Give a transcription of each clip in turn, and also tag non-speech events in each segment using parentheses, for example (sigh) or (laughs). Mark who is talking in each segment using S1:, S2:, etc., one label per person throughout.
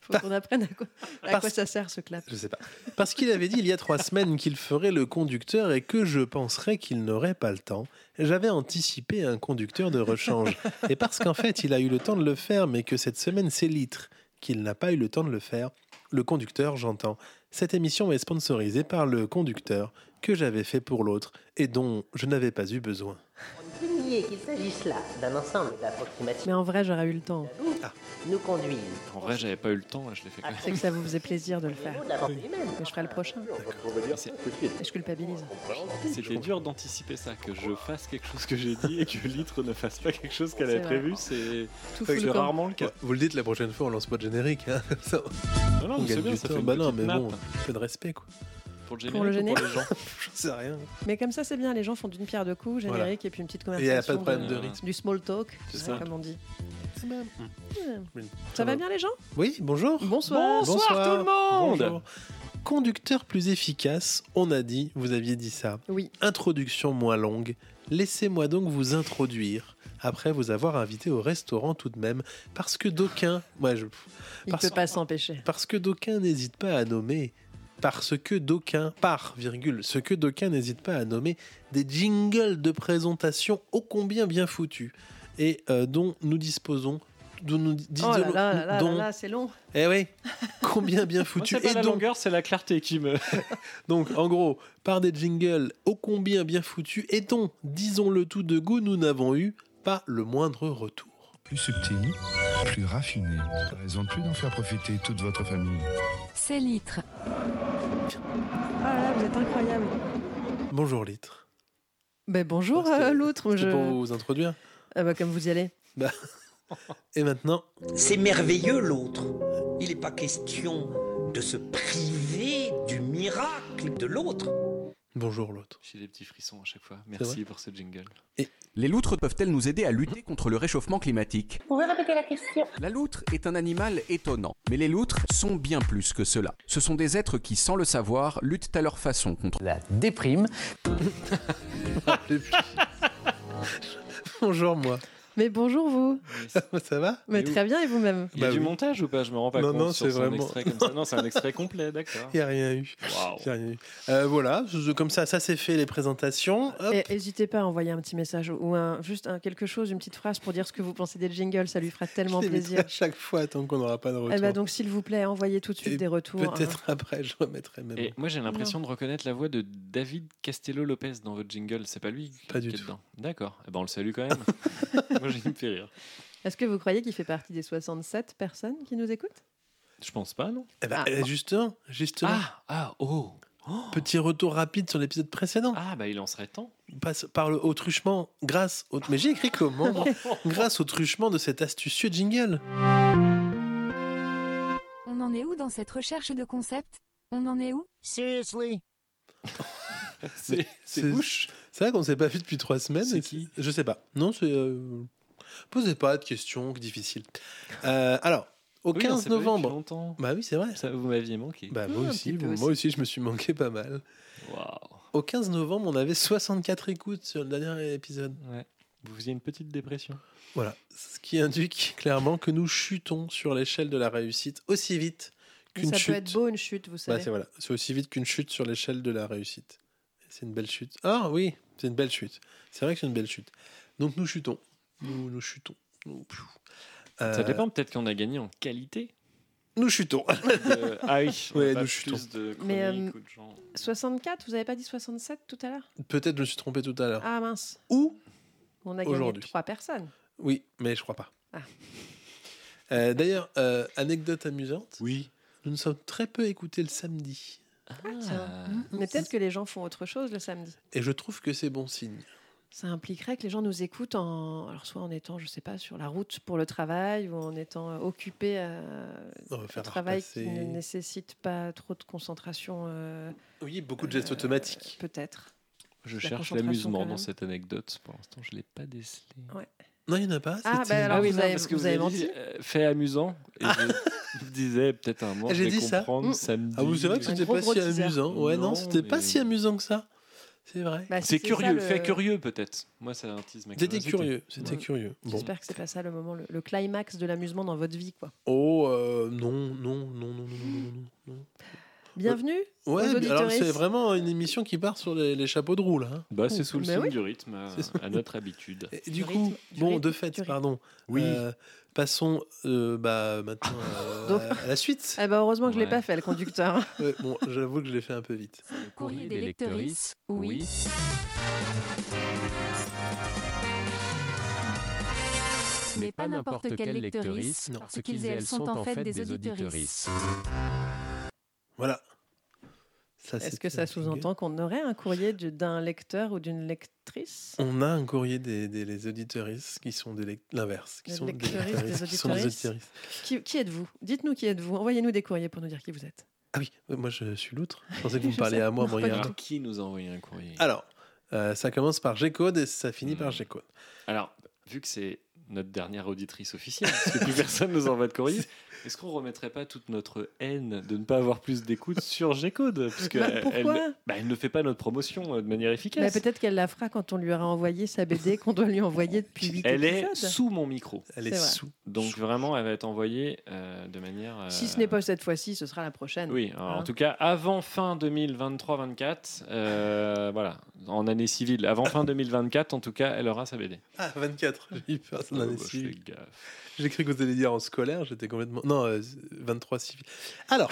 S1: faut qu'on apprenne à quoi, à
S2: Parce-
S1: quoi ça sert ce clap.
S2: Je sais pas. Parce qu'il avait dit il y a trois semaines qu'il ferait le conducteur et que je penserais qu'il n'aurait pas le temps. J'avais anticipé un conducteur de rechange. Et parce qu'en fait, il a eu le temps de le faire, mais que cette semaine, c'est litre qu'il n'a pas eu le temps de le faire. Le conducteur, j'entends. Cette émission est sponsorisée par le conducteur que j'avais fait pour l'autre et dont je n'avais pas eu besoin.
S3: On ne peut nier qu'il s'agisse là d'un ensemble d'approximations
S1: Mais en vrai, j'aurais eu le temps.
S4: Ah.
S3: qui nous conduisent
S4: En vrai, j'avais pas eu le temps, je l'ai fait quand
S1: Ah,
S4: même.
S1: C'est que ça vous faisait plaisir de le
S3: au niveau
S1: faire.
S3: de la pensée humaine.
S1: Mais je ferai le prochain. Et je culpabilise.
S4: C'était dur d'anticiper ça, que je fasse quelque chose que j'ai dit et que Litre ne fasse pas quelque chose qu'elle
S1: C'est
S4: avait
S1: vrai.
S4: prévu, c'est
S1: Tout
S4: c'est
S1: full com.
S4: rarement le cas.
S2: Vous le dites la prochaine fois, on lance pas de générique. hein. (laughs) Ça,
S4: Non,
S2: on
S4: non, c'est
S2: gagne
S4: bien,
S2: du
S4: ça
S2: temps.
S4: fait une
S2: Bah non, mais
S4: petite nappe
S2: bon, un peu de respect quoi.
S4: pour le
S1: Pour le
S4: générique ou pour les gens.
S2: J'en sais rien.
S1: Mais comme ça, c'est bien. Les gens font d'une pierre deux coups, générique,
S2: Voilà.
S1: et puis une petite
S2: Et il n'y a
S1: conversation.
S2: pas de problème de
S4: euh,
S2: rythme.
S1: Du small talk,
S4: C'est
S1: ouais,
S4: ça.
S1: comme on dit. Ouais.
S2: Ça
S1: Ça
S2: va.
S1: va bien les gens
S2: Oui, bonjour.
S1: Bonsoir.
S4: Bonsoir, tout le monde.
S2: Bonjour. Conducteur plus efficace, on a dit, vous aviez dit ça.
S1: Oui.
S2: Introduction moins longue. Laissez-moi donc vous introduire, après vous avoir invité au restaurant tout de même, parce que d'aucuns... Ouais, je-
S1: Il ne
S2: Parce-
S1: peut pas s'empêcher.
S2: Parce que d'aucuns n'hésitent pas à nommer... Parce que d'aucuns... Par, virgule. Ce que d'aucuns n'hésitent pas à nommer des jingles de présentation ô combien bien foutus, et euh, dont nous disposons... Dont nous dis-
S1: Oh là là là là,
S2: dont-
S1: là là, c'est long.
S2: eh oui,
S1: (laughs)
S2: combien bien
S4: Moi,
S2: foutu.
S4: c'est pas
S2: Et
S4: la
S2: donc,
S4: longueur, c'est la clarté qui me.
S2: donc, en gros, par des jingles ô combien bien foutus, et donc, disons-le tout de goût, nous n'avons eu pas le moindre retour.
S5: plus subtil, plus raffiné. Raison de plus d'en faire profiter toute votre famille.
S6: C'est litre.
S1: Oh là là, vous êtes incroyable.
S2: Bonjour Litre.
S1: Ben bonjour
S2: C'était-
S1: euh, l'autre.
S2: C'est
S1: Je...
S2: pour vous introduire.
S1: Ah bah, comme vous y allez.
S2: Et maintenant,
S7: C'est merveilleux l'autre. Il n'est pas question de se priver du miracle de l'autre.
S2: bonjour l'autre. (laughs)
S4: J'ai des petits frissons à chaque fois.
S2: C'est
S4: Merci pour ce jingle.
S8: Les loutres peuvent-elles nous aider à lutter contre le réchauffement climatique
S3: Pouvez répéter la question
S8: La loutre est un animal étonnant, mais les loutres sont bien plus que cela. Ce sont des êtres qui, sans le savoir, luttent à leur façon contre
S9: la déprime.
S2: Et puis- bonjour moi.
S1: Mais bonjour vous.
S4: Mais c'est-
S2: Ça va
S1: Mais
S4: Et où
S1: très bien et vous-même.
S4: Il y a
S2: Bah
S4: du
S2: oui.
S4: montage ou pas Je me rends pas
S2: Non,
S4: compte.
S2: non,
S4: sur
S2: c'est
S4: son
S2: vraiment-
S4: extrait comme ça. Non, c'est un extrait complet,
S2: (laughs)
S4: d'accord.
S2: Il n'y a rien eu.
S4: Waouh.
S2: Y a rien eu. Euh, voilà, je- comme ça, ça c'est fait les présentations. Hop.
S1: Et N'hésitez pas à envoyer un petit message ou un, juste un, quelque chose, une petite phrase pour dire ce que vous pensez des jingles. Ça lui fera tellement
S2: (laughs) Je les mettrai
S1: plaisir.
S2: à chaque fois, tant qu'on n'aura pas de retour.
S1: Eh ben donc s'il vous plaît, envoyez tout de
S2: Et
S1: suite des retours. hein.
S2: Peut-être après, je remettrai même.
S4: Et moi, j'ai l'impression de reconnaître la voix de David Castello Lopez dans votre jingle. C'est pas lui qui-
S2: Pas du
S4: qui est
S2: tout.
S4: dedans. D'accord. Eh ben, on le salue
S2: (laughs)
S4: quand même. Moi, j'ai me fait rire.
S1: Est-ce que vous croyez qu'il fait partie des 67 personnes qui nous écoutent
S4: Je pense pas, non
S2: Eh ben,
S1: Ah.
S2: euh, justement, justement.
S4: Ah, ah, oh. Oh.
S2: Petit retour rapide sur l'épisode précédent.
S4: Ah, bah, il en serait temps.
S2: passe par le au truchement grâce au mais j'ai écrit comment
S4: (laughs)
S2: grâce au truchement de cet astucieux jingle.
S6: On en est où dans cette recherche de concept On en est où
S4: C'est c'est vous.
S2: bouche. C'est vrai qu'on s'est pas vu depuis trois semaines.
S4: C'est
S2: et
S4: qui
S2: Je sais pas. Non, c'est euh, posez pas de questions difficiles. Euh, alors au 15
S4: Oui, on s'est pas vu depuis
S2: novembre.
S4: longtemps.
S2: Bah oui, c'est vrai.
S4: Ça, vous m'aviez manqué.
S2: Bah
S1: Ouais,
S2: moi
S1: un
S2: aussi,
S1: petit peu
S2: moi
S1: aussi.
S2: aussi. je me suis manqué pas mal.
S4: Waouh.
S2: Au 15 novembre, on avait 64 écoutes sur le dernier épisode.
S4: Ouais. Vous faisiez une petite dépression.
S2: Voilà, ce qui indique clairement que nous chutons sur l'échelle de la réussite aussi vite
S1: Mais
S2: qu'une
S1: Ça
S2: chute.
S1: peut être beau une chute, vous
S2: Bah,
S1: savez.
S2: c'est voilà, c'est aussi vite qu'une chute sur l'échelle de la réussite. C'est une belle chute. Ah oui, c'est une belle chute. C'est vrai que c'est une belle chute. Donc nous chutons, nous, nous chutons. Nous, pfiou. Euh,
S4: Ça dépend. Peut-être qu'on a gagné en
S2: (laughs)
S4: qualité.
S2: Nous chutons. (laughs)
S4: De- Ah oui. on
S2: Ouais,
S4: a pas
S2: nous chutons.
S4: plus de
S1: Mais, euh,
S4: chroniques ou de gens.
S1: 64, vous avez pas dit 67 tout à l'heure
S2: Peut-être je me suis trompé tout à l'heure.
S1: Ah mince,
S2: Ou
S1: on a gagné
S2: Aujourd'hui. Mm.
S1: trois personnes.
S2: oui, mais je crois pas.
S1: Ah.
S2: Euh, D'ailleurs, euh, anecdote amusante.
S4: Oui.
S2: Nous nous sommes très peu écoutés le samedi,
S1: tiens.
S4: Ah.
S1: Mais peut-être que les gens font autre chose le samedi.
S2: et je trouve que c'est bon signe.
S1: Ça impliquerait que les gens nous écoutent en alors soit en étant, je sais pas, sur la route pour le travail ou en étant euh, occupés euh, à
S2: On va
S1: un
S2: faire
S1: travail
S2: repasser.
S1: qui ne nécessite pas trop de concentration euh,
S2: Oui, beaucoup de gestes
S1: euh,
S2: automatiques.
S1: peut-être.
S4: Je
S1: La
S4: cherche
S1: concentration, quand
S4: l'amusement dans
S1: même.
S4: cette anecdote. Pour l'instant, je ne l'ai pas décelé.
S1: Ouais.
S2: Non, il n'y en a pas.
S1: Ah,
S2: c'était-
S1: bah alors- vous avez- vous avez
S4: dit, euh, fait amusant.
S2: (laughs)
S4: Et je me disais peut-être un moment,
S2: Ah,
S4: je
S2: j'ai
S4: vais
S2: dit ça.
S4: comprendre
S1: Mm.
S4: samedi.
S2: Ah oui, c'est vrai que
S1: Un
S2: c'était
S1: gros,
S2: pas
S1: gros
S2: si
S1: teaser.
S2: amusant. Ouais, non,
S4: Non,
S2: c'était pas
S4: mais-
S2: si amusant que ça. C'est vrai.
S1: Bah, si
S4: C'est
S1: ça,
S4: curieux,
S1: le-
S4: fait curieux peut-être. Moi, c'est un tease. ma
S2: C'était
S4: curiosité.
S2: curieux, c'était
S1: Ouais.
S2: curieux. Bon.
S1: J'espère que c'est pas ça le moment, le, le climax de l'amusement dans votre vie, quoi.
S2: Oh euh, non, non, non, non, non, non, non, non.
S1: Bienvenue.
S2: Ouais,
S1: Aux
S2: mais alors
S1: auditeuristes.
S2: c'est vraiment une émission qui part sur les, les chapeaux de roue là. hein.
S4: Bah, c'est sous le
S1: Mais
S4: signe
S1: oui.
S4: du rythme, à,
S2: C'est sous-
S4: à notre habitude.
S2: Et du
S1: rythme,
S2: coup,
S1: du
S2: bon,
S1: rythme,
S2: de fait,
S1: du rythme.
S2: pardon. euh, passons euh, bah, maintenant
S1: (laughs)
S2: euh,
S1: Donc- euh,
S2: à la suite.
S1: Eh ben heureusement que je l'ai
S4: Ouais.
S1: pas fait, le
S2: (laughs)
S1: conducteur.
S2: Ouais, bon, j'avoue que je l'ai fait un peu vite.
S6: Courrier des lectrices, oui. Mais pas n'importe quelle lectrice,
S2: non.
S6: parce qu'ils et elles sont en fait des auditrices.
S2: Voilà. Ça,
S1: Est-ce
S2: c'était
S1: que
S2: un
S1: ça
S2: jingle.
S1: sous-entend qu'on aurait un courrier du- d'un lecteur ou d'une lectrice
S2: On a un courrier des, des les auditeuristes qui sont des lec- l'inverse, qui
S1: Des
S2: sont des
S1: lecteuristes, des
S2: lecteuristes, qui sont des
S1: auditeuristes.
S2: auditeuristes.
S1: Qui, qui êtes-vous Dites-nous qui êtes-vous. Envoyez-nous des courriers pour nous dire qui vous êtes.
S2: Ah oui, euh, moi je suis l'autre. Je pensais que vous
S1: (laughs)
S2: me
S1: Je
S2: parliez
S1: sais.
S2: à moi,
S1: Non,
S2: moi,
S1: pas
S2: il y a
S1: du
S2: un-
S1: tout.
S4: Alors, qui nous a envoyé un courrier
S2: Alors, euh, ça commence par G-Code et ça finit par
S4: Hmm.
S2: G-Code.
S4: Alors, vu que c'est notre dernière auditrice officielle, parce que plus personne nous envoie
S1: (laughs)
S4: de courrier, est-ce qu'on remettrait pas toute notre haine de ne pas avoir plus d'écoute sur G-Code Parce que
S1: Bah,
S4: elle- elle,
S1: pourquoi
S4: ne- bah, elle ne fait pas notre promotion euh, de manière
S1: Mais
S4: efficace.
S1: Bah, Peut-être qu'elle la fera quand on lui aura envoyé sa
S2: (laughs)
S1: BD qu'on doit lui envoyer depuis 8
S4: elle est
S1: épisodes.
S4: sous mon micro.
S2: Elle est,
S1: C'est vrai.
S2: sous.
S4: Donc vraiment, elle va être envoyée euh, de manière... euh,
S1: Si ce n'est pas cette fois-ci, ce sera la prochaine.
S4: Oui, en
S1: Hein.
S4: tout cas, avant fin 2023-24, euh, voilà, en année civile, avant fin 2024, en tout cas, elle aura sa BD.
S2: Ah, 24, j'ai eu peur, ça en
S4: Oh,
S2: avait
S4: bah,
S2: six.
S4: je fais gaffe.
S2: J'ai cru que vous alliez dire en scolaire, j'étais complètement. Non, euh, 23 civil. Alors,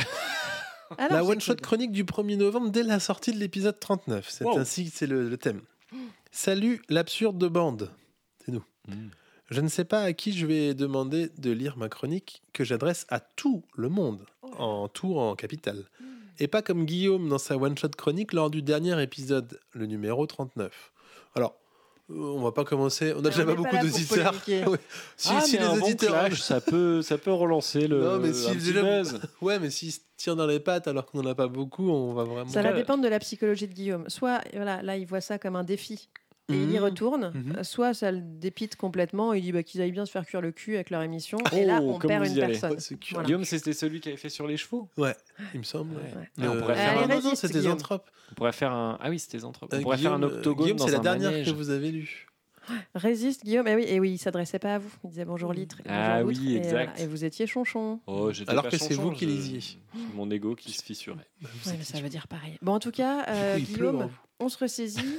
S1: Alors,
S2: la
S1: c'est
S2: one-shot
S1: cool.
S2: chronique du 1er novembre dès la sortie de l'épisode 39. C'est
S4: Wow.
S2: ainsi que c'est le, le thème. Salut l'absurde de bande. C'est nous.
S4: Mm.
S2: Je ne sais pas à qui je vais demander de lire ma chronique que j'adresse à tout le monde,
S1: Oh.
S2: en tout en capitale.
S1: Hmm.
S2: Et pas comme Guillaume dans sa one-shot chronique lors du dernier épisode, le numéro 39. Alors, euh, on va pas commencer, on n'a
S1: Mais
S2: déjà
S1: on
S2: pas
S1: est pas
S2: beaucoup
S1: là pour
S2: d'auditeurs.
S1: polémiquer.
S2: Ouais. Si,
S4: Ah,
S2: si
S4: mais
S2: les
S4: un bon
S2: auditeurs.
S4: clash, ça peut, ça peut relancer le.
S2: Non, mais
S4: un
S2: s'il
S4: petit
S2: déjà-
S4: buzz.
S2: Ouais, mais s'ils se tirent dans les pattes alors qu'on n'en a pas beaucoup, on va vraiment.
S1: Ça va
S4: Ouais.
S1: dépendre de la psychologie de Guillaume. Soit voilà, là, il voit ça comme un défi et il y
S2: Mhm.
S1: retourne.
S2: Mhm.
S1: euh, Soit ça le dépite complètement. Il dit bah, qu'ils aillent bien se faire cuire le cul avec leur émission.
S4: Oh,
S1: et là, on
S4: comme
S1: perd
S4: vous
S1: une
S4: y allez.
S1: personne.
S2: Ouais, c'est curieux.
S1: Voilà.
S4: Guillaume, c'était celui qui avait fait sur les chevaux.
S2: Il me semble. ouais.
S1: Ouais.
S4: Ah, on
S2: Euh,
S4: pourrait
S1: faire
S2: non,
S1: un-
S2: non,
S1: Allez, résiste,
S2: c'était
S1: Guillaume.
S2: Zanthrope.
S4: On pourrait faire un. Ah oui, c'était les anthropes.
S2: Euh,
S4: On pourrait faire un
S2: Guillaume, euh,
S4: octogone
S2: Guillaume,
S4: dans
S2: c'est la
S4: un
S2: dernière
S4: manège.
S2: que vous avez lue.
S1: Résiste, Guillaume. Et oui, et oui, il s'adressait pas à vous. Il disait bonjour litre. et
S4: Ah
S1: bonjour
S4: oui,
S1: loutre, et
S4: exact.
S1: voilà. Et, vous étiez chonchon.
S4: Oh, j'étais
S2: Alors
S4: pas
S2: que c'est
S4: changeant,
S2: vous qui
S4: je-
S2: lisiez.
S4: c'est Mon ego qui se fissurait.
S1: Ouais, mais ça veut dire pareil. Bon, en tout cas, euh,
S2: Il pleut,
S1: Guillaume,
S2: hein.
S1: on se ressaisit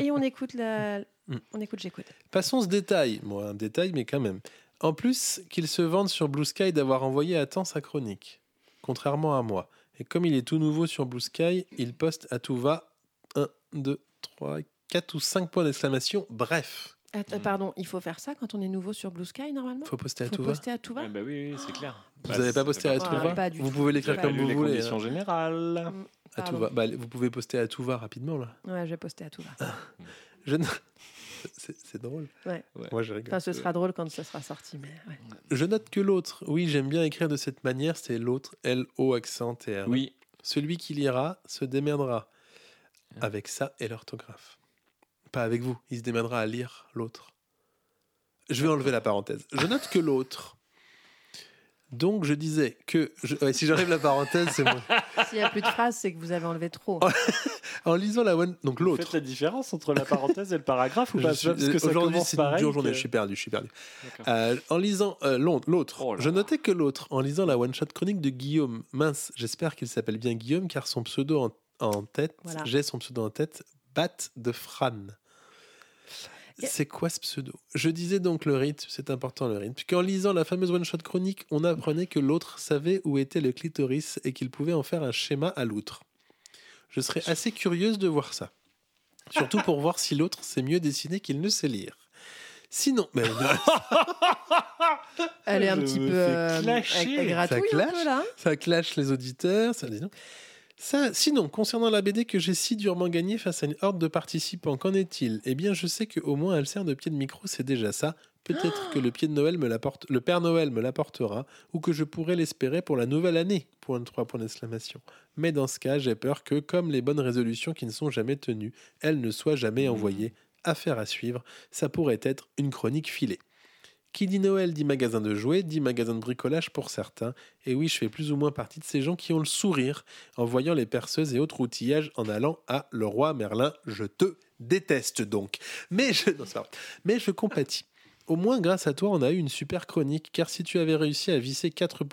S1: et on écoute la.
S2: Mm.
S1: On écoute, j'écoute.
S2: Passons ce détail. Bon, un détail, mais quand même. En plus, qu'il se vante sur Blue Sky d'avoir envoyé à temps sa chronique. Contrairement à moi. Et comme il est tout nouveau sur Blue Sky, il poste à tout va 1, 2, 3, 4 ou 5 points d'exclamation. Bref,
S1: Attends,
S4: Mm.
S1: Pardon, il faut faire ça quand on est nouveau sur Blue Sky normalement
S2: faut poster à
S1: Faut
S2: tout va.
S1: poster à tout va.
S4: Ah bah oui, oui, c'est clair.
S2: Vous n'avez pas posté à
S1: pas
S2: tout
S1: grave.
S2: va
S1: Pas du
S2: Vous
S1: tout.
S2: pouvez l'écrire
S1: J'ai
S2: comme
S1: pas
S2: vous
S4: les
S2: voulez.
S4: conditions
S2: hein.
S4: générales.
S2: À tout
S1: Pardon.
S2: va. Bah, vous pouvez poster à tout va rapidement là.
S1: Ouais, je vais poster à tout va.
S2: Je ne- (laughs) C'est c'est drôle.
S1: Ouais.
S4: Ouais.
S2: Moi, je rigole.
S1: Enfin, ce sera drôle quand ça sera sorti, mais ouais.
S2: Je note que l'autre. Oui, j'aime bien écrire de cette manière. C'est l'autre. L-O accent R.
S4: Oui.
S2: Celui qui lira se démerdera.
S4: Ah.
S2: Avec ça et l'orthographe. Pas avec vous. Il se démerdera à lire l'autre. Je vais enlever la parenthèse. Je note que l'autre. Donc, je disais que. je- ouais, si j'enlève la parenthèse, c'est bon.
S4: (laughs)
S1: S'il n'y a plus de phrases, c'est que vous avez enlevé trop.
S2: Oh, En lisant la one. Donc, l'autre.
S4: Faites la différence entre la parenthèse et le paragraphe ou
S2: Je
S4: pas
S2: suis-
S4: Parce que ça
S2: Aujourd'hui,
S4: commence
S2: c'est une
S4: pareil
S2: dure journée.
S4: que-
S2: Je suis perdu. Je suis perdu.
S4: D'accord.
S2: Euh, en lisant euh, l'on- l'autre,
S4: Oh là
S2: je
S4: là.
S2: notais que l'autre, en lisant la one-shot chronique de Guillaume, mince, j'espère qu'il s'appelle bien Guillaume, car son pseudo en, en tête,
S1: Voilà.
S2: j'ai son pseudo en tête, Bat de Fran.
S1: Et-
S2: C'est quoi ce pseudo Je disais donc le rythme, c'est important le rythme, puisqu'en lisant la fameuse one-shot chronique, on apprenait que l'autre savait où était le clitoris et qu'il pouvait en faire un schéma à l'outre. Je serais assez curieuse de voir ça. Surtout pour voir si l'autre sait mieux dessiner qu'il ne sait lire. Sinon, mais
S1: Elle est un
S4: Je
S1: petit
S4: me
S1: peu
S4: fais
S1: euh,
S4: clasher.
S1: elle- elle gratouille
S2: Ça
S1: un
S2: clash.
S1: peu là.
S2: ça clash les auditeurs. Ça, dis donc. Ça, sinon, concernant la BD que j'ai si durement gagnée face à une horde de participants, qu'en est-il Eh bien, je sais qu'au moins elle sert de pied de micro, c'est déjà ça. Peut-être que le pied de Noël me l'apporte, le Père Noël me l'apportera, ou que je pourrais l'espérer pour la nouvelle année. Point de trois points d'exclamation. Mais dans ce cas, j'ai peur que, comme les bonnes résolutions qui ne sont jamais tenues, elles ne soient jamais envoyées. Affaire à suivre. Ça pourrait être une chronique filée. Qui dit Noël dit magasin de jouets, dit magasin de bricolage pour certains. Et oui, je fais plus ou moins partie de ces gens qui ont le sourire en voyant les perceuses et autres outillages en allant à le roi Merlin. Je te déteste donc. Mais je, non, c'est pas vrai. mais je compatis. Au moins, grâce à toi, on a eu une super chronique, car si tu avais réussi à visser 4,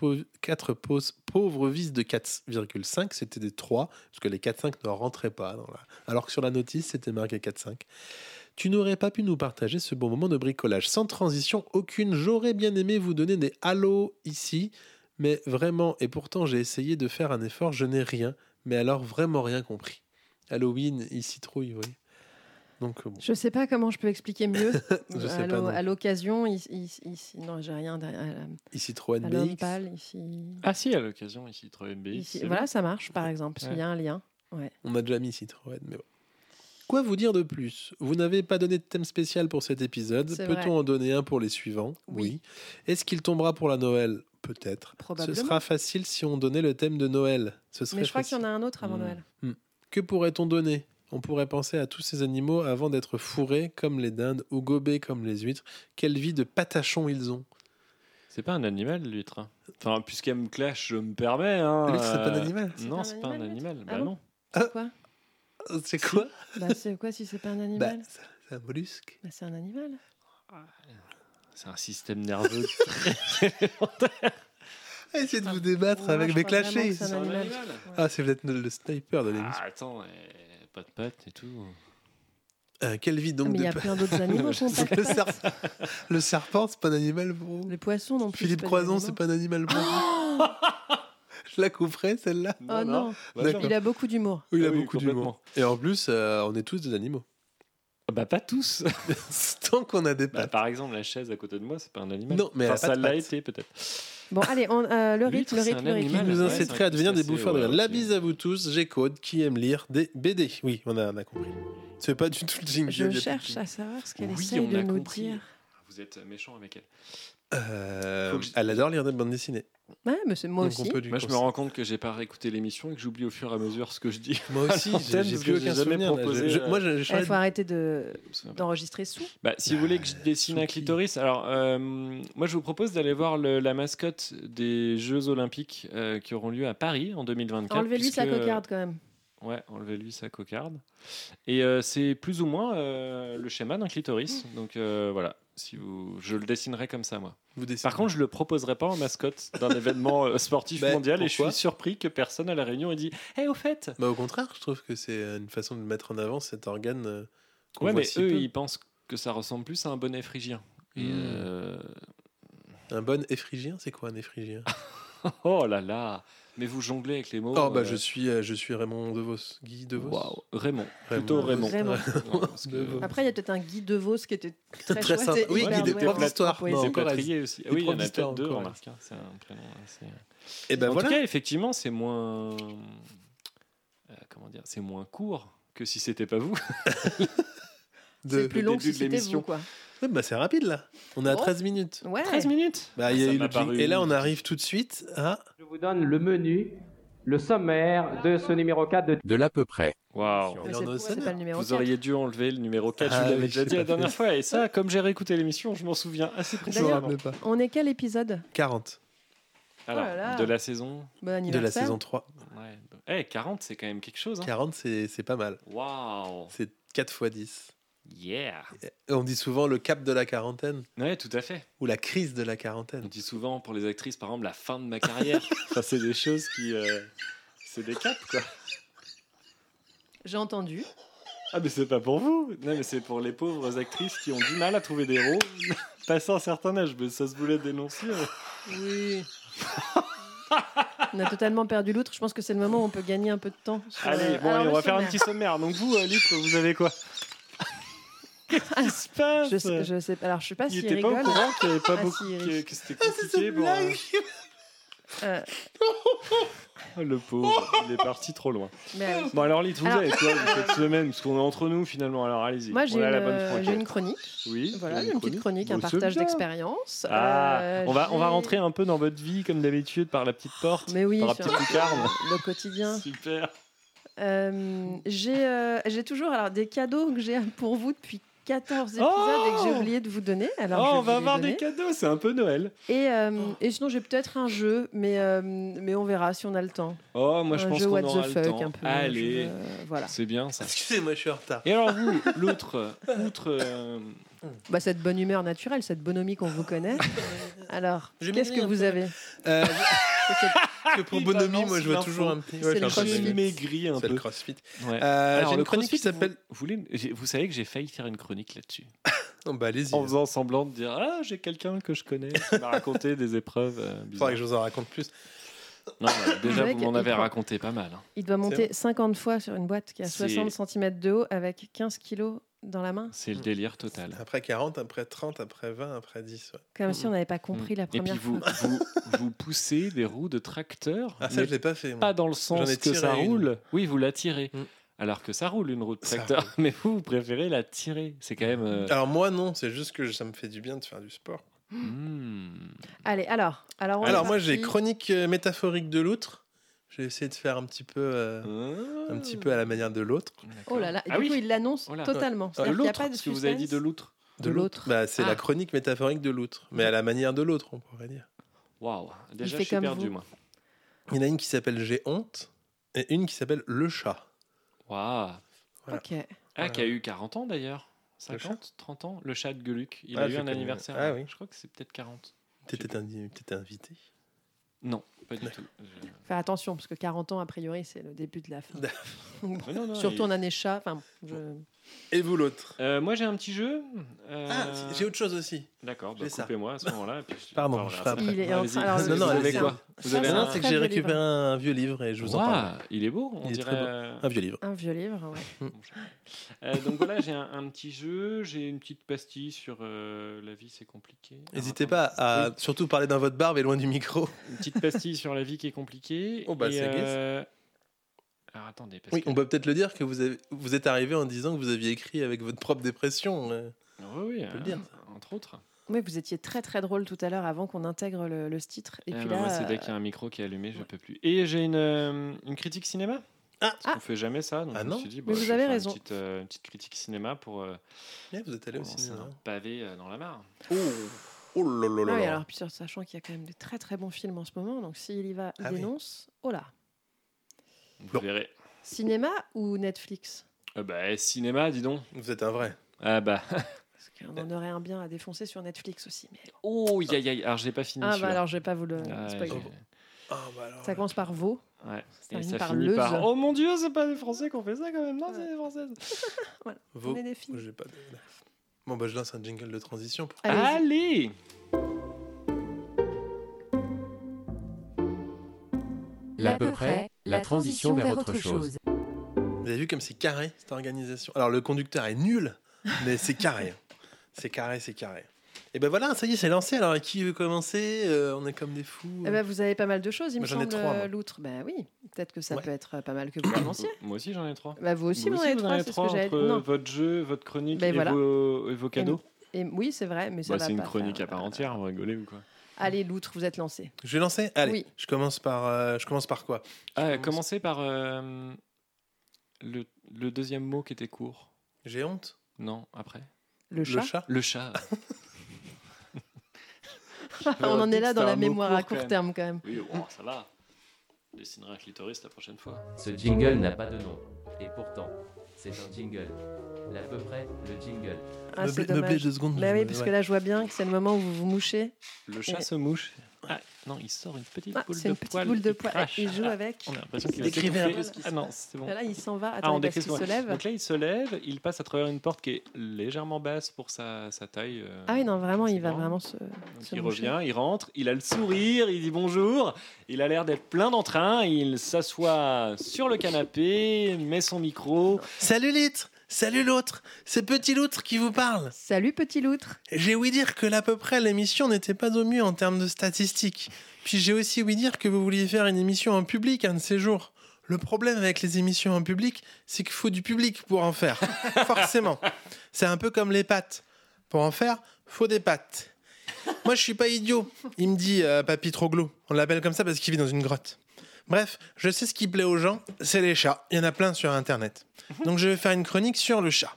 S2: pauvres vis de 4,5, c'était des 3, parce que les 4,5 ne rentraient pas. dans la- Alors que sur la notice, c'était marqué 4,5. Tu n'aurais pas pu nous partager ce bon moment de bricolage. Sans transition aucune, j'aurais bien aimé vous donner des halos ici, mais vraiment, et pourtant j'ai essayé de faire un effort, je n'ai rien, mais alors vraiment rien compris. Halloween, il citrouille, oui. Donc euh, bon.
S1: Je sais pas comment je peux expliquer mieux.
S2: Je sais
S1: à
S2: pas,
S1: l'o-
S2: non.
S1: à l'occasion, ici, ici- ici- non, j'ai rien derrière- à,
S2: Il citrouille
S1: à l'homme pâle ici.
S4: Ah si, à l'occasion, ici, trouve MBX.
S1: ici.
S4: c'est
S1: Voilà, ça marche par exemple, parce qu'il y a un lien.
S2: On a déjà mis Citroën, mais bon. Quoi vous dire de plus Vous n'avez pas donné de thème spécial pour cet épisode.
S1: C'est vrai.
S2: Peut-on en donner un pour les suivants
S1: Oui.
S2: Est-ce qu'il tombera pour la Noël Peut-être. Ce
S1: Probablement.
S2: sera facile si on donnait le thème de Noël. Ce serait
S1: Mais je crois qu'il
S2: facile.
S1: y en a un autre avant
S4: Hmm.
S1: Noël.
S2: Que pourrait-on donner On pourrait penser à tous ces animaux avant d'être fourrés comme les dindes ou gobés comme les huîtres. Quelle vie de patachon ils ont
S4: C'est pas un animal, l'huître. hein. Enfin, puisqu'elle me clash, je me permets. Hein,
S2: L'huître, c'est pas un
S4: euh,
S2: animal
S4: Non, c'est pas un animal.
S1: l'huître
S4: Bah
S1: Ah bon
S4: non.
S1: C'est quoi
S2: C'est quoi
S1: bah, C'est quoi si c'est pas un
S2: Bah,
S1: animal
S2: c'est c'est un mollusque.
S1: Bah, C'est un animal.
S4: C'est un système
S2: (laughs)
S4: nerveux.
S2: Ah, Essayez de vous débattre
S1: Ouais,
S2: avec
S1: je
S2: mes
S1: crois vraiment
S2: clashés.
S1: que c'est un animal.
S2: Ah, c'est peut-être le sniper de l'émission.
S4: Ah, attends, euh, pas de pattes et tout.
S1: Oh
S4: Ah.
S2: Euh, quelle vie donc
S1: mais il y
S2: de
S1: a
S2: pa-
S1: plein d'autres animaux qui ont pas de
S2: le,
S1: pattes.
S2: serpent, (laughs) le serpent, c'est pas un animal pour vous.
S1: Les poissons non plus.
S2: Philippe
S1: des
S2: Croison,
S1: animaux.
S2: c'est pas un animal pour vous.
S4: Oh
S2: (laughs) Je la couperai celle-là.
S1: Oh non,
S4: Bah,
S2: D'accord.
S4: non.
S1: il a beaucoup d'humour.
S2: Oui, il a
S4: Ah oui,
S2: beaucoup
S4: complètement.
S2: d'humour. Ah, Et en plus, euh, on est tous des animaux. (laughs)
S4: Bah pas tous.
S2: Tant qu'on a des
S4: Bah,
S2: pattes.
S4: par exemple, la chaise à côté de moi, c'est pas un animal.
S2: Non, mais elle a
S4: Enfin,
S2: pas
S4: ça
S2: de
S4: l'a
S2: pattes.
S4: été peut-être.
S1: Bon, allez, on, euh, le rythme,
S4: L'huître,
S1: le
S4: c'est
S1: rythme,
S4: un
S1: le rythme.
S2: qui
S4: animal.
S2: nous
S4: Ouais,
S2: inciterait
S4: c'est un
S2: à devenir
S4: petit
S2: des bouffeurs de
S4: assez,
S2: rire.
S4: ouais,
S2: La
S4: ok.
S2: bise à vous tous, j'ai Code qui aime lire des BD. Oui, on a, on a compris. C'est pas du tout le jingle.
S1: Je
S2: il y a
S1: cherche
S2: plus
S1: à savoir ce qu'elle
S4: Oui,
S1: essaye
S4: on
S1: de
S4: a
S1: nous
S4: compris.
S1: dire.
S4: Vous êtes méchant avec elle.
S2: de- Euh,
S4: Faut que je-
S2: Elle adore lire des bandes dessinées.
S1: Ouais, mais c'est moi
S2: Donc
S1: aussi.
S2: on peut lui
S4: Moi, je me
S2: conseiller.
S4: rends compte que j'ai pas réécouté l'émission et que j'oublie au fur et à mesure ce que je dis.
S2: Moi aussi,
S4: En
S2: j'ai
S4: thème,
S2: j'ai
S4: parce
S2: plus
S4: que j'ai
S2: aucun
S4: jamais
S2: souvenir. là.
S4: proposé,
S2: Je- je-
S4: euh,
S2: moi, j'ai j'ai
S1: Il
S2: changé
S1: faut arrêter de d'enregistrer sous.
S4: Bah, si vous voulez que
S2: Ah,
S4: je dessine un
S2: Chouki.
S4: clitoris, alors euh, moi je vous propose d'aller voir le- la mascotte des Jeux Olympiques euh, qui auront lieu à Paris en 2024.
S1: Enlevez-lui sa
S4: puisque-
S1: cocarde quand même.
S4: Ouais, enlevez-lui sa cocarde. Et euh, c'est plus ou moins euh, le schéma d'un clitoris.
S1: Mm.
S4: Donc euh, voilà, si vous... je le dessinerai comme ça moi.
S2: Vous dessinez.
S4: Par contre, je le proposerai pas en mascotte
S2: (laughs)
S4: d'un événement euh, sportif
S2: Ben,
S4: mondial et je
S2: pourquoi
S4: suis surpris que personne à la réunion ait dit Eh, au fait
S2: Bah, au contraire, je trouve que c'est une façon de mettre en avant cet organe. euh, qu'on
S4: Ouais,
S2: voit
S4: mais
S2: si
S4: eux,
S2: peu.
S4: ils pensent que ça ressemble plus à un bonnet phrygien. Et,
S2: Mm.
S4: euh,
S2: Un bon effrigien, c'est quoi un effrigien
S4: Oh là là Mais vous jonglez avec les mots.
S2: Oh bah
S4: euh,
S2: je suis euh, je suis Raymond DeVos, Guy DeVos.
S4: waouh. Raymond. Plutôt Raymond.
S1: Raymond.
S4: (laughs) Ouais, parce que-
S2: Devant.
S1: Après, il y a peut-être un Guy Devos qui était très,
S2: (laughs) Très
S1: chouette
S2: sympa.
S1: et
S2: Oui,
S1: hyper
S4: Guy
S1: doué
S4: Devos,
S1: en
S2: l'histoire,
S1: poésie.
S2: non.
S4: C'est
S2: encore
S4: Patrier aussi. Ah
S2: Les
S4: oui, il y en
S2: profs
S4: a
S2: d'histoire
S4: peut-être deux,
S2: encore,
S4: remarque. hein, C'est un prénom assez- euh,
S2: Et ben
S4: en
S2: voilà.
S4: tout cas, effectivement, c'est moins. euh, comment dire C'est moins court que si c'était pas vous.
S1: C'est plus
S4: le
S1: long que
S4: début
S1: si
S4: de
S1: c'était
S4: l'émission.
S1: vous, quoi.
S2: Ouais, bah c'est rapide là. On est à
S1: Bon.
S2: 13 minutes.
S1: Ouais.
S4: 13 minutes
S2: Bah il y
S4: Ah, Ça
S2: a eu
S4: m'a
S2: le jingle.
S4: paru-
S2: et là on arrive tout de suite à
S1: Bah,
S9: Je vous donne le menu, le sommaire de ce numéro 4 de...
S8: de l'à peu près.
S1: Mais
S4: Waouh
S2: Leonard
S1: c'est pourquoi c'est
S2: Olsen.
S1: pas le numéro
S4: vous
S1: 4.
S4: auriez dû enlever le numéro 4,
S2: Ah
S4: je vous l'avais
S2: oui,
S4: déjà
S2: j'ai
S4: dit
S2: pas
S4: la dernière
S2: fait.
S4: fois. Et ça, comme j'ai réécouté l'émission, je m'en souviens assez
S2: je me
S4: précisément.
S2: rappelle pas.
S1: On est quel épisode
S2: 40
S4: Alors,
S1: Oh là là.
S4: De la saison.
S1: Bon
S2: de la
S1: anniversaire.
S2: saison 3.
S4: Ouais. Eh, 40, c'est quand même quelque chose. Hein.
S2: 40 c'est c'est pas mal.
S4: Waouh
S2: C'est 4 fois 10.
S4: Yeah
S2: Et On dit souvent le cap de la quarantaine
S4: Ouais, tout à fait.
S2: ou la crise de la
S4: On
S2: quarantaine.
S4: dit souvent pour les actrices, par exemple, la fin de ma carrière. (laughs) enfin, c'est des choses qui. euh, c'est des caps, quoi.
S1: J'ai entendu.
S4: Ah, mais c'est pas pour vous Non, mais c'est pour les pauvres actrices qui ont du mal à trouver des rôles, (laughs) passant un certain âge. Mais ça se voulait dénoncer.
S1: Euh, Oui. on a totalement perdu l'outre. Je pense que c'est le moment où on peut gagner un peu de temps. sur,
S4: Allez,
S1: euh,
S4: bon,
S1: alors,
S4: allez, on
S1: le
S4: va faire un
S1: sommaire.
S4: petit sommaire. Donc, vous, euh, Litre, vous
S1: (laughs)
S4: avez quoi Qu'est-ce qui se passe
S1: Ah, Je sais, je sais pas. Alors, je sais pas
S4: Il
S1: s'il
S4: était pas au
S1: rigole.
S4: courant qu'il y avait pas
S1: Ah,
S4: beaucoup.
S1: si,
S4: que,
S1: Eric.
S4: que c'était compliqué pour. euh, (laughs)
S1: Euh,
S4: Ah, le pauvre, il est parti trop loin.
S1: mais, ah oui.
S4: Bon, alors, Litre, vous
S1: Alors-
S4: avez quoi vous, cette semaine Parce qu'on est entre nous finalement. Alors, allez-y.
S1: Moi,
S4: On
S1: j'ai
S4: a la
S1: une- euh,
S4: bonne franquette.
S1: j'ai une chronique.
S4: Oui.
S1: Voilà,
S4: j'ai
S1: une petite chronique, un
S4: Bon, c'est
S1: partage
S4: bien.
S1: d'expérience.
S4: Ah,
S1: Euh,
S4: on, va, on va
S1: j'ai-
S4: rentrer un peu dans votre vie, comme d'habitude, par la petite porte,
S1: Mais oui,
S4: par la
S1: sur- (laughs)
S4: petite lucarne.
S1: le quotidien.
S4: Super.
S1: Euh, j'ai euh, j'ai toujours alors des cadeaux que j'ai pour vous depuis 14 épisodes
S4: Oh
S1: et que j'ai oublié de vous donner. Alors je
S4: oh,
S1: vais
S4: on
S1: vous
S4: va
S1: les
S4: avoir
S1: donner.
S4: des cadeaux, c'est un peu Noël.
S1: Et, euh, et sinon, j'ai peut-être un jeu, mais, euh, mais on verra si on a le temps.
S4: Oh, moi je
S1: un
S4: pense
S1: jeu
S4: qu'on
S1: Euh, what
S4: aura
S1: the
S4: le
S1: fuck,
S4: temps.
S1: un peu.
S4: Allez,
S1: je- euh, voilà.
S4: c'est bien ça.
S2: Excusez-moi, je suis en retard.
S4: Et alors
S1: (laughs)
S4: vous, l'autre, outre euh,
S1: Bah, cette bonne humeur naturelle, cette bonhomie qu'on vous
S4: (laughs)
S1: connaît. Alors,
S2: Je
S1: qu'est-ce
S2: m'émets
S1: que
S2: un
S1: vous
S2: peu.
S1: avez
S2: (laughs) Euh, que pour
S4: Il
S2: bonhomie,
S4: balance
S2: moi je vois
S4: l'info.
S2: toujours un petit.
S1: C'est le
S2: j'ai un
S1: crossfit.
S2: petit-
S4: j'ai maigri un
S2: C'est le
S4: peu.
S2: crossfit.
S4: Ouais.
S2: Euh,
S4: Alors,
S2: J'ai
S4: le
S2: une chronique
S4: crossfit,
S2: qui s'appelle.
S4: Vous, voulez- j'ai- vous savez que j'ai failli faire une chronique là-dessus.
S2: Non, bah allez-y.
S4: En faisant semblant de dire Ah, j'ai quelqu'un que je connais qui m'a raconté des épreuves. euh, bizarres.
S2: Faudrait que je vous en raconte plus.
S4: Non, mais
S1: Le
S4: déjà, vous
S1: mec,
S4: m'en
S1: il
S4: avez
S1: prend-
S4: raconté pas mal. hein.
S1: Il doit monter 50 fois sur une boîte qui a
S4: C'est-
S1: 60 cm de haut avec 15 kilos dans la main,
S4: C'est le délire total.
S2: Après 40, après 30, après 20, après 10. ouais.
S1: comme si on n'avait pas compris la
S4: Mm. Et
S1: première
S4: puis vous,
S1: fois.
S4: vous, vous poussez des roues de tracteur,
S2: Ah, ça,
S4: mais
S2: je l'ai pas fait. moi.
S4: pas dans le
S2: J'en
S4: sens
S2: ai
S4: que ça
S2: tiré une.
S4: roule. Oui, vous la tirez.
S2: Mm.
S4: Alors que ça roule une roue de
S2: Ça Ah.
S4: tracteur, (laughs) mais vous, vous préférez la tirer. C'est quand même. euh,
S2: Alors, moi, non, c'est juste que ça me fait du bien de faire du sport.
S4: hmm.
S1: Allez, alors, alors, on est
S2: Alors, moi,
S1: parti.
S2: j'ai chronique euh, métaphorique de l'autre. J'ai essayé de faire un petit peu, euh, un petit peu à la manière de l'autre.
S1: Oh là là, et
S4: Ah
S1: du
S4: oui.
S1: coup, il l'annonce
S4: Oh là.
S1: totalement.
S4: De
S1: C'est-à-dire qu'il n'y a
S4: l'autre,
S1: pas de
S4: parce que vous avez dit de
S1: suspense.
S4: l'autre.
S1: De l'autre.
S2: Bah, c'est
S1: Ah.
S2: la chronique métaphorique de l'autre, mais à la manière de l'autre, on pourrait dire.
S4: Waouh, déjà
S1: fait
S4: je suis
S1: comme
S4: perdu,
S1: vous.
S4: moi.
S2: Il y en a une qui s'appelle J'ai honte et une qui s'appelle Le chat.
S4: Waouh.
S2: Voilà.
S1: Ok.
S4: Ah,
S2: Voilà.
S4: qui a eu 40 ans d'ailleurs.
S2: Euh, Le
S4: 50, 30 ans. Le chat de Gueluc. Il
S2: Ah,
S4: a
S2: je
S4: eu un
S2: connais.
S4: anniversaire.
S2: Ah
S4: ouais.
S2: oui.
S4: Je crois que c'est peut-être 40.
S2: T'étais indi- t'étais invité.
S4: Non, pas
S2: (laughs)
S4: du tout.
S1: Faire attention, parce que 40 ans, a priori, c'est le début de la fin.
S4: Mais non, non,
S1: Surtout
S4: il-
S1: en année chat. Enfin, je-
S2: Et vous l'autre
S4: Euh, moi j'ai un petit jeu. Euh,
S2: Ah, j'ai autre chose aussi.
S4: D'accord, bah,
S2: j'ai ça.
S4: coupez-moi à ce moment-là. et puis je-
S2: Pardon,
S4: Enfin,
S2: je
S4: on
S2: ferai
S4: verra
S2: après.
S1: Il est
S4: ça.
S1: en
S4: Allez-y.
S1: train- alors,
S4: vous
S2: non, non,
S4: avez
S2: allez-y.
S4: quoi Vous
S1: Ça,
S4: avez
S1: c'est
S2: Non,
S4: un...
S1: un
S2: c'est que
S1: très
S2: j'ai
S1: joli
S2: récupéré
S1: livre.
S2: un vieux livre et je vous en
S4: Ouah,
S2: parle.
S4: il est beau, on
S2: Il est
S4: dirait.
S2: très beau.
S4: euh,
S2: Un vieux livre.
S1: Un vieux livre, ouais.
S4: euh, donc voilà, j'ai un, un petit jeu, j'ai une petite pastille sur euh, la vie, c'est compliqué. Alors,
S2: N'hésitez pas
S4: attendez.
S2: à
S4: Oui.
S2: surtout parler dans votre barbe et loin du micro.
S4: Une petite pastille sur la vie qui est compliquée.
S2: Oh, bah,
S4: et,
S2: c'est gay, ça.
S4: euh, Alors attendez, parce
S2: Oui,
S4: que-
S2: on peut peut-être le dire que vous, avez- vous êtes arrivé en disant que vous aviez écrit avec votre propre dépression. euh.
S4: Oui, oui,
S2: peut le
S4: hein,
S2: dire,
S4: entre autres.
S1: Oui, vous étiez très très drôle tout à l'heure avant qu'on intègre le, le titre. Et
S4: Eh
S1: puis
S4: ben,
S1: là, euh, ah
S4: moi, c'est dès qu'il y a un micro qui est allumé, je peux plus. Et j'ai une, euh, une critique cinéma.
S2: Ah.
S4: Parce qu'on fait jamais ça. Donc
S2: Ah
S4: je
S2: non.
S4: me suis dit,
S1: Mais
S4: bah,
S1: vous
S4: je vais
S1: avez
S4: faire
S1: raison.
S4: Une petite, euh, une petite critique cinéma pour euh,
S2: Eh, vous êtes allé aussi.
S4: lancer un pavé euh, dans la mare.
S2: Oh, oh là là
S1: euh,
S2: là
S1: ouais,
S2: là.
S1: alors, puis sur- sachant qu'il y a quand même des très très bons films en ce moment, donc s'il y va, il
S2: Ah oui.
S1: dénonce. Oh là
S2: Bon.
S4: Vous verrez.
S1: Cinéma ou Netflix
S4: Ah bah, eh, cinéma, dis donc.
S2: Vous êtes un vrai.
S4: Ah bah.
S1: Parce qu'on en aurait un bien à défoncer sur Netflix aussi. Mais...
S4: Oh, aïe, aïe, aïe. Alors, j'ai pas fini.
S1: Ah bah
S4: celui-là.
S1: alors, je vais pas vous le
S4: Ah,
S1: spoiler.
S4: j'ai-
S2: Ah, bah alors.
S1: Ça commence par Vaux.
S4: ouais.
S1: Ça
S4: Et
S1: termine
S4: ça
S1: par
S4: finit
S1: leuse.
S4: par. Oh mon dieu, c'est pas des Français qui ont fait ça quand même. Non,
S1: Ouais.
S4: c'est des Françaises.
S2: Vos-
S1: On est des filles.
S2: J'ai pas de- Bon, bah je lance un jingle de transition. pour-
S1: Allez-y.
S4: Allez
S6: L'à peu près, la transition vers autre chose.
S2: Vous avez vu comme c'est carré cette organisation. Alors le conducteur est nul, mais c'est carré. c'est carré, c'est carré. Et ben voilà, ça y est, c'est lancé. Alors qui veut commencer Euh, On est comme des fous.
S1: Eh ben, vous avez pas mal de choses, il me
S2: J'en ai
S1: semble,
S2: trois, moi.
S1: l'outre. Ben oui, peut-être que ça
S2: Ouais.
S1: peut être euh, pas mal que vous
S4: (coughs)
S1: avanciez.
S4: Moi aussi, j'en ai trois.
S1: Bah, vous aussi, vous en avez trois, c'est ce que j'avais dit.
S4: entre
S1: Non.
S4: votre jeu, votre chronique
S1: Ben
S4: et,
S1: voilà.
S4: vos, et vos cadeaux.
S1: Et, oui, c'est vrai, mais ça
S4: Bah,
S1: va
S4: c'est une
S1: pas
S4: chronique
S1: faire,
S4: à part
S1: euh,
S4: entière, vous rigolez ou quoi
S1: Allez, l'outre, vous êtes lancé.
S2: Je vais lancer. Allez,
S1: Oui.
S2: je commence par. euh, je commence par quoi
S4: ah,
S2: commence-
S4: Commencez par euh, le, le deuxième mot qui était court.
S2: J'ai honte.
S4: Non, après
S1: Le chat.
S4: Le chat.
S1: (laughs) On en est là dans la
S4: Un mot
S1: mémoire à
S4: court, quand
S1: court
S4: même.
S1: terme, quand même.
S4: (laughs) Oui, bon, ça va. Je dessinerai un clitoris la prochaine fois.
S10: Ce jingle n'a pas de nom. Et pourtant, c'est un jingle. L'à peu près, le jingle.
S1: Ah, c'est
S2: Meublé- meublé
S1: dommage.
S2: deux secondes.
S1: Bah
S2: je
S1: oui,
S2: me-
S1: parce
S2: ouais.
S1: que là, je vois bien que c'est le moment où vous vous mouchez.
S4: Le chat
S1: Et-
S4: se mouche. Ah, non, il sort une petite
S1: Ah,
S4: boule
S1: c'est
S4: de
S1: une petite
S4: poil.
S1: boule de
S4: qui
S1: poil.
S4: crache.
S1: Il joue
S4: Ah,
S1: avec.
S4: On a l'impression qu'il va
S2: Décrivez un
S4: s'étouffer.
S2: peu ce qui se
S4: Ah non, c'est bon.
S1: Là, il s'en va.
S4: Ah, on
S1: Attendez, parce
S4: décrit
S1: qu'il se lève.
S4: Donc là, il se lève, il passe à travers une porte qui est légèrement basse pour sa, sa taille. euh,
S1: Ah oui, non, vraiment, il va
S4: Non.
S1: vraiment se.
S4: Donc
S1: se
S4: il
S1: moucher.
S4: revient, il rentre, il a le sourire, il dit bonjour, il a l'air d'être plein d'entrain, il s'assoit sur le canapé, met son micro.
S2: Salut l'autre. Salut l'autre. C'est petit l'autre qui vous parle.
S1: Salut, petit loutre.
S2: J'ai ouï dire que l'à peu près l'émission n'était pas au mieux en termes de statistiques. Puis j'ai aussi ouï dire que vous vouliez faire une émission en public un de ces jours. Le problème avec les émissions en public, c'est qu'il faut du public pour en faire. Forcément. C'est un peu comme les pâtes. Pour en faire, faut des pâtes. Moi, je suis pas idiot. Il me dit euh, Papy Troglo. On l'appelle comme ça parce qu'il vit dans une grotte. Bref, je sais ce qui plaît aux gens, c'est les chats. Il y en a plein sur Internet. Donc je vais faire une chronique sur le chat.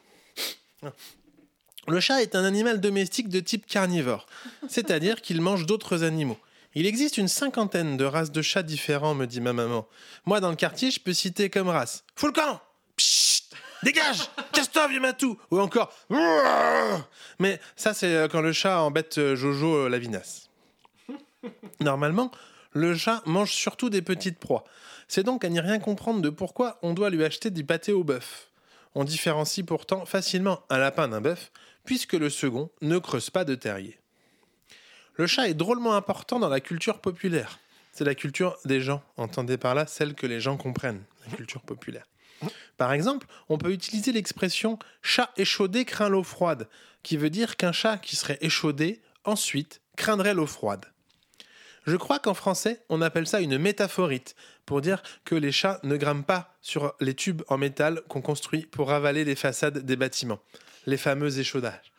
S2: Le chat est un animal domestique de type carnivore, c'est-à-dire qu'il mange d'autres animaux. Il existe une cinquantaine de races de chats différents, me dit ma maman. Moi, dans le quartier, je peux citer comme race Fous le camp Psst Dégage Casse-toi, vieux matou Ou encore Ouah Mais ça, c'est euh, quand le chat embête euh, Jojo euh, la vinasse. Normalement, le chat mange surtout des petites proies. C'est donc à n'y rien comprendre de pourquoi on doit lui acheter du pâté au bœuf. On différencie pourtant facilement un lapin d'un bœuf, puisque le second ne creuse pas de terrier. Le chat est drôlement important dans la culture populaire. C'est la culture des gens, entendez par là celle que les gens comprennent, la culture populaire. Par exemple, on peut utiliser l'expression chat échaudé craint l'eau froide, qui veut dire qu'un chat qui serait échaudé, ensuite, craindrait l'eau froide. Je crois qu'en français, on appelle ça une métaphorite, pour dire que les chats ne grimpent pas sur les tubes en métal qu'on construit pour avaler les façades des bâtiments, les fameux échaudages.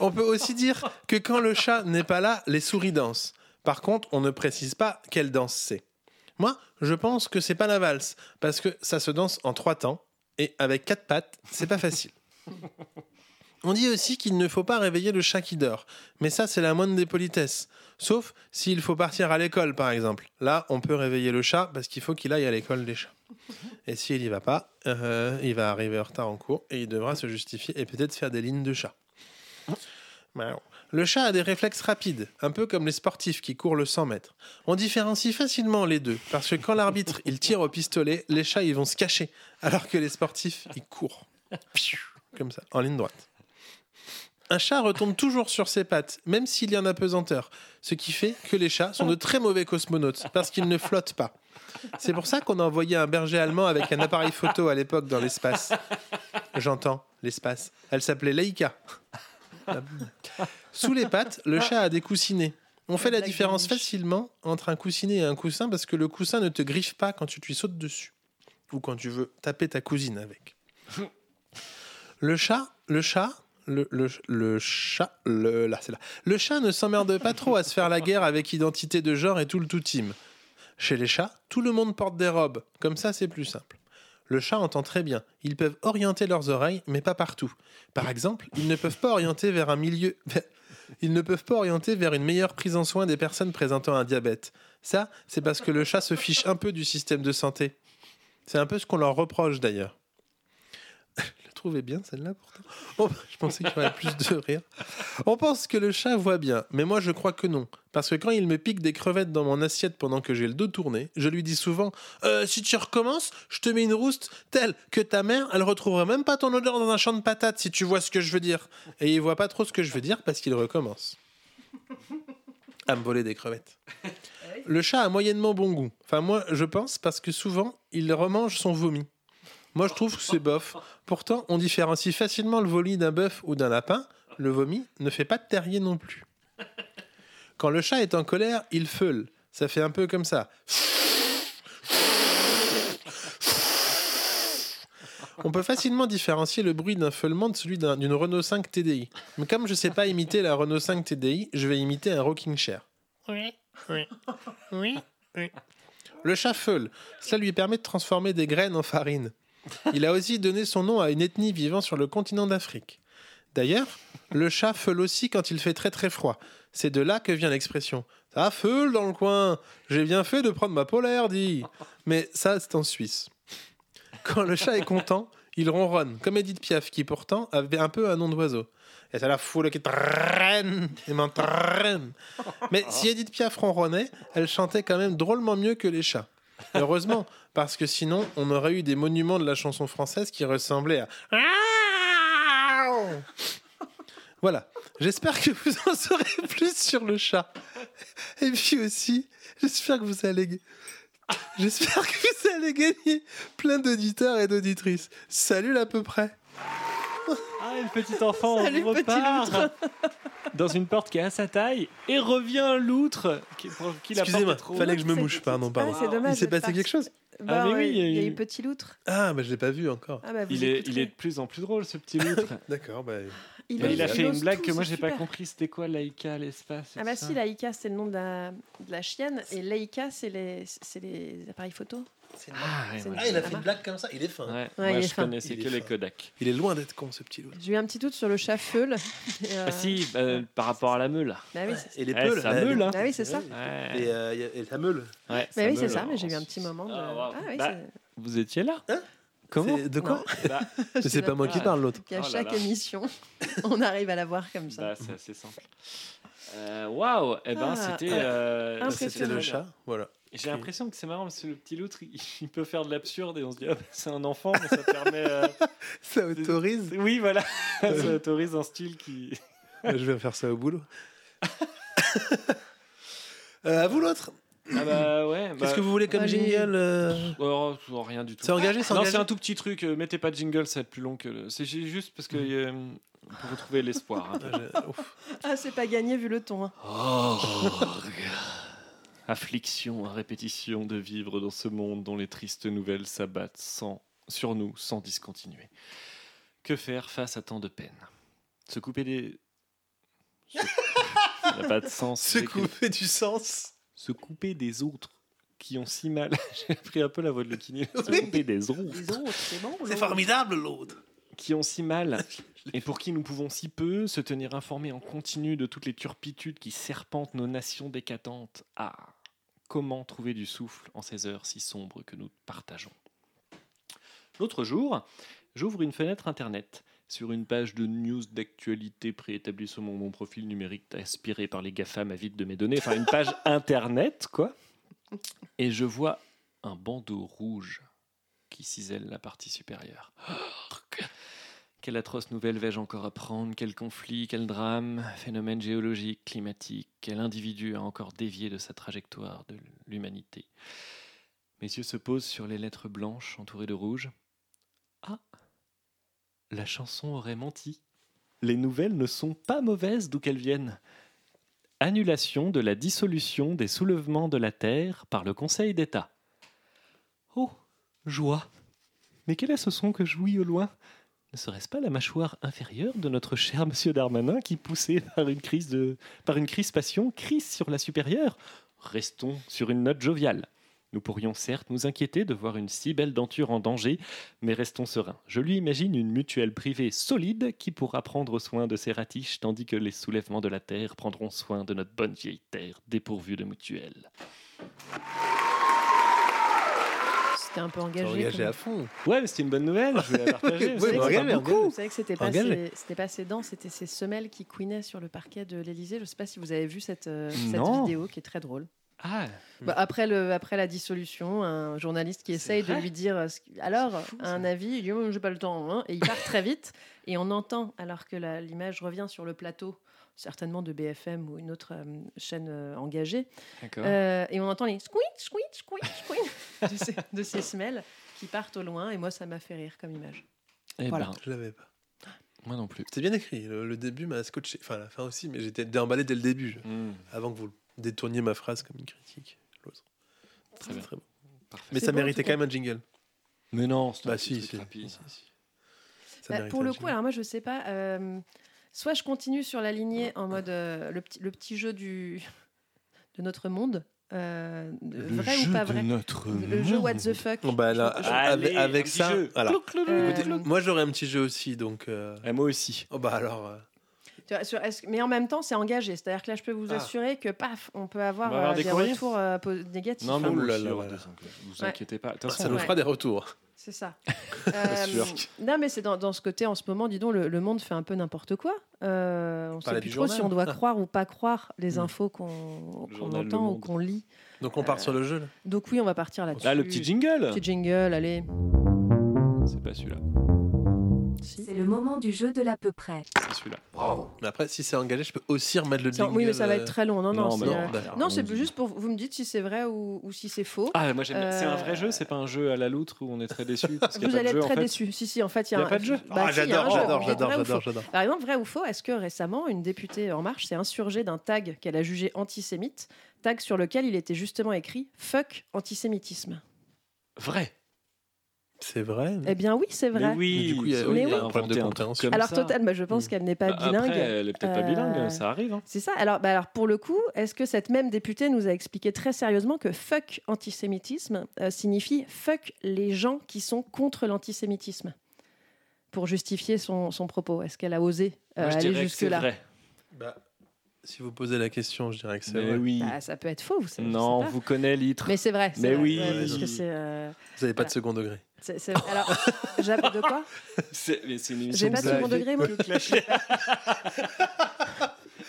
S2: on peut aussi dire que quand le chat n'est pas là, les souris dansent. Par contre, on ne précise pas quelle danse c'est. Moi, je pense que c'est pas la valse, parce que ça se danse en trois temps, et avec quatre pattes, c'est pas facile. On dit aussi qu'il ne faut pas réveiller le chat qui dort, mais ça c'est la moindre des politesses. Sauf s'il faut partir à l'école par exemple. Là, on peut réveiller le chat parce qu'il faut qu'il aille à l'école des chats. Et s'il n'y va pas, euh, il va arriver en retard en cours et il devra se justifier et peut-être faire des lignes de chat. Miaou. Le chat a des réflexes rapides, un peu comme les sportifs qui courent le 100 mètres. On différencie facilement les deux, parce que quand l'arbitre il tire au pistolet, les chats ils vont se cacher, alors que les sportifs ils courent. Piou, Comme ça, en ligne droite. Un chat retombe toujours sur ses pattes, même s'il y en a pesanteur, ce qui fait que les chats sont de très mauvais cosmonautes, parce qu'ils ne flottent pas. C'est pour ça qu'on a envoyé un berger allemand avec un appareil photo à l'époque dans l'espace. J'entends, l'espace. Elle s'appelait Leica. Sous les pattes, le chat a des coussinets. On fait la
S1: blague de
S2: différence
S1: niche.
S2: facilement entre un coussinet et un coussin parce que le coussin ne te griffe pas quand tu lui sautes dessus ou quand tu veux taper ta cousine avec. Le chat, le chat, le, le, le chat, le, là, c'est là. Le chat ne s'emmerde pas trop à se faire la guerre avec identité de genre et tout le tout team. Chez les chats, tout le monde porte des robes, comme ça c'est plus simple. Le chat entend très bien, ils peuvent orienter leurs oreilles, mais pas partout. Par exemple, ils ne peuvent pas orienter vers un milieu. Ils ne peuvent pas orienter vers une meilleure prise en soin des personnes présentant un diabète. Ça, c'est parce que le chat se fiche un peu du système de santé. C'est un peu ce qu'on leur reproche d'ailleurs. (laughs) Je la trouvais bien celle-là pourtant. Oh, je pensais qu'il y aurait plus de rire. On pense que le chat voit bien, mais moi je crois que non. Parce que quand il me pique des crevettes dans mon assiette pendant que j'ai le dos tourné, je lui dis souvent Euh, Si tu recommences, je te mets une rouste telle que ta mère, elle retrouvera même pas ton odeur dans un champ de patates, si tu vois ce que je veux dire. Et il voit pas trop ce que je veux dire parce qu'il recommence. À me voler des crevettes. Le chat a moyennement bon goût. Enfin, moi, je pense parce que souvent, il remange son vomi. Moi, je trouve que c'est bof. Pourtant, on différencie facilement le vomi d'un bœuf ou d'un lapin. Le vomi ne fait pas de terrier non plus. Quand le chat est en colère, il feule. Ça fait un peu comme ça. On peut facilement différencier le bruit d'un feulement de celui d'un- d'une Renault 5 TDI. Mais comme je sais pas imiter la Renault 5 TDI, je vais imiter un rocking chair. Le chat feule. Cela lui permet de transformer des graines en farine. Il a aussi donné son nom à une ethnie vivant sur le continent d'Afrique. D'ailleurs, le chat feule aussi quand il fait très très froid. C'est de là que vient l'expression Ça feule dans le coin J'ai bien fait de prendre ma polaire, dit Mais ça, c'est en Suisse. Quand le chat est content, il ronronne, comme Edith Piaf, qui pourtant avait un peu un nom d'oiseau. Et c'est la foule qui traîne et m'en traîne. Mais si Edith Piaf ronronnait, elle chantait quand même drôlement mieux que les chats. Heureusement, parce que sinon, on aurait eu des monuments de la chanson française qui ressemblaient à. Voilà. J'espère que vous en saurez (laughs) plus sur le chat. Et puis aussi, j'espère que vous allez. J'espère que vous allez gagner plein d'auditeurs et d'auditrices. Salut à peu près.
S4: Ah, le petit enfant
S1: Salut, petit
S4: repart (laughs) dans une porte qui est à sa taille et revient l'outre qui, pour- qui la porte
S2: Excusez-moi,
S4: est trop
S2: fallait que je me
S1: C'est-
S2: mouche, pardon,
S4: bah,
S2: pardon.
S1: Ah, c'est dommage,
S2: Il s'est
S1: vous êtes
S2: passé quelque
S1: parti.
S2: chose
S1: Bah
S4: Ah, mais
S1: ouais,
S4: oui,
S1: il y a eu
S4: il-
S1: Petit Loutre.
S2: Ah, mais je l'ai pas vu encore.
S1: Ah bah, vous
S4: Il est, il
S1: écouterez.
S4: est de plus en plus drôle ce petit loutre.
S1: Ah.
S2: D'accord, bah,
S4: Mais
S1: ose-
S4: (laughs) il a fait une
S1: ose
S4: blague
S1: tout,
S4: que moi
S1: c'est
S4: j'ai pas
S1: super.
S4: compris. C'était quoi Laïka, l'espace et
S1: Ah bah
S4: tout ça
S1: si, Laïka, c'est le nom de la, de la chienne. Et Leica, c'est les, c'est les appareils photo.
S2: C'est une blague.
S4: Ah, ouais,
S1: C'est-
S4: ouais.
S2: Ah, il a fait une blague comme ça. Il est fin.
S4: Ouais,
S1: Ouais,
S4: moi,
S1: il est
S4: je
S1: fin.
S4: connaissais
S2: Il est
S4: que les
S2: fin.
S4: Kodak.
S2: Il est loin d'être con, ce petit loup.
S1: J'ai eu un petit doute sur le chat feul. Et, euh,
S4: Ah si, euh, par rapport à la meule.
S1: bah oui, c'est-
S2: Et les
S4: Eh,
S2: peuls.
S4: ça
S2: là,
S4: meule,
S2: les-
S4: hein.
S1: Ah oui, c'est ça.
S4: Ouais.
S2: Et, euh, y a- et ta meule.
S4: Ouais,
S1: Bah oui, c'est
S4: meule,
S1: ça,
S4: hein.
S1: mais j'ai eu un petit moment de.
S4: Ah, wow.
S1: oui,
S4: Bah,
S1: c'est-
S4: Vous étiez là
S2: Hein
S4: Comment
S2: C'est- De quoi
S4: Bah,
S2: Mais C'est pas moi qui
S4: Ah.
S2: parle, l'autre.
S1: qu'à
S4: Oh là
S1: chaque
S4: là.
S1: émission, (laughs) on arrive à la voir comme ça.
S4: bah, c'est assez simple. Euh, Waouh Eh ben,
S1: Ah,
S4: c'était...
S1: ah,
S4: euh,
S1: impressionnant.
S2: C'était le chat. Voilà.
S4: J'ai l'impression que c'est marrant parce que le petit loutre, il, il peut faire de l'absurde et on se dit, ah, bah, c'est un enfant, mais ça permet... (laughs) euh,
S2: Ça autorise.
S4: Oui, voilà, (laughs) ça autorise un style qui...
S2: Je vais faire ça au boulot. (laughs) Euh, à vous l'autre.
S4: Ah bah ouais, bah,
S2: Qu'est-ce que vous voulez comme
S1: Allez.
S2: jingle (laughs) euh
S4: oh, oh, rien du tout.
S2: C'est engagé, c'est
S4: Non,
S2: engagé.
S4: c'est un tout petit truc, euh, mettez pas de jingle, ça va être plus long que... le- C'est ju- juste parce que... euh,
S2: Mmh.
S4: pour
S2: (laughs)
S4: retrouver l'espoir. hein.
S2: Ah, j'ai- ouf.
S1: Ah, c'est pas gagné vu le ton. hein.
S4: Oh, Affliction à répétition de vivre dans ce monde dont les tristes nouvelles s'abattent sans, sur nous sans discontinuer. Que faire face à tant de peine Se couper des... Se... Ça n'a pas de sens.
S2: Se
S4: j'ai que-
S2: couper du sens.
S4: Se couper des autres qui ont si mal. (laughs) J'ai pris un peu la voix de Lekini. Se
S2: Oui.
S4: couper des autres
S1: Les autres, c'est bon.
S2: C'est
S1: l'autre.
S2: formidable l'autre.
S4: qui ont si mal et pour qui nous pouvons si peu se tenir informés en continu de toutes les turpitudes qui serpentent nos nations décatantes. Ah, comment trouver du souffle en ces heures si sombres que nous partageons L'autre jour, j'ouvre une fenêtre internet sur une page de news d'actualité préétablie sur mon, mon profil numérique aspiré par les GAFAM avides de mes données, enfin une page internet quoi, et je vois un bandeau rouge qui cisèle la partie supérieure. Quelle atroce nouvelle vais-je encore apprendre Quel conflit, quel drame, phénomène géologique, climatique, quel individu a encore dévié de sa trajectoire de l'humanité Mes yeux se posent sur les lettres blanches entourées de rouge. Ah La chanson aurait menti. Les nouvelles ne sont pas mauvaises d'où qu'elles viennent. Annulation de la dissolution des soulèvements de la Terre par le Conseil d'État. Oh Joie Mais quel est ce son que jouis au loin ne serait-ce pas la mâchoire inférieure de notre cher monsieur Darmanin qui, poussé par une crise de par une crispation, crise sur la supérieure Restons sur une note joviale. Nous pourrions certes nous inquiéter de voir une si belle denture en danger, mais restons sereins. Je lui imagine une mutuelle privée solide qui pourra prendre soin de ses ratiches tandis que les soulèvements de la terre prendront soin de notre bonne vieille terre dépourvue de mutuelle.
S1: C'était un peu
S2: T'es
S1: engagé.
S2: engagé
S1: comme-
S2: à fond.
S4: Ouais, mais c'était une bonne nouvelle, je
S1: (laughs)
S4: voulais la partager.
S2: Oui,
S1: Vous savez que
S2: engagé,
S1: c'était-
S2: engagé.
S1: Vous savez que c'était pas,
S2: Engagé.
S1: ses, c'était pas ses dents, c'était ses semelles qui couinaient sur le parquet de l'Elysée. Je sais pas si vous avez vu cette, euh, cette
S4: Non.
S1: vidéo qui est très drôle.
S4: Ah,
S1: Bah, après, le, après la dissolution, un journaliste qui
S4: C'est
S1: essaye de
S4: vrai
S1: lui dire euh, ce qui- alors
S4: fou, ça.
S1: un avis, il dit Oh, j'ai pas le temps, hein. et il part très vite. Et on entend, alors que la- l'image revient sur le plateau, certainement de BFM ou une autre euh, chaîne euh, engagée,
S4: d'accord.
S1: euh, et on entend les squeak, squeak, squeak, squeak (laughs) de, ces, de ces semelles qui partent au loin. Et moi, ça m'a fait rire comme image.
S4: eh
S1: voilà.
S4: ben,
S2: Je l'avais pas.
S4: moi non plus.
S2: C'était bien écrit. Le, le début m'a scotché. Enfin, la fin aussi, mais j'étais emballé dès le début. je-
S4: Hmm,
S2: Avant que vous détourniez ma phrase comme une critique. L'autre.
S4: Très bien.
S2: Très bon.
S4: parfait.
S2: Mais
S1: C'est
S2: ça
S1: bon, en
S2: méritait
S1: tout cas.
S2: quand même un jingle.
S4: Mais non, c'est un
S2: Bah
S4: petit
S2: si,
S4: truc
S2: si.
S4: rapide.
S2: Ça
S1: Bah,
S2: méritait
S1: pour
S2: un
S1: le
S2: jingle.
S1: coup, alors moi, je sais pas. euh, soit je continue sur la lignée en mode euh, le, petit, le petit jeu du, (laughs) de notre monde, euh, de- vrai ou pas vrai
S4: notre
S1: Le jeu What the fuck.
S2: Bon, bah, là,
S1: Je- je-
S4: Allez,
S2: avec, avec
S4: un petit
S2: ça.
S4: jeu.
S2: voilà.
S1: Euh,
S2: Écoutez, moi j'aurais un petit jeu aussi, donc. euh,
S4: eh, moi aussi.
S2: Oh bah alors. euh,
S1: tu vois, sur- est-ce- mais en même temps, c'est engagé. C'est-à-dire que là, je peux vous
S2: Ah.
S1: assurer que paf, on peut avoir,
S4: On va avoir
S1: euh,
S4: des
S1: des
S4: courriers
S1: retours euh, po- négatifs.
S4: Non, mais
S1: Enfin,
S4: Ah,
S2: Ouh
S4: moi
S2: là
S4: aussi,
S2: là
S4: alors,
S2: là là.
S4: donc, vous
S1: Ouais.
S4: inquiétez pas. De toute
S2: ça
S4: façon,
S2: nous
S1: ouais.
S2: fera des retours.
S1: C'est ça.
S4: (laughs)
S1: Euh,
S4: Pas sûr.
S1: non, mais c'est dans, dans ce côté en ce moment, dis donc, le, le monde fait un peu n'importe quoi. Euh, on ne sait
S2: Parlait
S1: plus
S2: du
S1: trop
S2: journal.
S1: si on
S4: (laughs)
S1: doit
S2: Ah.
S1: croire ou pas croire les
S2: Hmm.
S1: infos qu'on
S4: Le
S1: qu'on
S4: journal Le
S1: entend ou
S4: Monde.
S1: qu'on lit.
S2: Donc on part sur le jeu là.
S1: Donc oui, on va partir là-dessus.
S4: là, le petit jingle.
S1: Petit jingle, allez.
S4: Ah, C'est pas celui-là,
S1: Si.
S6: C'est le moment du jeu de l'à peu près.
S4: c'est celui-là.
S2: Mais après, si c'est engagé, je peux aussi remettre le
S1: Tiens,
S2: jingle.
S1: oui, mais ça va
S2: euh,
S1: être très long. Non, non,
S4: Non,
S1: c'est,
S4: bah non,
S1: euh,
S2: bah,
S1: non,
S4: on
S1: c'est
S4: dit.
S1: juste pour vous me dites si c'est vrai ou, ou si c'est faux.
S4: Ah, moi j'aime bien. C'est un vrai
S1: Euh,
S4: jeu, c'est pas un jeu à la loutre où on est très déçu. Parce qu'il y a
S1: vous
S4: pas
S1: allez
S4: de jeu,
S1: être
S4: en
S1: très
S4: fait.
S1: déçus. Si, si, en fait, il y a
S4: Il y a
S1: un.
S4: pas de jeu
S1: Bah,
S2: Ah,
S1: si, il y a un
S2: j'adore,
S1: jeu.
S2: j'adore,
S1: Vous dites
S2: j'adore,
S1: vrai ou
S2: j'adore,
S1: faux.
S2: j'adore.
S1: Par exemple, vrai ou faux, est-ce que récemment une députée En Marche s'est insurgée d'un tag qu'elle a jugé antisémite, tag sur lequel il était justement écrit Fuck antisémitisme
S4: Vrai.
S2: C'est vrai
S1: Eh bien oui, c'est vrai.
S4: Mais oui,
S2: Mais du coup, il y a-
S1: oui, il y a
S2: un problème de compréhension.
S4: comme
S1: Alors
S4: ça.
S1: Total, bah, je pense
S2: Hmm.
S1: qu'elle n'est pas
S4: Bah,
S1: bilingue.
S4: Après, elle est peut-être pas
S1: Euh,
S4: bilingue, ça arrive. hein.
S1: C'est ça. Alors, bah, alors pour le coup, est-ce que cette même députée nous a expliqué très sérieusement que fuck antisémitisme euh, signifie fuck les gens qui sont contre l'antisémitisme pour justifier son, son propos Est-ce qu'elle a osé euh,
S4: Moi, je
S1: aller
S4: dirais que c'est
S1: jusque-là
S4: vrai.
S2: Bah, si vous posez la question, je dirais que c'est
S4: Mais
S2: vrai.
S4: oui.
S1: Bah, Ça peut être faux. vous savez, je
S4: non,
S1: sais pas.
S4: vous connaissez l'itre.
S1: Mais c'est vrai. c'est
S4: Mais
S1: vrai,
S4: oui.
S1: ouais, parce que c'est, euh,
S2: Vous n'avez pas
S1: Voilà.
S2: de second degré.
S1: c'est- c'est- Alors, j'avais de quoi
S4: C'est mais c'est une
S1: J'ai
S4: émission
S1: pas de second
S4: blague.
S1: degré, moi.
S4: (laughs)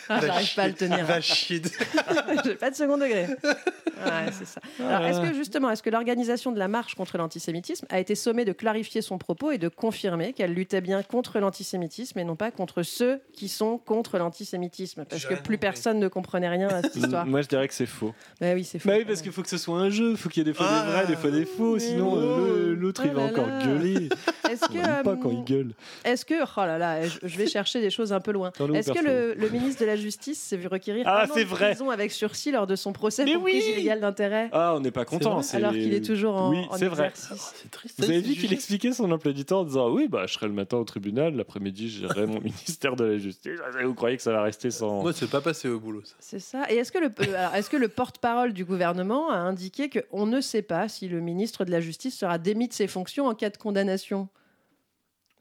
S1: Ah, J'arrive pas à le tenir.
S2: Va chier de-
S1: (laughs) J'ai pas de second degré. Ouais, c'est ça.
S4: Ah.
S1: Alors, est-ce que justement, est-ce que l'organisation de la marche contre l'antisémitisme a été sommée de clarifier son propos et de confirmer qu'elle luttait bien contre l'antisémitisme et non pas contre ceux qui sont contre l'antisémitisme Parce
S2: J'ai
S1: que
S2: rien
S1: plus
S2: compris.
S1: personne ne comprenait rien à cette
S4: (laughs)
S1: histoire.
S4: Moi, je dirais que c'est faux.
S1: bah oui, c'est fou.
S4: Bah oui, parce qu'il faut que ce soit un jeu. Il faut qu'il y ait des fois
S2: Ah.
S4: des vrais, des fois des faux.
S1: Mais
S4: Sinon,
S1: non.
S4: euh, le- l'autre,
S1: Oh
S4: il va
S1: là
S4: encore
S1: là.
S4: gueuler.
S1: Est-ce
S4: On n'aime
S1: que,
S4: pas quand il
S1: euh,
S4: gueule.
S1: est-ce que, oh là là, je, je vais chercher des choses un peu loin.
S4: Dans le haut
S1: Est-ce que
S4: perso.
S1: le, le ministre de la Justice s'est vu requérir
S4: Ah,
S1: un an
S4: c'est
S1: de
S4: vrai.
S1: prison avec sursis lors de son procès
S4: Mais
S1: pour
S4: oui.
S1: prise illégale d'intérêt
S4: Ah, on n'est pas content.
S2: vrai.
S4: c'est-
S1: alors qu'il est toujours en,
S4: Oui,
S1: en
S4: c'est vrai.
S1: exercice
S2: C'est triste.
S4: Vous avez vu qu'il expliquait son emploi du temps en disant Oui, bah, je serai le matin au tribunal, l'après-midi, j'irai mon (laughs) ministère de la Justice. Ah, Vous croyez que ça va rester sans.
S2: (laughs) Moi, c'est pas passé au boulot. ça.
S1: C'est ça. Et est-ce que le, euh, alors, est-ce que le porte-parole du gouvernement a indiqué qu'on ne sait pas si le ministre de la Justice sera démis de ses fonctions en cas de condamnation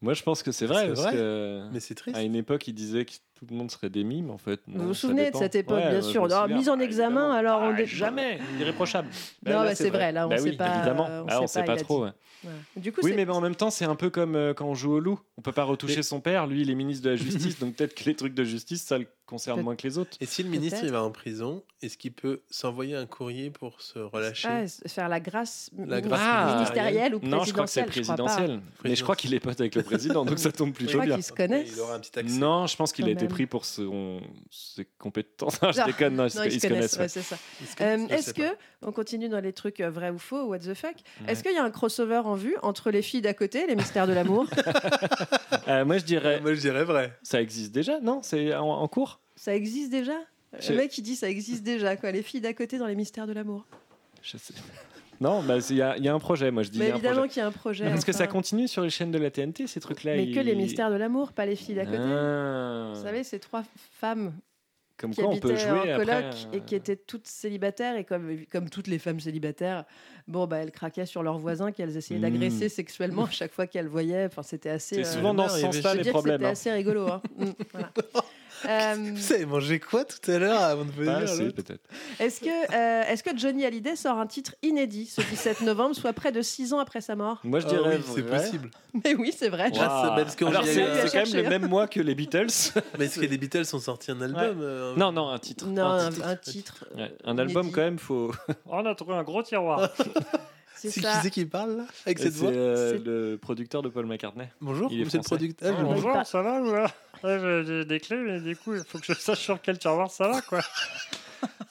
S4: Moi, je pense que c'est vrai.
S2: C'est
S4: Parce
S2: vrai.
S4: que...
S2: Mais c'est triste.
S4: À une époque, il disait que tout le monde serait démis, mais en fait. non,
S1: Vous vous
S4: ça
S1: souvenez
S4: dépend.
S1: de cette époque,
S4: Ouais,
S1: bien
S4: ouais,
S1: sûr.
S4: je me
S1: Alors,
S4: souviens.
S1: mise en
S4: Ah,
S1: examen,
S4: évidemment.
S1: alors on
S4: Ah,
S1: dé-
S4: Jamais, irréprochable.
S1: Non, bah, c'est vrai, là, on
S4: Bah
S1: sait
S4: oui,
S1: pas,
S4: Évidemment.
S1: euh, on
S4: Ah, on
S1: sait
S4: sait
S1: pas,
S4: pas
S1: il a
S4: trop. ouais.
S1: Voilà. Du coup,
S4: Oui,
S1: c'est-
S4: mais en même temps, c'est un peu comme euh, quand on joue au loup. On peut pas retoucher
S2: Mais-
S4: son père. Lui, il est ministre de la justice, donc peut-être que les trucs de justice, ça le concerne
S1: Peut-
S4: moins que les autres.
S2: Et si le ministre
S1: Peut-être.
S2: il va en prison, est-ce qu'il peut s'envoyer un courrier pour se relâcher
S1: Ah, c'est- faire la grâce, Ah,
S2: La
S1: mi-
S2: grâce
S1: ministérielle ou
S4: Non, je crois que c'est
S1: présidentielle. je crois pas.
S4: présidentiel. Mais je crois qu'il est pote
S1: (laughs)
S4: avec le président, donc ça tombe
S1: Je
S4: plutôt
S1: crois
S4: bien.
S1: qu'ils se connaissent.
S2: Il aura un petit accès.
S4: Non, je pense qu'il a
S1: Quand
S4: été
S1: même.
S4: pris pour son- ses compétences. (laughs) Non, je
S1: Non,
S4: déconne, non, ils, se-
S1: Non, ils se connaissent,
S4: ouais.
S1: ouais, c'est ça.
S2: Il se
S1: Euh,
S2: connaît, je
S1: Est-ce
S2: sais pas.
S1: que, on continue dans les trucs euh, vrais ou faux, what the fuck,
S4: Ouais.
S1: est-ce qu'il y a un crossover en vue entre les filles d'à côté et les mystères de
S4: (laughs)
S1: l'amour
S4: Euh, moi, je dirais,
S2: Moi, je dirais vrai.
S1: Mm.
S4: ça existe déjà, non C'est en, en cours
S1: Ça existe déjà
S4: Je-
S1: Le mec, il dit ça existe déjà, quoi. Les filles d'à côté dans les mystères de l'amour.
S4: Je sais. Non, bah, c'est- il y, a- il y a un projet, moi, je dis. il
S1: Mais
S4: y a un
S1: évidemment
S4: projet.
S1: qu'il y a un projet.
S4: Non, parce que
S1: enfin.
S4: ça continue sur les chaînes de la TNT, ces trucs-là.
S1: Mais que
S4: ils-
S1: les mystères de l'amour, pas les filles d'à côté.
S4: Ah.
S1: Vous savez, ces trois femmes
S4: Comme
S1: qui
S4: quoi, on peut
S1: habitaient en
S4: jouer
S1: coloc
S4: après, euh,
S1: et qui étaient toutes célibataires et comme, comme toutes les femmes célibataires, bon bah elles craquaient sur leurs voisins qu'elles essayaient
S4: Mm.
S1: d'agresser sexuellement à chaque fois qu'elles voyaient. Enfin c'était assez.
S4: C'est
S1: euh,
S4: souvent dans ce
S2: il y avait-
S1: je
S4: sens-là
S1: veux
S4: les
S1: dire que
S4: problèmes.
S1: C'était
S4: hein.
S1: assez rigolo.
S4: (laughs)
S1: hein. Mm, voilà. Euh,
S2: Vous avez mangé quoi tout à l'heure avant de venir Ah
S4: Pas assez,
S2: l'autre
S4: peut-être.
S1: Est-ce que, euh, est-ce que Johnny Hallyday sort un titre inédit ce 17 novembre, soit près de 6 ans après sa mort
S4: Moi, je
S2: Ah
S4: dirais.
S2: oui, c'est
S4: vrai.
S2: possible.
S1: Mais oui, c'est vrai.
S4: Waouh.
S2: Grâce à- parce qu'on
S4: Alors,
S1: y
S4: c'est
S1: a eu à
S4: c'est quand même
S1: chercher,
S4: le
S1: hein.
S4: même mois que les Beatles.
S2: (laughs) Mais est-ce que les Beatles ont sorti un album euh,
S4: non, non, un titre.
S1: Non,
S4: un
S1: un,
S4: titre.
S1: un titre. euh,
S4: Ouais, un album,
S1: inédit.
S4: quand même, faut. On a trouvé un gros tiroir.
S1: C'est
S2: C'est qui
S1: ça.
S2: c'est qui parle là avec
S4: C'est
S2: cette voix
S4: euh,
S1: C'est-
S4: le producteur de Paul McCartney.
S2: Bonjour,
S4: il est
S2: monsieur le
S4: français.
S2: producteur.
S1: Ah, bonjour. Pas-
S4: ça va là J'ai des clés, mais du coup, il faut que je sache sur quel tiroir ça va, quoi.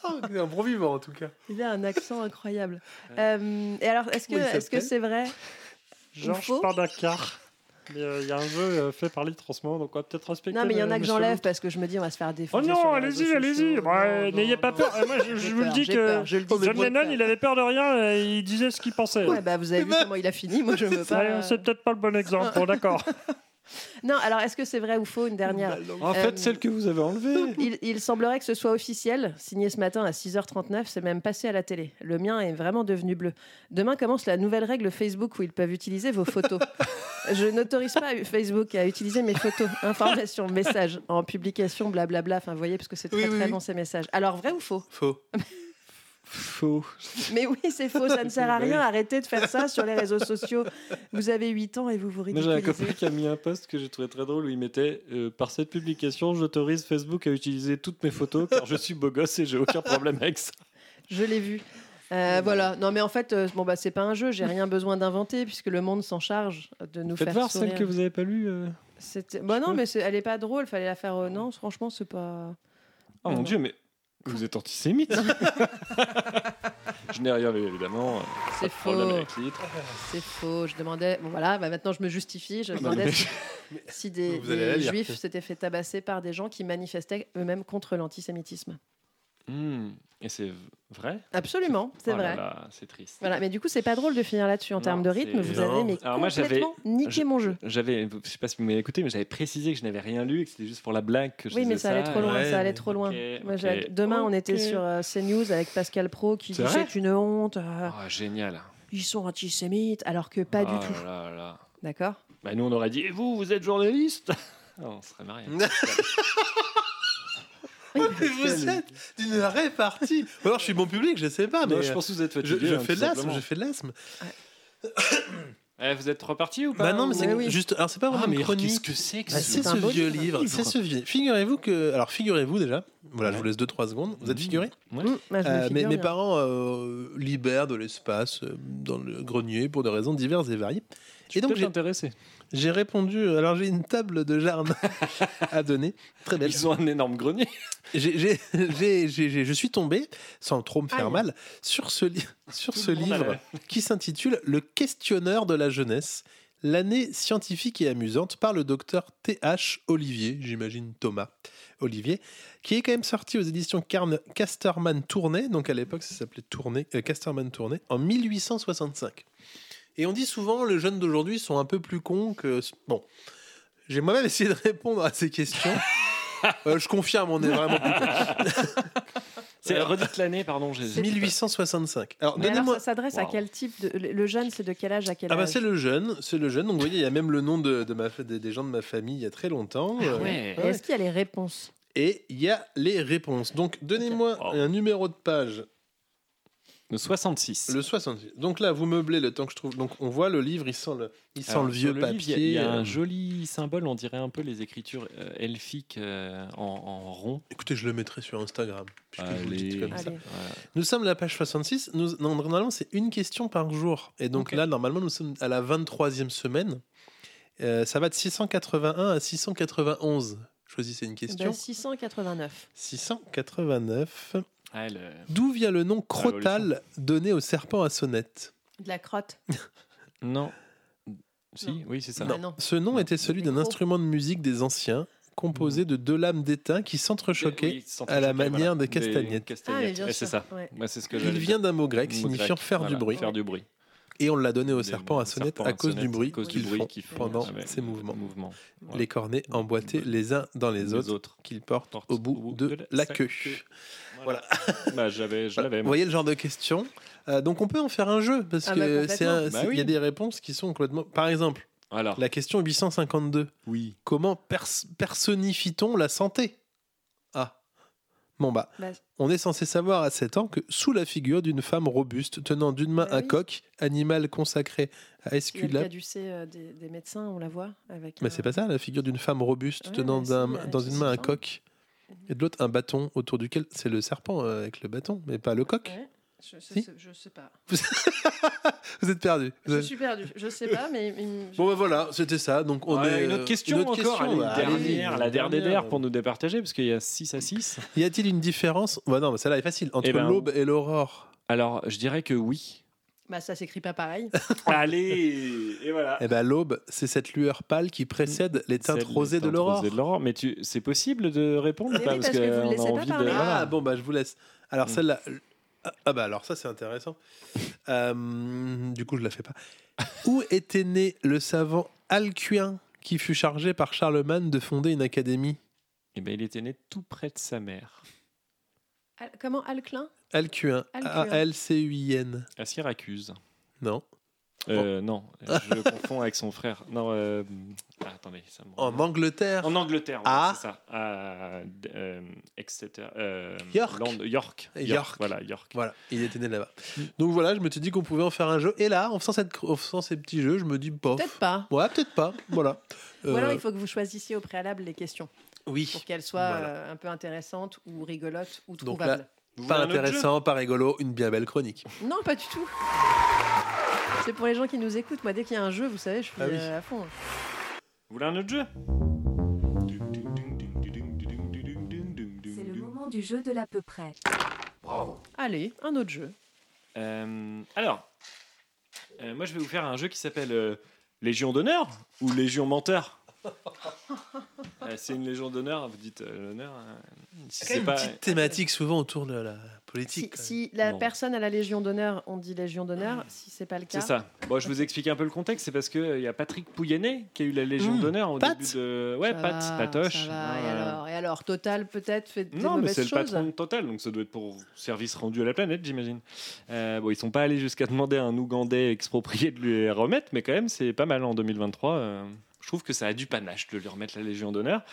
S2: Oh, il est un bon vivant en tout cas.
S1: Il a un accent incroyable.
S4: (laughs)
S1: Euh, et alors, est-ce que
S2: Comment il
S1: est-ce que
S2: s'appelle
S1: c'est vrai Ou faux
S4: Dakar. Mais il y a un jeu euh, fait par l'IT en ce moment, donc on va peut-être respecter.
S1: Non, mais il y en a que j'enlève parce que je me dis, on va se faire défoncer.
S4: Oh non,
S1: sur les
S4: allez-y,
S1: réseaux
S4: allez-y.
S1: sociaux.
S4: Bah,
S1: Non, non,
S4: n'ayez pas
S1: non,
S4: peur.
S1: non,
S4: Moi, je-
S1: j'ai
S4: je vous le
S1: peur,
S4: dis
S1: j'ai
S4: que
S1: peur, je le dis,
S2: Oh,
S4: John
S1: j'ai
S4: Lennon,
S1: peur.
S4: il avait peur de rien, et il disait ce qu'il pensait.
S1: Ouais, bah, vous avez vu comment il a fini, moi je me
S4: Ouais,
S1: pas.
S4: c'est peut-être pas le bon exemple, bon, d'accord.
S1: (laughs) Non, alors est-ce que c'est vrai ou faux une
S2: Bah,
S1: dernière
S4: En
S1: fait, Euh, celle
S4: que vous avez
S1: (laughs)
S4: enlevée.
S1: il, il semblerait que ce soit officiel, signé ce matin à 6h39, c'est même passé à la télé. Le mien est vraiment devenu bleu. Demain commence la nouvelle règle Facebook où ils peuvent utiliser vos photos.
S2: (laughs)
S1: Je n'autorise pas Facebook à utiliser mes photos, informations, messages, en publication, blablabla. Enfin, vous voyez, parce que c'est très
S2: Oui, oui,
S1: très
S2: oui.
S1: long ces messages. Alors, vrai ou faux
S2: Faux.
S4: Faux.
S1: Mais oui, c'est faux,
S2: (laughs)
S1: ça ne sert à rien. Arrêtez de faire ça sur les réseaux sociaux. Vous avez 8 ans et vous vous
S4: Moi, j'ai un copain
S1: ridiculisez.
S4: qui a mis un post que j'ai trouvé très drôle où il mettait euh, Par cette publication, j'autorise Facebook à utiliser toutes mes photos car je suis beau gosse et j'ai aucun problème avec ça.
S1: Je l'ai vu. Euh,
S2: bah.
S1: voilà, non mais en fait, euh, bon bah c'est pas un jeu, j'ai rien besoin d'inventer puisque le monde s'en charge de nous
S4: Faites
S1: faire
S4: voir
S1: sourire.
S4: celle que vous avez pas lue. euh.
S1: C'était... Bah
S4: Je
S1: non,
S4: peux-
S1: mais c'est- elle est pas drôle, fallait la faire. euh, Non, franchement, c'est pas.
S4: Oh
S1: Non,
S4: mon
S1: non.
S4: dieu, mais vous êtes
S1: (laughs)
S4: antisémite Je n'ai rien lu évidemment. euh,
S1: C'est
S4: pas de problème
S1: faux.
S4: avec l'itre.
S1: C'est faux. Je demandais. Bon voilà, bah, maintenant je me justifie. Je demandais si, si des,
S2: Ah, bah, Vous allez
S1: des
S2: la lire,
S1: juifs
S2: peut-être.
S1: s'étaient fait tabasser par des gens qui manifestaient eux-mêmes contre l'antisémitisme.
S4: Hmm, Et c'est v- vrai
S1: Absolument, c'est
S4: Oh là
S1: vrai.
S4: là, C'est triste.
S1: Voilà, mais du coup, c'est pas drôle de finir là-dessus en
S4: Non,
S1: termes de rythme.
S4: c'est-
S1: Vous avez
S2: Non.
S1: mais
S4: Alors moi, j'avais-
S1: complètement niqué
S4: je-
S1: mon jeu.
S4: J'avais, je sais pas si vous m'avez écouté, mais j'avais précisé que je n'avais rien lu et que c'était juste pour la blague que je
S1: Oui, mais
S4: disais
S1: ça allait trop loin.
S2: ouais.
S1: ça allait trop loin.
S4: Ok,
S1: Moi,
S4: ok.
S1: j'ai- Demain, on était
S4: Ok.
S1: sur euh, CNews avec Pascal Pro qui
S4: C'est
S1: dit
S4: vrai
S1: c'est une honte, euh,
S4: Ah, génial.
S1: ils sont antisémites, alors que pas
S4: Ah
S1: du tout.
S4: là là.
S1: D'accord
S4: Bah, nous, on aurait dit, et vous, vous êtes journaliste (laughs) Ah, On serait (laughs) mariés.
S1: Oui,
S2: Mais vous êtes d'une répartie. Ou alors je suis bon public, je sais pas, mais
S4: Non, je pense que vous êtes
S2: je,
S4: fatigué.
S2: je
S4: hein,
S2: fais
S4: tout
S2: de l'asthme,
S4: simplement.
S2: je fais de l'asthme.
S4: Eh, vous êtes reparti ou pas
S2: Bah non, mais c'est
S1: Ah oui.
S2: juste. Alors c'est pas
S4: Ah,
S2: vraiment
S4: mais
S2: une
S4: qu'est-ce
S2: chronique.
S4: que c'est que
S2: Bah,
S4: ce...
S2: c'est
S1: un
S2: ce
S1: beau
S2: vieux
S1: livre.
S2: livre, c'est ce vieux. Figurez-vous que, alors figurez-vous déjà. Voilà, je vous laisse deux trois secondes. Vous êtes figuré
S4: Ouais.
S1: Mmh, bah, je me
S2: Euh, mes,
S1: figure
S2: mes
S1: bien.
S2: parents euh, libèrent de l'espace euh, dans le grenier pour des raisons diverses et variées.
S4: Je suis
S2: Et donc,
S4: peut-être
S2: j'ai-
S4: intéressé.
S2: J'ai répondu. euh, Alors j'ai une table de jardin (laughs) à donner. Très belle.
S4: Ils ont un énorme grenier.
S2: J'ai- j'ai- (laughs) j'ai- j'ai- j'ai- je suis tombé, sans trop me faire
S1: Aïe.
S2: mal, sur ce, li- sur
S4: Ah Tout
S2: ce
S4: le monde a
S2: livre qui s'intitule Le questionneur de la jeunesse, l'année scientifique et amusante par le docteur T.H. Olivier, j'imagine Thomas Olivier, qui est quand même sorti aux éditions Carn- Casterman Tournai, donc à l'époque ça s'appelait Tournai, euh, Casterman Tournai, en 1865. Et on dit souvent les jeunes d'aujourd'hui sont un peu plus cons que... Bon, j'ai moi-même essayé de répondre à ces questions. Euh, je confirme, on est vraiment plus cons.
S4: C'est redite l'année, pardon. j'ai-
S2: 1865. Alors,
S1: Mais alors,
S2: donnez-moi.
S1: ça s'adresse à
S4: Waouh.
S1: quel type de... le- Le jeune, c'est de quel âge à quel
S2: Ah bah
S1: âge
S2: c'est le jeune, c'est le jeune. Donc vous voyez, il y a même le nom de, de ma, fa- des, des gens de ma famille il y a très longtemps. Euh,
S4: Ah Ouais.
S1: Et Est-ce qu'il y a les réponses
S2: Et il y a les réponses. Donc donnez-moi
S4: Ok. Oh.
S2: un numéro de page,
S4: Le 66.
S2: le 66. Donc là, vous meublez le temps que je trouve. Donc on voit le livre, il sent le, il sent
S4: Alors,
S2: le vieux
S4: sur livre, il y
S2: papier.
S4: a- Il y, a
S2: euh,
S4: un joli symbole, on dirait un peu les écritures euh, elfiques euh, en, en rond.
S2: Écoutez, je le mettrai sur Instagram. puisque je vous le dis
S4: Allez.
S2: comme ça.
S1: Allez.
S2: Nous sommes à la page 66. Nous, non, normalement, c'est une question par jour. Et donc
S4: Ok.
S2: là, normalement, nous sommes à la 23e semaine. Euh, ça va de 681 à 691. Choisissez une question.
S1: Bah, 689.
S2: 689.
S4: Ah, le-
S2: D'où vient le nom crotal donné au serpent à sonnette
S1: De la crotte.
S4: Non. Si, oui, c'est ça.
S1: Non. Ah non.
S2: Ce nom
S4: Non.
S2: était celui d'un
S1: Micro.
S2: instrument de musique des anciens, composé de deux lames d'étain qui s'entrechoquaient.
S4: Mmh. Oui, sans
S2: à la
S4: choquer,
S2: manière des castagnettes.
S1: Ah, mais bien
S4: Ouais, c'est
S1: sûr,
S4: ça.
S1: ouais.
S4: Moi, c'est ce que
S2: Il
S4: j'allais
S2: vient
S4: dire.
S2: d'un mot grec
S4: Mot
S2: signifiant
S4: grec,
S2: faire
S4: voilà,
S2: du bruit.
S4: Faire du bruit.
S2: Et on l'a donné au
S4: Des-
S2: serpent à
S4: des
S2: sonnette
S4: serpents
S2: à cause
S4: sonnette,
S2: du bruit
S4: à cause du
S2: qu'ils
S4: bruit Ah,
S2: font
S4: qu'ils font
S2: pendant
S4: avec
S2: ces
S4: le
S2: mouvements.
S4: mouvement. Voilà.
S2: les cornets emboîtés les uns dans les autres qu'ils portent au bout de la
S4: sa
S2: queue.
S4: Voilà. (laughs) Bah, j'avais, je
S2: Voilà.
S4: l'avais.
S2: Vous
S4: moi.
S2: voyez le genre de question Euh, Donc on peut en faire un jeu parce
S1: Ah bah
S2: que c'est un-
S1: complètement.
S2: c'est-
S4: Bah
S2: il y a
S4: oui.
S2: des réponses qui sont complètement. Par exemple,
S4: Alors,
S2: la question 852.
S4: oui.
S2: Comment pers- personnifie-t-on la santé Ah. Bon bah,
S1: Bah,
S2: on est censé savoir à 7 ans que sous la figure d'une femme robuste tenant d'une main
S1: Bah
S2: un
S1: oui.
S2: coq, animal consacré à
S1: Il y a le
S2: Esculape.
S1: caducé euh, des, des médecins, on la voit. Avec
S2: Mais
S1: un-
S2: c'est pas ça, la figure d'une femme robuste
S1: Ouais,
S2: tenant
S1: mais
S2: d'un-
S1: si, ouais,
S2: dans
S1: je
S2: une
S1: sais
S2: main un
S1: pas.
S2: coq et de l'autre un bâton autour duquel c'est le serpent euh, avec le bâton, mais pas le coq.
S1: Ouais, je, je-
S2: Si.
S1: je sais pas.
S2: Vous êtes perdu. Vous
S1: Je
S2: êtes-
S1: suis perdue. Je sais pas, mais. il
S2: (laughs)
S1: me-
S2: Bon, bah voilà, c'était ça. Donc on
S4: Ouais,
S2: est,
S4: Ah, une
S2: euh,
S4: autre question
S2: une autre
S4: encore,
S2: question,
S4: allez,
S2: bah,
S4: dernière,
S2: allez-y, une
S4: la dernière,
S2: dernière.
S4: pour nous départager, parce qu'il y a 6 à 6.
S2: Y a-t-il une différence bah Non, mais celle-là est facile. Entre
S4: Eh ben,
S2: l'aube et l'aurore.
S4: Alors, je dirais que oui.
S1: Bah, ça s'écrit pas pareil.
S4: Allez Et voilà.
S2: Eh ben l'aube, c'est cette lueur pâle qui précède les
S4: C'est
S2: teintes rosées de
S4: teinte
S2: l'aurore.
S4: rosée de l'aurore. Mais tu, c'est possible de répondre ou
S1: Mais
S4: pas
S1: oui, parce que vous le
S4: on a
S1: laissez pas
S4: envie
S1: parler.
S4: de.
S2: Ah bon, bah je vous laisse. Alors
S4: Mm.
S2: celle-là. ah, Ah bah alors ça c'est intéressant. Euh, du coup je la fais (laughs) pas. Où était né le savant Alcuin qui fut chargé par Charlemagne de fonder une académie
S1: Ah.
S4: Eh ben, il était né tout près de sa mère,
S1: Al- Comment Alclin
S2: Alcuin.
S1: Alcuin.
S2: A-L-C-U-I-N.
S4: à Syracuse.
S2: Non.
S4: Euh, Non, je le confonds avec son frère. Non, euh, ah, attendez, ça me.
S2: En Angleterre.
S4: En Angleterre, ouais,
S2: Oh, Ah.
S4: c'est ça. À, d- euh, Exeter, euh,
S2: York.
S4: Land- York.
S2: York.
S4: Voilà, York.
S2: Voilà, il était né là-bas. Donc voilà, je me suis dit qu'on pouvait en faire un jeu. Et là, en faisant, cette, en faisant ces petits jeux, je me dis, bof.
S1: Peut-être pas.
S2: Ouais, peut-être pas. Voilà.
S1: Ou alors
S2: Euh,
S1: il faut que vous choisissiez au préalable les questions
S2: Oui.
S1: pour qu'elles soient
S2: Voilà.
S1: euh, un peu intéressantes ou rigolotes ou
S2: Donc
S1: trouvables.
S4: Vous
S2: Pas
S4: voulez un autre jeu
S2: intéressant, pas rigolo, une bien belle chronique.
S1: Non, pas du tout. C'est pour les gens qui nous écoutent. Moi, dès qu'il y a un jeu, vous savez, je suis
S2: Ah oui.
S1: euh, à fond.
S4: Vous voulez un autre jeu
S6: C'est le moment du jeu de l'à peu (laughs) près.
S1: Allez, un autre jeu.
S4: Euh, Alors, euh, moi je
S2: (laughs)
S4: vais vous faire un jeu qui s'appelle euh, Légion d'honneur ou Légion menteur. Euh, c'est une légion d'honneur, vous dites euh, l'honneur. euh, si
S2: C'est
S4: c'est
S2: une
S4: pas.
S2: petite thématique souvent autour de la
S1: Si,
S2: politique. quand
S1: si la
S4: Non. Ah.
S1: personne a la Légion d'honneur, on dit Légion d'honneur. Si c'est pas le cas,
S4: C'est ça. Bon, je vous explique un peu le contexte. C'est parce qu'il y a Patrick Pouyanné qui a eu la Légion
S2: Mmh,
S4: d'honneur au
S2: Pat.
S4: début de. Ouais,
S1: euh, Ça
S4: Pat,
S1: va,
S4: Patoche.
S1: ça va, et,
S4: Euh,
S1: alors, et alors, Total peut-être fait des
S4: Non, mais
S1: mauvaises
S4: c'est le
S1: choses.
S4: patron de Total, donc ça doit être pour service rendu à la planète, j'imagine. Euh, bon, ils sont pas allés jusqu'à demander à un Ougandais exproprié de lui remettre, mais quand même, c'est pas mal en 2023. euh, je trouve que ça a du panache de lui remettre la Légion d'honneur.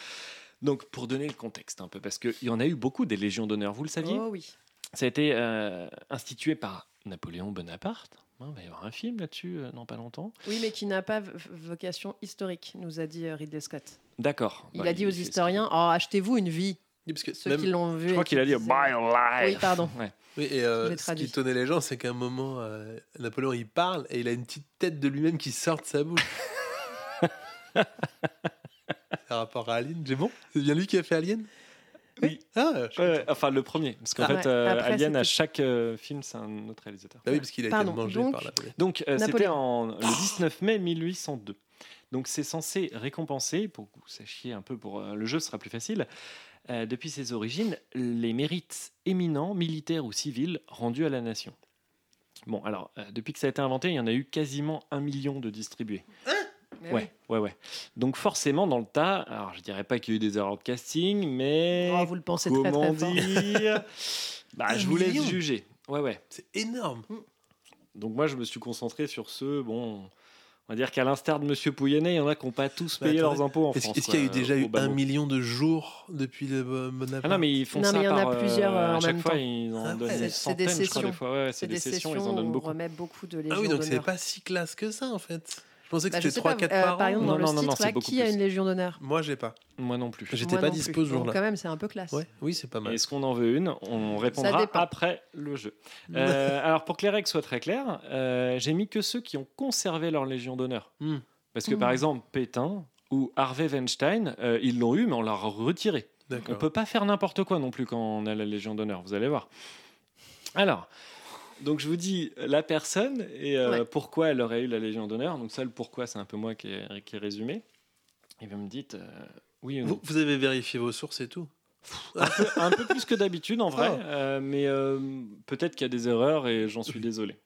S4: Donc, pour donner le contexte un peu, parce qu'il y en a eu beaucoup des Légions d'honneur, vous le saviez
S1: Oh oui.
S4: Ça a été euh, institué par Napoléon Bonaparte. Hein, Il va y avoir un film là-dessus euh, dans pas longtemps.
S1: Oui, mais qui n'a pas v- vocation historique, nous a dit euh, Ridley Scott.
S4: D'accord.
S1: Il
S4: Bah,
S1: a dit aux
S4: fait ce qu'il-
S1: historiens Oh, achetez-vous une vie.
S2: même. Parce que
S1: Ceux
S2: même-
S1: qui l'ont vu.
S4: Je crois
S1: et qui
S4: qu'il a dit
S1: disaient-
S4: Buy a life.
S1: Oui, pardon.
S4: Ouais.
S2: Oui, et euh,
S1: Je l'ai
S2: ce
S1: traduit.
S2: qui tenait les gens, c'est qu'à un moment, euh, Napoléon il parle et il a une petite tête de lui-même qui sort de sa
S1: (laughs)
S2: bouche. Par rapport à Alien, j'ai bon C'est bien lui qui a fait Alien
S4: Oui.
S2: Ah, je-
S4: Ouais, enfin, le premier. Parce qu'en
S1: Ah,
S4: fait,
S1: ouais.
S4: euh,
S1: Après,
S4: Alien, à
S1: c'était-
S4: chaque euh, film, c'est un autre réalisateur.
S2: Bah oui, parce qu'il a
S1: Pardon,
S2: été mangé
S1: donc-
S2: par la volée.
S4: Donc, euh, c'était
S1: Napoléon.
S4: en- le 19 mai 1802. Donc, c'est censé récompenser, pour que vous sachiez un peu, pour euh, le jeu sera plus facile, euh, depuis ses origines, les mérites éminents, militaires ou civils, rendus à la nation. Bon, alors, euh, depuis que ça a été inventé, il y en a eu quasiment un million de distribués.
S1: Mais
S4: Ouais, ouais, ouais. Donc, forcément, dans le tas, alors je dirais pas qu'il y a eu des erreurs de casting, mais.
S1: oui. Oh, vous le pensez très très
S4: Comment
S1: fort. (laughs)
S4: dire Bah,
S2: Un
S4: je vous laisse
S2: million.
S4: juger. Ouais, ouais.
S2: C'est énorme.
S1: Mm.
S4: Donc moi, je me suis concentré sur ceux, bon, on va dire qu'à l'instar de Monsieur Pouyanné, il y en a qui n'ont pas tous
S1: Bah,
S2: Mais
S4: payé
S2: attendez,
S4: leurs impôts en
S2: Est-ce
S4: France.
S2: est-ce qu'il y a eu
S4: quoi,
S2: déjà
S4: au
S2: eu
S4: bas
S2: un
S4: mot.
S2: million de jours depuis le bon- Bonaparte
S4: Ah non, mais ils font
S1: Non,
S4: ça
S1: mais il y en a
S4: par, euh,
S1: plusieurs, euh, en
S4: à chaque
S1: même
S4: fois,
S1: temps.
S4: ils en
S2: Ah
S4: donnent
S2: ouais,
S4: une
S1: c'est des
S4: centaine, je crois,
S1: sessions.
S4: des fois. Ouais, ouais, c'est des, sessions, ils en
S1: où
S4: donnent
S1: on
S4: beaucoup.
S1: remet beaucoup de Légion
S2: Ah oui, donc c'est
S1: d'honneur.
S2: pas si classe que ça en fait. Je pensais que
S1: Bah, je
S2: c'était
S1: sais pas,
S2: 3-4
S1: euh,
S2: par an.
S1: par exemple,
S4: Non,
S1: dans
S4: non,
S1: le
S4: non,
S1: titre,
S4: c'est
S1: là,
S4: beaucoup
S1: qui a
S4: plus.
S1: une Légion d'honneur
S2: Moi, j'ai pas.
S4: Moi non plus.
S2: J'étais
S1: Moi
S2: pas
S1: non plus.
S2: dispo ce
S1: Donc,
S2: jour-là.
S1: Quand même, c'est un peu classe.
S2: Ouais, oui, c'est pas mal.
S4: Est-ce qu'on en veut une On répondra
S1: dépend.
S4: après le jeu. Euh, alors, pour que les règles soient très claires, euh, j'ai mis que ceux qui ont conservé leur Légion d'honneur.
S2: Hmm.
S4: Parce que,
S1: Hmm.
S4: par exemple, Pétain ou Harvey Weinstein, euh, ils l'ont eu, mais on l'a retiré. On
S2: D'accord.
S4: peut pas faire n'importe quoi non plus quand on a la Légion d'honneur, vous allez voir. Alors, donc je vous dis la personne et euh,
S1: Ouais.
S4: pourquoi elle aurait eu la Légion d'honneur. Donc ça, le pourquoi, c'est un peu moi qui ai, qui ai résumé. Et vous me dites, euh, oui ou non.
S2: Vous, vous avez vérifié vos sources et tout
S4: Un peu, un peu plus que d'habitude en vrai,
S2: Ah.
S4: euh, mais euh, peut-être qu'il y a des erreurs et j'en suis désolé.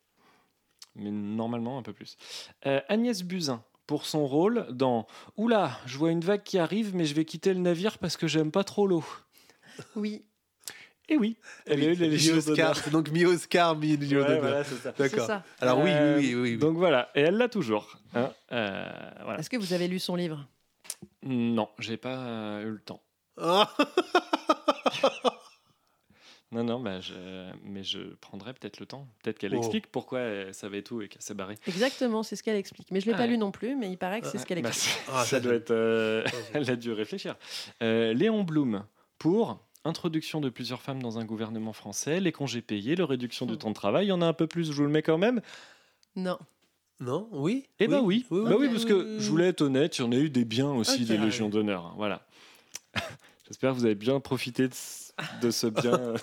S4: Mais normalement, un peu plus. Euh, Agnès Buzyn, pour son rôle dans « Oula, je vois une vague qui arrive, mais je vais quitter le navire parce que j'aime pas trop l'eau ».
S1: Oui,
S4: Eh oui, elle a eu la Légion d'honneur.
S2: Mi-Oscar. Donc mi-Oscar, mi-Légion
S4: Ouais,
S2: d'honneur.
S4: voilà, c'est ça.
S1: c'est
S2: D'accord.
S1: ça.
S2: Alors oui,
S4: Euh,
S2: oui, oui, oui, oui.
S4: Donc voilà, et elle l'a toujours. hein. Euh, voilà.
S1: Est-ce que vous avez lu son livre
S4: Non, j'ai pas euh, eu le temps.
S2: Ah,
S4: Non, non, bah, je- mais je prendrai peut-être le temps. Peut-être qu'elle
S2: Oh.
S4: explique pourquoi elle savait tout et qu'elle s'est barrée.
S1: Exactement, c'est ce qu'elle explique. Mais je l'ai
S4: Ah
S1: pas
S4: ouais.
S1: lu non plus, mais il paraît que c'est ce qu'elle
S4: Bah,
S1: explique.
S4: c'est-
S2: Ah,
S4: ça
S2: ça,
S4: doit
S2: je-
S4: être. euh, (laughs)
S2: ça, je-
S4: elle a dû réfléchir. Euh, Léon Blum pour introduction de plusieurs femmes dans un gouvernement français, les congés payés, la réduction du
S1: Hmm.
S4: temps de travail. Il y en a un peu plus, je vous le mets quand même.
S1: Non.
S2: Non, oui.
S4: Eh ben oui,
S2: oui,
S4: Bah
S2: oui.
S4: oui, parce que je voulais être honnête, il y en a eu des biens aussi
S1: Ok.
S4: des Légions d'honneur. hein, Voilà. (laughs) J'espère que vous avez bien profité de ce, de ce
S1: (laughs)
S4: bien. euh.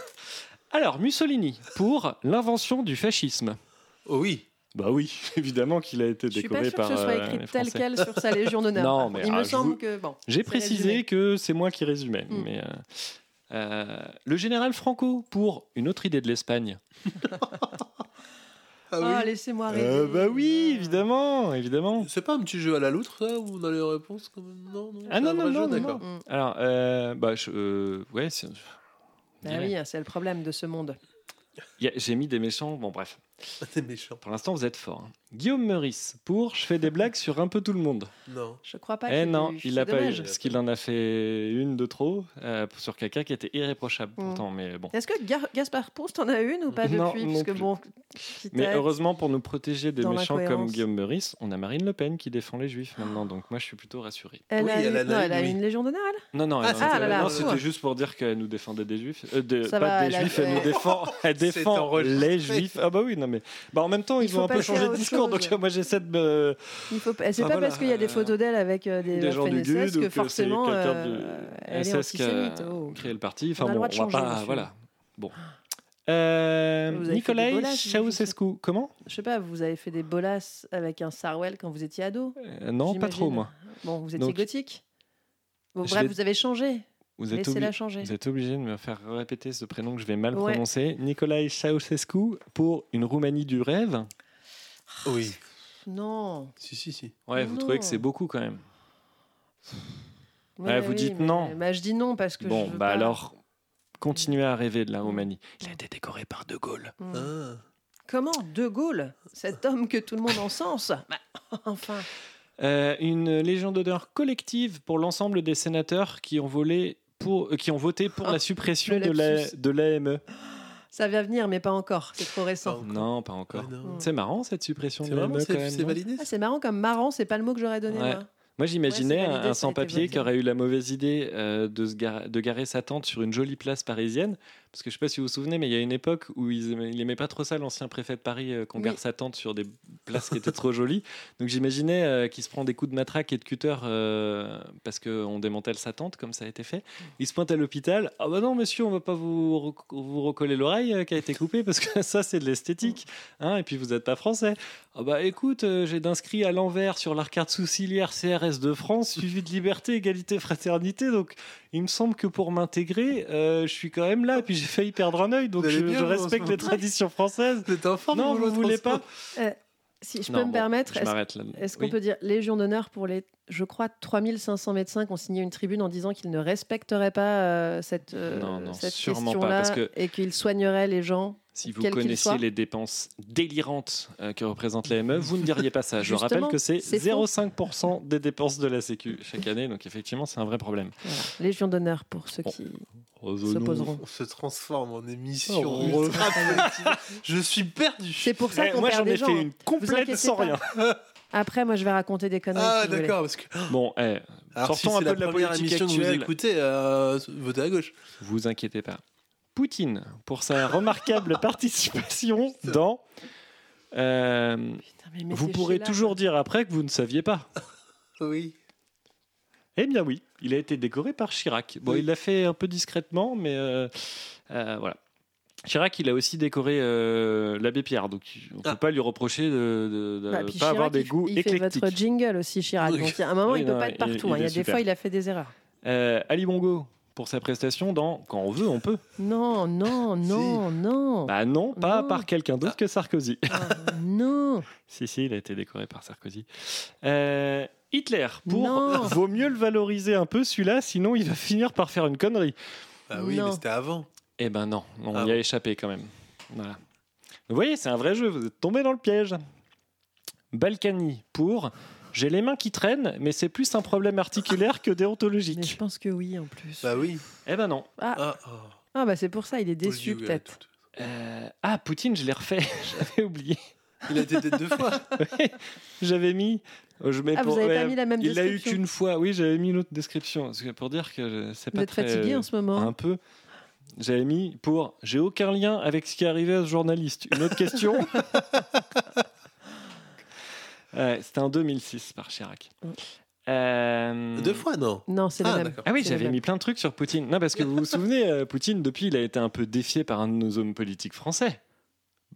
S4: Alors, Mussolini, pour l'invention du fascisme.
S2: Oh oui.
S4: Bah oui, (laughs) évidemment qu'il a été
S1: Je suis pas
S4: décoré
S1: sûre que
S4: par.
S1: ce soit
S4: euh, les
S1: écrit tel
S4: Français.
S1: quel sur sa Légion d'honneur.
S4: Non,
S1: Par contre,
S4: mais,
S1: il
S4: ah,
S1: me
S4: je
S1: semble
S4: vous-
S1: que. Bon,
S4: J'ai
S1: c'est
S4: précisé
S1: résumé.
S4: que c'est moi qui résumais.
S1: Hmm.
S4: Mais, euh, euh, le général Franco, pour une autre idée de l'Espagne.
S2: Ah,
S1: Ah,
S2: oui.
S1: laissez-moi rêver.
S4: Euh, bah oui,
S1: Ah.
S4: évidemment, évidemment.
S2: C'est pas un petit jeu à la loutre, ça, où on a les réponses comme... Non, non.
S4: Ah
S2: c'est
S4: non,
S2: un
S4: non,
S2: vrai
S4: non,
S2: jeu,
S4: non,
S2: d'accord.
S1: Mm.
S4: Alors, euh, bah, je, euh, ouais, c'est-
S1: Bah oui, hein, c'est le problème de ce monde.
S4: Il y a- J'ai mis des méchants, bon bref.
S2: Ah, T'es méchant.
S4: Pour l'instant, vous êtes fort. hein. Guillaume Meurice, pour Je fais des blagues sur un peu tout le monde.
S2: Non.
S1: Je crois pas.
S4: eh
S1: qu'il
S4: non,
S1: l'ait eu.
S4: il
S1: C'est
S4: l'a pas eu,
S1: dommage.
S4: parce qu'il en a fait une de trop euh, sur quelqu'un qui était irréprochable
S1: Hmm.
S4: pourtant, mais bon.
S1: Est-ce que Gar- Gaspard Proust en a une ou pas
S4: Non,
S1: depuis
S4: non
S1: Parce que
S4: plus.
S1: bon, quitte
S4: Mais
S1: à être-
S4: heureusement, pour nous protéger des
S1: dans
S4: méchants comme
S1: l'incohérence.
S4: Guillaume Meurice, on a Marine Le Pen qui défend les juifs maintenant, donc moi je suis plutôt rassuré.
S1: elle,
S2: Oui,
S1: a,
S2: elle
S1: eu-
S2: en a
S1: non,
S2: une,
S1: elle a
S2: oui.
S1: une Légion d'honneur, elle
S4: Non, non,
S2: Ah,
S4: non,
S2: c'était-
S4: c'était-
S1: ah là là,
S4: non,
S1: ouais.
S4: c'était juste pour dire qu'elle nous défendait des juifs. Euh, de-
S1: Ça
S4: pas
S1: va,
S4: des
S1: elle a-
S4: juifs, elle nous
S1: euh, (laughs)
S4: défend, elle
S2: C'est
S4: défend
S2: enregistré.
S4: les juifs. Ah bah oui, non mais. Bah en même temps,
S1: Il
S4: ils
S1: faut
S4: ont un peu
S1: passer à
S4: changé de
S1: autre
S4: discours,
S1: chose.
S4: donc moi j'essaie de me.
S1: Il faut... eh, C'est
S4: Ah,
S1: pas
S4: voilà,
S1: parce qu'il y a des
S4: euh,
S1: photos d'elle avec euh, des,
S4: des gens du
S1: FNSS
S4: GUD ou
S1: que
S4: que c'est
S1: forcément
S4: quelqu'un
S1: euh,
S4: de
S1: elle est
S4: SS qui a
S1: antisémite. Oh.
S4: créé le parti. Enfin
S1: On a le
S4: bon,
S1: droit
S4: on
S1: de
S4: va
S1: changer,
S4: pas.
S1: monsieur.
S4: Voilà. Bon. Euh,
S1: Vous avez fait des
S4: Nicolas
S1: bolas,
S4: Ceausescu, comment
S1: Je sais pas, vous avez fait des bolasses avec un Sarwell quand vous étiez ado
S4: Euh, Non, pas
S1: j'imagine.
S4: trop moi.
S1: Bon, vous étiez
S4: Donc-
S1: gothique Bon,
S4: Je
S1: bref,
S4: l'ai-
S1: vous avez changé.
S4: Vous êtes,
S1: Laissez-la
S4: obli-
S1: changer.
S4: vous êtes obligé de me faire répéter ce prénom que je vais mal
S1: Ouais.
S4: prononcer. Nicolae Ceausescu pour Une Roumanie du rêve. Ah,
S2: Oui.
S1: Non.
S2: Si, si, si.
S4: Ouais, vous
S1: Non.
S4: trouvez que c'est beaucoup quand même.
S1: Oui,
S4: Ouais,
S1: oui,
S4: vous dites
S1: mais-
S4: non.
S1: Bah, je dis non parce que.
S4: Bon,
S1: je veux
S4: bah
S1: pas.
S4: alors, continuez à rêver de la Roumanie. Il a été décoré par De Gaulle.
S1: Mm.
S2: Ah.
S1: Comment De Gaulle, cet homme que tout le monde (laughs) encense Bah, (laughs) Enfin.
S4: Euh, une légion d'honneur collective pour l'ensemble des sénateurs qui ont, volé pour, euh, qui ont voté pour
S1: Ah,
S4: la suppression
S1: le
S4: de la- E.
S1: lapsus.
S4: de l'AME.
S1: Ça va venir, mais pas encore. C'est trop récent.
S2: Encore.
S4: Non, pas encore.
S2: Mais non.
S1: Mm.
S4: C'est marrant cette suppression
S2: C'est
S4: de l'AME
S2: vraiment
S4: quand
S2: c'est
S4: même.
S2: c'est
S4: non
S2: validé.
S1: Ah, c'est marrant comme marrant, c'est pas le mot que j'aurais donné.
S4: Ouais.
S1: moi.
S4: Moi, j'imaginais
S1: Ouais, c'est validé, ça
S4: un
S1: a été
S4: sans-papier
S1: voté.
S4: qui aurait eu la mauvaise idée euh, de, se gar- de garer sa tente sur une jolie place parisienne. Parce que je sais pas si vous vous souvenez, mais il y a une époque où ils aimaient- il aimait pas trop ça, l'ancien préfet de Paris, euh, qu'on
S1: Oui.
S4: gare sa tente sur des places qui étaient trop jolies. Donc j'imaginais euh, qu'il se prend des coups de matraque et de cutter euh, parce qu'on démantèle sa tente, comme ça a été fait. Il se pointe à l'hôpital. Ah bah non, monsieur, on va pas vous, rec- vous recoller l'oreille euh, qui a été coupée parce que (laughs) ça, c'est de l'esthétique. Hein, et puis vous n'êtes pas français. Ah bah écoute, euh, j'ai d'inscrit à l'envers sur la carte sourcilière CRS de France, suivi de liberté, égalité, fraternité. Donc il me semble que pour m'intégrer, euh, je suis quand même là. Puis j'ai failli perdre un œil, donc
S2: Vous allez
S4: je,
S2: bien,
S4: je
S2: vous, en ce
S4: respecte les
S2: moment
S4: traditions françaises.
S2: Vous êtes en forme,
S4: non, vous
S2: Jean-Claude
S4: voulez
S2: François
S4: pas
S1: Si je
S4: Non,
S1: peux me
S4: bon,
S1: permettre,
S4: Je
S1: est-ce
S4: m'arrête là.
S1: Est-ce qu'on
S4: Oui.
S1: peut dire Légion d'honneur pour les, je crois, 3500 médecins qui ont signé une tribune en disant qu'ils ne respecteraient pas euh, cette, euh,
S4: Non, non,
S1: cette
S4: sûrement
S1: question-là
S4: pas, parce que-
S1: et qu'ils soigneraient les gens
S4: Si vous
S1: quel qu'il
S4: connaissiez
S1: soit
S4: les dépenses délirantes euh, que représente l'AME, vous ne diriez pas ça. Je
S1: Justement,
S4: rappelle que c'est
S1: c'est faux.
S4: 0,5% des dépenses de la Sécu chaque année, donc effectivement, c'est un vrai problème.
S1: Voilà. Légion d'honneur pour ceux
S4: Bon.
S1: qui
S4: Oh, Revenons-
S1: s'opposeront.
S2: On se transforme en émission.
S4: Oh,
S2: ultra collective. Je suis perdu.
S1: C'est pour ça
S4: Eh,
S1: qu'on
S4: moi, j'en
S1: perd
S4: ai
S1: des
S4: fait
S1: gens. hein.
S4: une complète
S1: inquiétez
S4: sans
S1: pas.
S4: rien.
S1: Après, moi, je vais raconter des conneries.
S2: Ah
S1: si vous voulez.
S2: d'accord parce que
S4: (laughs) Bon, eh,
S2: alors, si
S4: Sortons un
S2: c'est
S4: peu de la
S2: première
S4: politique
S2: émission que
S4: actuelle.
S2: vous écoutez euh, votez à gauche.
S4: Vous inquiétez pas. Poutine, pour
S1: (laughs)
S4: sa remarquable participation dans... Euh,
S1: Putain, mais
S4: vous
S1: mettez
S4: pourrez
S1: Sheila.
S4: toujours dire après que vous ne saviez pas.
S2: Oui.
S4: Eh bien oui, il a été décoré par Chirac. Bon,
S2: Oui.
S4: il l'a fait un peu discrètement, mais euh, euh, voilà. Chirac, il a aussi décoré euh, l'abbé Pierre, donc on ne peut
S2: Ah.
S4: pas lui reprocher de ne
S1: Bah,
S4: pas
S1: puis
S4: avoir
S1: Chirac,
S4: des
S1: il-
S4: goûts
S1: il fait
S4: éclectiques.
S1: votre jingle aussi, Chirac.
S2: Oui.
S1: Donc, il y a un moment,
S4: Oui,
S1: il ne peut
S4: non,
S1: pas être
S4: il-
S1: partout.
S4: il
S1: hein. Il, y
S4: est
S1: a des
S4: super.
S1: fois, il a fait des erreurs.
S4: Euh, Ali Bongo, pour sa prestation dans Quand on veut, on peut.
S1: Non, non, non, non.
S4: Bah non, pas
S1: Non.
S4: par quelqu'un d'autre que Sarkozy. (laughs)
S1: Ah, non.
S4: si, si, il a été décoré par Sarkozy. Euh, Hitler, pour
S1: Non.
S4: vaut mieux le valoriser un peu celui-là, sinon il va finir par faire une connerie.
S2: Ah oui,
S1: Non.
S2: mais c'était avant.
S4: Eh ben non, on
S2: Ah
S4: y a échappé quand même. Voilà. Vous voyez, c'est un vrai jeu, vous êtes tombé dans le piège. Balkany pour j'ai les mains qui traînent, mais c'est plus un problème articulaire que
S1: Mais je
S4: déontologique.
S1: pense que oui, en plus.
S2: Bah oui.
S4: Eh ben non.
S1: Ah,
S2: Ah, oh.
S1: ah, bah c'est pour ça, il est déçu,
S2: Olivier,
S1: peut-être.
S2: tout-
S4: Euh, ah, Poutine, je l'ai refait, (laughs) j'avais oublié.
S2: Il a été peut-être deux fois.
S4: J'avais mis. euh, Je mets
S1: Ah, vous
S4: pour-
S1: avez
S4: ouais,
S1: pas mis la même
S4: Il l'a eu
S1: description.
S4: qu'une fois, oui, j'avais mis l'autre description. parce que Pour dire que je- c'est
S1: Vous
S4: pas
S1: êtes
S4: très. hein.
S1: fatigué hein. en ce moment.
S4: Un peu. J'avais mis pour j'ai aucun lien avec ce qui est arrivé à ce journaliste. Une autre question Ouais, C'était en 2006 par Chirac.
S1: Mm.
S4: Euh,
S2: deux fois non.
S1: Non, c'est le
S2: Ah
S1: même.
S2: d'accord.
S4: Ah oui,
S1: C'est le
S4: j'avais
S1: même.
S4: mis plein de trucs sur Poutine. Non, parce que vous vous souvenez, euh, Poutine, depuis, il a été un peu défié par un de nos hommes politiques français.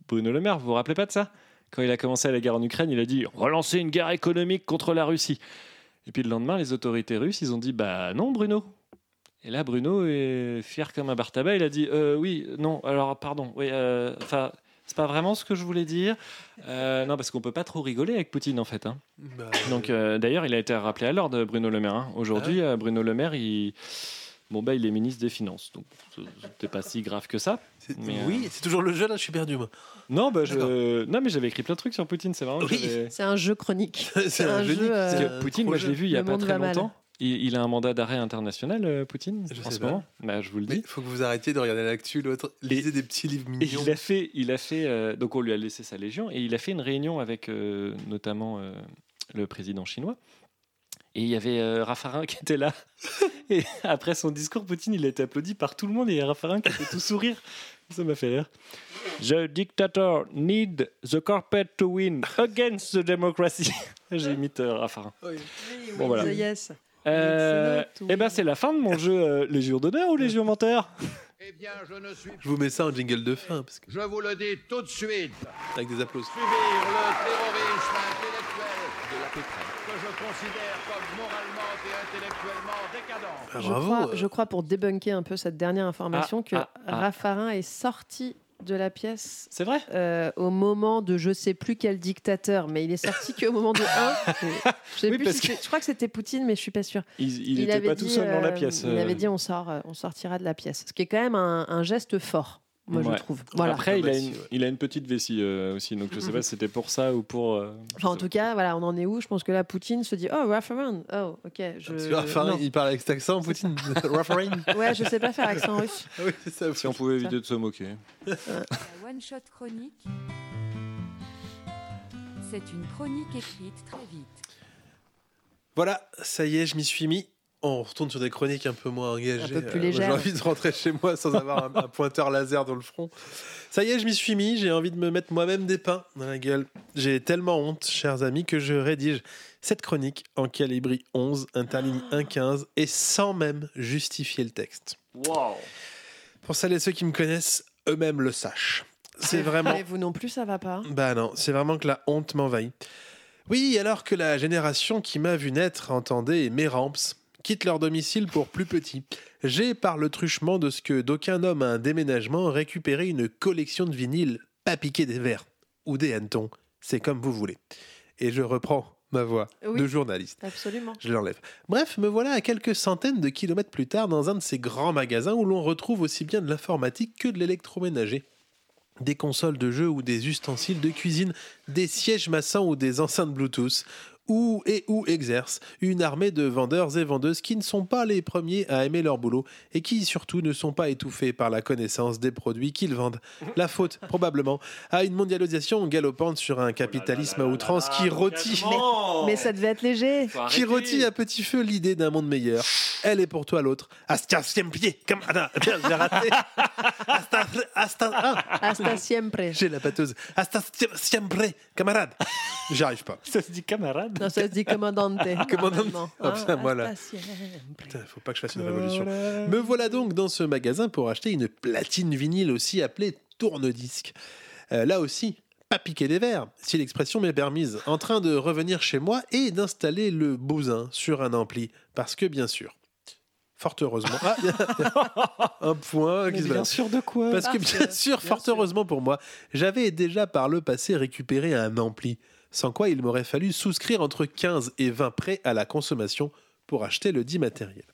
S4: Bruno Le Maire, vous vous rappelez pas de ça Quand il a commencé la guerre en Ukraine, il a dit « On va lancer une guerre économique contre la Russie ». Et puis le lendemain, les autorités russes, ils ont dit « Bah non, Bruno ». Et là, Bruno est fier comme un Bartaba, il a dit Euh, Oui, non, alors pardon, oui, euh, enfin, c'est pas vraiment ce que je voulais dire. Euh, non, parce qu'on peut pas trop rigoler avec Poutine, en fait. hein.
S2: Bah,
S4: Donc euh, d'ailleurs, il a été rappelé à l'ordre, Bruno Le Maire. hein. Aujourd'hui,
S2: Ah
S4: euh, Bruno Le Maire, il... Bon, bah, il est ministre des Finances, donc c'était pas si grave que ça.
S2: c'est-
S4: mais, euh,
S2: oui, c'est toujours le jeu là. Je suis perdu moi. (laughs)
S4: Non, bah, je-
S2: D'accord.
S4: non mais j'avais écrit plein de trucs sur Poutine, c'est marrant. que
S2: Oui. Euh,
S4: j'avais-
S1: C'est un jeu chronique.
S2: c'est
S1: un
S2: un,
S1: jeu,
S2: génie.
S1: euh,
S2: c'est
S4: Parce
S2: un
S4: que Poutine,
S2: gros
S4: moi
S2: jeu.
S4: je l'ai vu il y a
S1: Le
S4: pas
S1: monde
S4: très
S1: va mal.
S4: longtemps. Il, il a un mandat d'arrêt international, euh, Poutine,
S2: Je
S4: en
S2: sais
S4: ce
S2: pas.
S4: moment. Bah, je vous le
S2: Mais
S4: dis.
S2: il faut que vous arrêtiez de regarder l'actu, l'autre. Lisez des petits livres
S4: Et
S2: mignons.
S4: il a fait, il a fait euh, donc on lui a laissé sa légion et il a fait une réunion avec euh, notamment euh, le président chinois. Et il y avait euh, Raffarin qui était là. (laughs) Et après son discours, Poutine, il a été applaudi par tout le monde et il y a Raffarin qui était tout sourire. Ça m'a fait rire. The dictator need the carpet to win against the (laughs) democracy. J'ai imite euh, Raffarin.
S2: Oui.
S4: Bon, (laughs) voilà.
S1: The yes.
S4: Euh,
S1: It's not
S4: eh ben
S1: win.
S4: c'est la fin de mon jeu euh, Légion d'honneur ou Légion menteur
S5: Eh bien, je ne suis
S2: Je vous mets ça en jingle de fin, parce que,
S5: Je vous le dis tout de suite.
S2: avec des applaudissements.
S5: Subir le terrorisme intellectuel de la que je considère comme moralement et intellectuellement
S2: Ah,
S1: je,
S2: bravo.
S1: crois, je crois, pour débunker un peu cette dernière information,
S4: Ah,
S1: que
S4: ah, ah.
S1: Raffarin est sorti de la pièce
S4: C'est vrai
S1: euh, au moment de je sais plus quel dictateur, mais il est
S4: (laughs)
S1: sorti qu'au moment de 1. Je, sais
S4: Oui,
S1: plus
S4: parce
S1: si c'est- je crois que c'était Poutine, mais je suis pas sûre.
S4: Il n'était pas tout
S1: dit,
S4: seul dans la
S1: euh,
S4: pièce.
S1: Il
S4: euh.
S1: avait dit on, sort, euh, on sortira de la pièce. Ce qui est quand même un, un geste fort, moi
S4: Ouais.
S1: je trouve. Voilà.
S4: Après, il a,
S2: Diplomatie,
S4: une,
S2: ouais.
S4: il a une petite vessie euh, aussi, donc je sais
S1: Mhm.
S4: pas si c'était pour ça ou pour. euh,
S1: Enfin, en tout cas, voilà, on en est où Je pense que là, Poutine se dit Oh, Raffarin Oh, ok. Je...
S2: Parce que Raffarin,
S1: non.
S2: il parle avec cet accent, Poutine.
S1: (laughs)
S2: (laughs) Raffarin
S1: Ouais, je sais pas faire accent russe.
S2: Ah oui, c'est ça.
S4: Si on pouvait éviter de se moquer.
S6: La One Shot Chronique. C'est une chronique écrite très vite.
S2: Voilà, ça y est, je m'y suis mis. Oh, On retourne sur des chroniques un peu moins engagées.
S1: Un peu plus
S2: Euh,
S1: légères.
S2: J'ai envie de rentrer chez moi sans avoir un, un pointeur laser dans le front. Ça y est, je m'y suis mis. J'ai envie de me mettre moi-même des pains dans la gueule. J'ai tellement honte, chers amis, que je rédige cette chronique en calibri 11, interligne 1.15 et sans même justifier le texte.
S4: Wow
S2: Pour celles et ceux qui me connaissent, eux-mêmes le sachent. C'est vraiment
S1: Mais vous non plus, ça va pas.
S2: bah non, c'est vraiment que la honte m'envahit. Oui, alors que la génération qui m'a vu naître entendait mes ramps quittent leur domicile pour plus petit. J'ai, par le truchement de ce que d'aucun homme à un déménagement, récupéré une collection de vinyles, pas piqué des verres ou des hannetons, c'est comme vous voulez. Et je reprends ma voix
S1: Oui.
S2: de journaliste.
S1: Absolument.
S2: Je l'enlève. Bref, me voilà à quelques centaines de kilomètres plus tard dans un de ces grands magasins où l'on retrouve aussi bien de l'informatique que de l'électroménager. Des consoles de jeux ou des ustensiles de cuisine, des sièges massants ou des enceintes Bluetooth, où et où exerce une armée de vendeurs et vendeuses qui ne sont pas les premiers à aimer leur boulot et qui surtout ne sont pas étouffés par la connaissance des produits qu'ils vendent. La faute, probablement, à une mondialisation galopante sur un capitalisme à outrance qui rôtit
S4: Oh.
S1: Mais ça devait être léger.
S2: qui rôtit à petit feu l'idée d'un monde meilleur. Elle est pour toi l'autre. Hasta siempre, (laughs) camarada. Merde, j'ai raté. Hasta, hasta, ah,
S1: Hasta siempre.
S2: j'ai la pâteuse. Hasta siempre, camarade. J'y arrive pas.
S4: Ça se dit camarade
S1: Non, ça se dit
S2: (laughs)
S1: commandante.
S2: Commandante.
S1: normalement,
S2: Oh, putain, moi, là.
S1: hasta siempre.
S2: Putain, faut pas que je
S4: Euh,
S2: fasse une révolution. Me voilà donc dans ce magasin pour acheter une platine vinyle aussi appelée tourne-disque. Euh, là aussi, pas piquer des verres, si l'expression m'est permise, en train de revenir chez moi et d'installer le bousin sur un ampli, parce que bien sûr. Fort heureusement. (laughs) Ah, il y a un point qui se
S4: bien
S2: balance.
S4: sûr de quoi
S2: Parce que
S1: Parce
S2: bien
S1: que,
S2: sûr,
S1: bien
S2: fort
S1: sûr.
S2: heureusement pour moi, j'avais déjà par le passé récupéré un ampli, sans quoi il m'aurait fallu souscrire entre 15 et 20 prêts à la consommation pour acheter le dit matériel.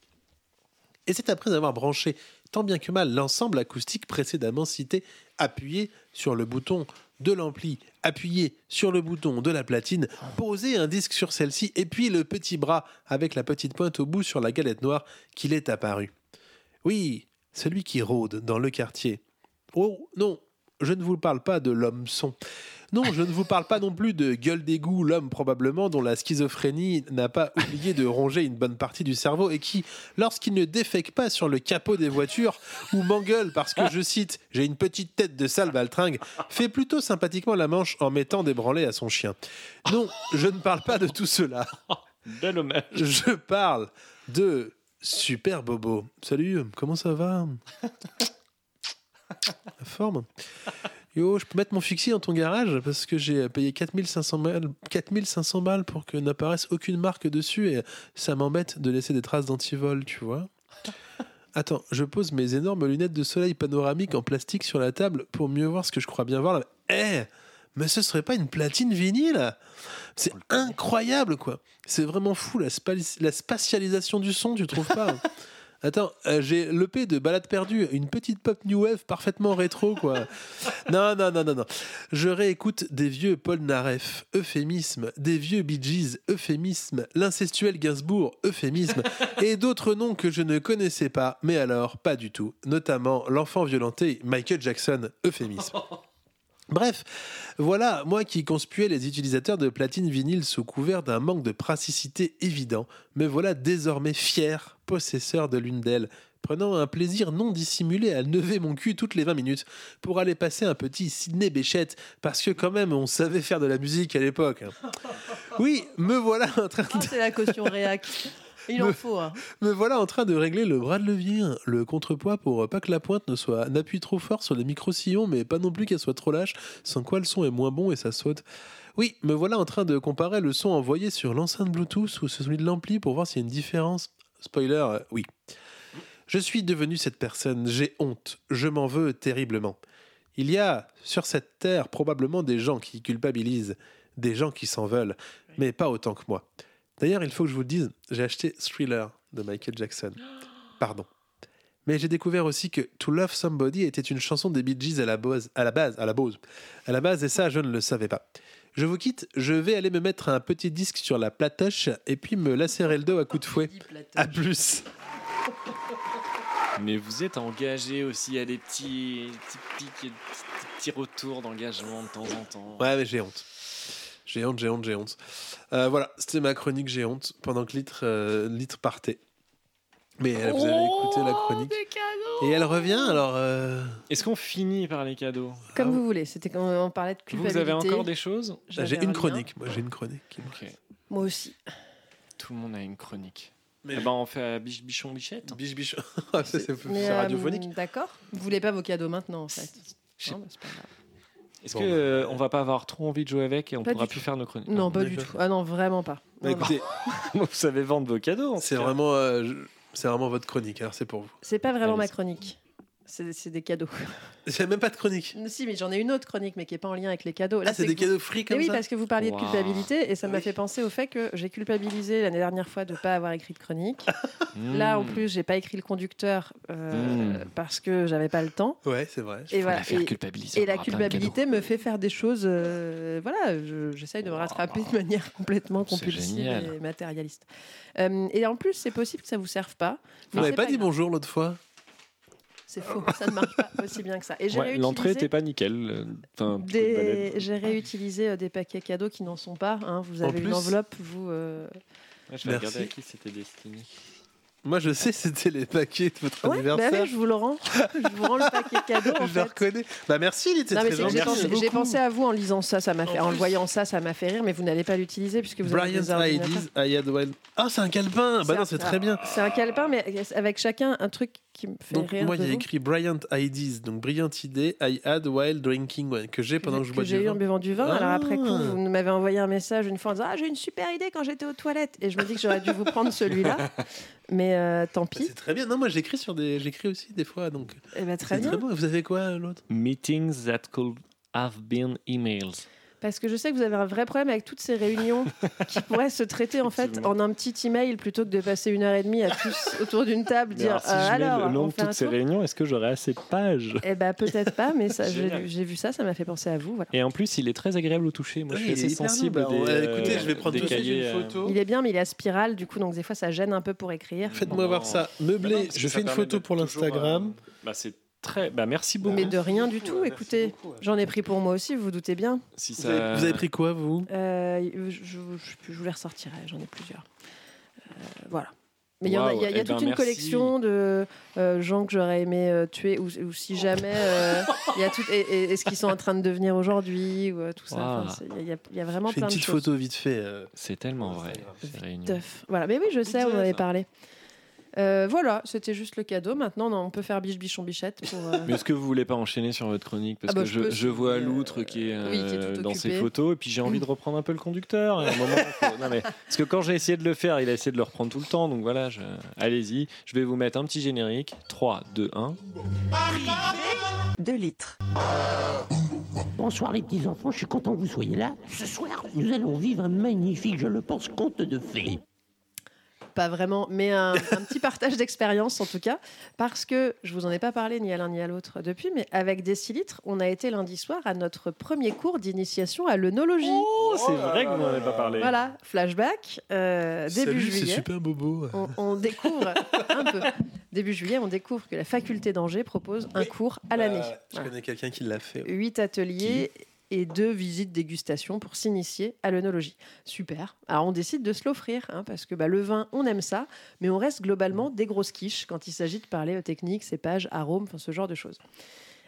S2: Et c'est après avoir branché tant bien que mal l'ensemble acoustique précédemment cité, appuyé sur le bouton de l'ampli, appuyé sur le bouton de la platine, posé un disque sur celle-ci, et puis le petit bras avec la petite pointe au bout sur la galette noire qu'il est apparu. Oui, celui qui rôde dans le quartier. Oh non, je ne vous parle pas de l'homme son. Non, je ne vous parle pas non plus de gueule d'égout, l'homme probablement dont la schizophrénie n'a pas oublié de ronger une bonne partie du cerveau et qui, lorsqu'il ne défèque pas sur le capot des voitures ou m'engueule parce que, je cite, j'ai une petite tête de sale baltringue, fait plutôt sympathiquement la manche en mettant des branlées à son chien. Non, je ne parle pas de tout cela.
S4: Bel hommage.
S2: Je parle de Super Bobo. Salut, comment ça va La forme Yo, je peux mettre mon fixie dans ton garage parce que j'ai payé 4500 balles, 4500 balles pour que n'apparaisse aucune marque dessus et ça m'embête de laisser des traces d'antivol, tu vois. Attends, je pose mes énormes lunettes de soleil panoramiques en plastique sur la table pour mieux voir ce que je crois bien voir là. Eh Mais ce serait pas une platine vinyle C'est incroyable quoi c'est vraiment fou la, spali- la spatialisation du son, tu trouves pas hein Attends, euh, j'ai l'EP de Balade perdue, une petite pop new wave parfaitement rétro, quoi. Non, non, non, non, non. Je réécoute des vieux Paul Naref, euphémisme, des vieux Bee Gees, euphémisme, l'incestuel Gainsbourg, euphémisme, et d'autres noms que je ne connaissais pas, mais alors pas du tout, notamment l'enfant violenté Michael Jackson, euphémisme. Bref, voilà, moi qui conspuais les utilisateurs de platine vinyle sous couvert d'un manque de praticité évident, me voilà désormais fier, possesseur de l'une d'elles, prenant un plaisir non dissimulé à lever mon cul toutes les 20 minutes pour aller passer un petit Sidney Béchette, parce que quand même on savait faire de la musique à l'époque. hein. Oui, me voilà en train
S1: Ah,
S2: de
S1: c'est la caution réac. Il en
S2: Me-
S1: faut. hein.
S2: me voilà en train de régler le bras de levier, hein, le contrepoids pour euh, pas que la pointe ne soit n'appuie trop fort sur les micro-sillons, mais pas non plus qu'elle soit trop lâche, sans quoi le son est moins bon et ça saute. Oui, me voilà en train de comparer le son envoyé sur l'enceinte Bluetooth ou celui de l'ampli pour voir s'il y a une différence. Spoiler, euh, oui. Je suis devenu cette personne, j'ai honte, je m'en veux terriblement. Il y a sur cette terre probablement des gens qui culpabilisent, des gens qui s'en veulent, mais pas autant que moi. D'ailleurs, il faut que je vous le dise, j'ai acheté Thriller de Michael Jackson. Pardon. Mais j'ai découvert aussi que To Love Somebody était une chanson des Bee Gees à la base, à la base, à la base, à la base, et ça, je ne le savais pas. Je vous quitte, je vais aller me mettre un petit disque sur la platoche et puis me lacérer le dos à coups de fouet.
S1: Ah, bah,
S2: Ah, À plus.
S4: Mais vous êtes engagé aussi à des petits, petits pics et des petits, petits retours d'engagement de temps en temps.
S2: Ouais, mais j'ai honte. J'ai honte, j'ai honte, j'ai honte. Euh, voilà, c'était ma chronique J'ai honte pendant que Litre, euh, Litre partait. Mais euh, vous avez écouté la chronique. Et elle revient alors. euh,
S4: Est-ce qu'on finit par les cadeaux
S1: Comme vous voulez, c'était quand on parlait de culpabilité.
S4: Vous avez encore des choses
S1: J'avais
S2: J'ai
S1: un
S2: une
S1: lien.
S2: chronique, moi j'ai une chronique. qui me-
S4: Ok.
S1: Moi aussi.
S4: Tout le monde a une chronique.
S2: Mais-
S1: Ah
S4: Eh ben, on fait euh, biche- bichon bichette.
S2: Biche (laughs) biche. Ah, ça, c'est
S1: Mais,
S2: c'est radiophonique.
S1: euh, D'accord. Vous voulez pas vos cadeaux maintenant, en fait
S4: Je sais
S1: Non, mais c'est pas grave.
S4: Est-ce
S2: Bon,
S4: qu'on
S2: bah,
S4: que euh, on va pas avoir trop envie de jouer avec et on
S1: Pas
S4: pourra
S1: du
S4: plus faire nos chroniques
S1: Non, pas du
S2: d'accord.
S1: tout. Ah non, vraiment pas.
S2: Bah,
S1: Non, non.
S2: écoutez,
S4: (laughs) Vous savez vendre vos cadeaux. en
S2: c'est
S4: tout cas.
S2: vraiment, euh, je- c'est vraiment votre chronique. Alors c'est pour vous.
S1: C'est pas vraiment ma
S4: Allez-y.
S1: chronique. C'est c'est des
S2: (laughs)
S1: cadeaux.
S2: J'ai même pas de chronique.
S1: si, mais j'en ai une autre chronique, mais qui est pas en lien avec les cadeaux.
S2: Là, Ah, c'est des
S1: que vous-
S2: cadeaux free
S1: Mais
S2: comme
S1: oui,
S2: ça.
S1: parce que vous parliez
S4: Waouh.
S1: de culpabilité et ça m'a
S2: Oui.
S1: fait penser au fait que j'ai culpabilisé l'année dernière fois de ne pas avoir écrit de chronique.
S4: Mmh.
S1: Là, en plus, j'ai pas écrit le conducteur euh,
S4: Mm.
S1: parce que j'avais pas le temps.
S2: Ouais, c'est vrai.
S1: Et
S4: Faut la
S1: voilà.
S4: faire
S1: Et-
S4: culpabiliser.
S1: Et
S4: on
S1: la
S4: aura plein de
S1: culpabilité me fait faire des choses. euh, voilà, je- j'essaye de me rattraper de manière (laughs) complètement
S4: C'est
S1: compulsive
S4: génial.
S1: et matérialiste. Euh, et en plus, c'est possible que ça vous serve pas.
S2: Vous
S1: mais
S2: m'avez
S1: c'est
S2: pas dit
S1: grave.
S2: bonjour l'autre fois.
S1: C'est faux, ça ne marche pas aussi bien que ça. Et
S4: cadeaux.
S1: j'ai
S4: Ouais,
S1: réutilisé
S4: L'entrée était pas nickel. euh, enfin, coup de
S1: des-
S4: balade.
S1: J'ai réutilisé euh, des paquets cadeaux qui n'en sont pas. hein. Vous
S2: En
S1: avez
S2: plus-
S1: une enveloppe, vous. euh,
S4: Ouais, Ah, je vais
S2: Merci.
S4: regarder à qui c'était destiné.
S2: Moi, je sais, c'était les paquets de votre
S1: Ouais, bah
S2: anniversaire.
S1: oui, je vous le rends. je vous rends le paquet cadeau. En
S2: (laughs) je le
S1: fait.
S2: reconnais. Bah merci, il était
S1: Non, mais
S2: très
S1: c'est que j'ai
S2: gentil.
S1: pensé, j'ai pensé à vous en lisant ça, ça m'a fait, en, le voyant ça, ça m'a fait rire, mais vous n'allez pas l'utiliser puisque vous avez
S2: Brian's
S1: des ordinateurs.
S2: Ideas, I had one. Ah, c'est un calepin. Bah
S1: un-
S2: non, c'est très bien.
S1: C'est un calepin, mais avec chacun un truc qui me fait
S2: Donc
S1: rire.
S2: moi, il y a
S1: devant,
S2: écrit Bryant IDs, donc Brilliant idée I had while drinking one, que j'ai pendant que je bois
S1: j'ai
S2: du
S1: eu en
S2: vin.
S1: buvant du vin.
S2: Ah.
S1: Alors après coup, vous m'avez envoyé un message une fois en disant ah j'ai une super idée quand j'étais aux toilettes et je me dis que j'aurais dû vous prendre
S2: (laughs)
S1: celui-là, mais euh, tant
S2: Bah,
S1: pis.
S2: C'est très bien. Non, moi j'écris sur des, j'écris aussi des fois, donc
S1: Eh ben,
S2: c'est
S1: très bien.
S2: très bon. Vous avez quoi l'autre
S4: Meetings that could have been emails.
S1: Parce que je sais que vous avez un vrai problème avec toutes ces réunions
S2: (laughs)
S1: qui pourraient se traiter en fait
S4: Effectivement.
S1: en un petit email plutôt que de passer une heure et demie à
S2: (laughs)
S1: tous autour d'une table
S4: Mais
S1: dire
S4: alors, si
S1: Euh,
S4: je mets
S1: alors
S4: le
S1: on
S4: nom de
S1: fait un
S4: toutes ces
S1: tour
S4: réunions, est-ce que j'aurai assez de pages
S1: Eh ben peut-être pas, mais
S2: (laughs)
S1: ça,
S4: Génial.
S1: j'ai j'ai vu ça, ça m'a fait penser à vous. voilà.
S4: Et en plus, il est très agréable au toucher. Moi, je suis
S2: Oui, il est
S4: assez
S2: hyper
S4: sensible.
S2: noble.
S4: des,
S2: Ouais,
S4: euh,
S2: écoutez, je vais prendre
S4: des
S2: tout de suite
S4: cahiers,
S2: une
S4: euh,
S2: photo.
S1: Il est bien, mais il est à spirale, du coup, donc des fois ça gêne un peu pour écrire.
S2: Faites-moi
S4: Non.
S2: voir ça.
S4: Bah non,
S2: Meublé.
S4: parce que
S2: Je
S4: ça
S2: fais une
S4: permet
S2: photo
S4: d'être
S2: pour
S4: toujours,
S2: l'Instagram.
S4: euh, bah, c'est très. Bah, merci beaucoup.
S1: Mais de rien du tout, écoutez. J'en ai pris pour moi aussi, vous vous doutez bien.
S4: Si
S2: Vous avez-
S4: ça-
S2: vous avez pris quoi vous
S1: Euh, je, je, je vous les ressortirai, j'en ai plusieurs. Euh, voilà. Mais il y en a- il y a, il y a
S4: Waouh, eh
S1: toute
S4: ben,
S1: une
S4: merci.
S1: collection de euh, gens que j'aurais aimé euh, tuer, ou, ou si jamais. euh, Il y a tout, et, et- et ce qu'ils sont en train de devenir aujourd'hui, ou euh, tout ça.
S4: Waouh.
S1: Enfin, c'est- Il y a- il y, a- il y a vraiment
S2: Je fais
S1: plein
S2: une
S1: de
S2: petite
S1: choses.
S2: photo vite fait. euh,
S4: C'est tellement vrai. ces réunions.
S1: Teuf. Voilà, mais oui, je sais, on en avait parlé. Euh, voilà, c'était juste le cadeau. Maintenant, non, on peut faire biche bichon bichette pour. euh,
S4: (laughs) Mais est-ce que vous voulez pas enchaîner sur votre chronique Parce
S1: Ah bah,
S4: que
S1: je
S4: je,
S1: peux,
S4: je
S1: si vous
S4: vois
S1: voulez,
S4: Loutre
S1: euh,
S4: qui est euh,
S1: oui, qui est tout
S4: dans ses
S1: occupé.
S4: photos, et puis j'ai envie de reprendre un peu le conducteur. à un moment, faut- non, mais- parce que quand j'ai essayé de le faire, il a essayé de le reprendre tout le temps. Donc voilà, je- allez-y. Je vais vous mettre un petit générique. 3, 2, 1.
S11: 2 litres.
S3: Bonsoir les petits enfants, je suis content que vous soyez là. Ce soir, nous allons vivre un magnifique, je le pense, conte de fées.
S1: Pas vraiment, mais un, (laughs) un petit partage d'expérience en tout cas, parce que je vous en ai pas parlé ni à l'un ni à l'autre depuis, mais avec des 6 litres, on a été lundi soir à notre premier cours d'initiation à l'œnologie.
S4: Oh, c'est vrai que vous n'en avez pas parlé.
S1: Voilà, flashback, euh, début
S2: Salut, c'est
S1: juillet.
S2: super bobo.
S1: On, on découvre un peu. Début juillet, on découvre que la faculté d'Angers propose un
S2: Oui.
S1: cours à l'année.
S2: Euh, Je
S1: Voilà.
S2: connais quelqu'un qui l'a fait.
S1: Huit ateliers et deux visites dégustation pour s'initier à l'œnologie. Super. Alors on décide de se l'offrir hein, parce que bah, le vin, on aime ça, mais on reste globalement des grosses quiches quand il s'agit de parler aux techniques, cépages, arômes, enfin, ce genre de choses.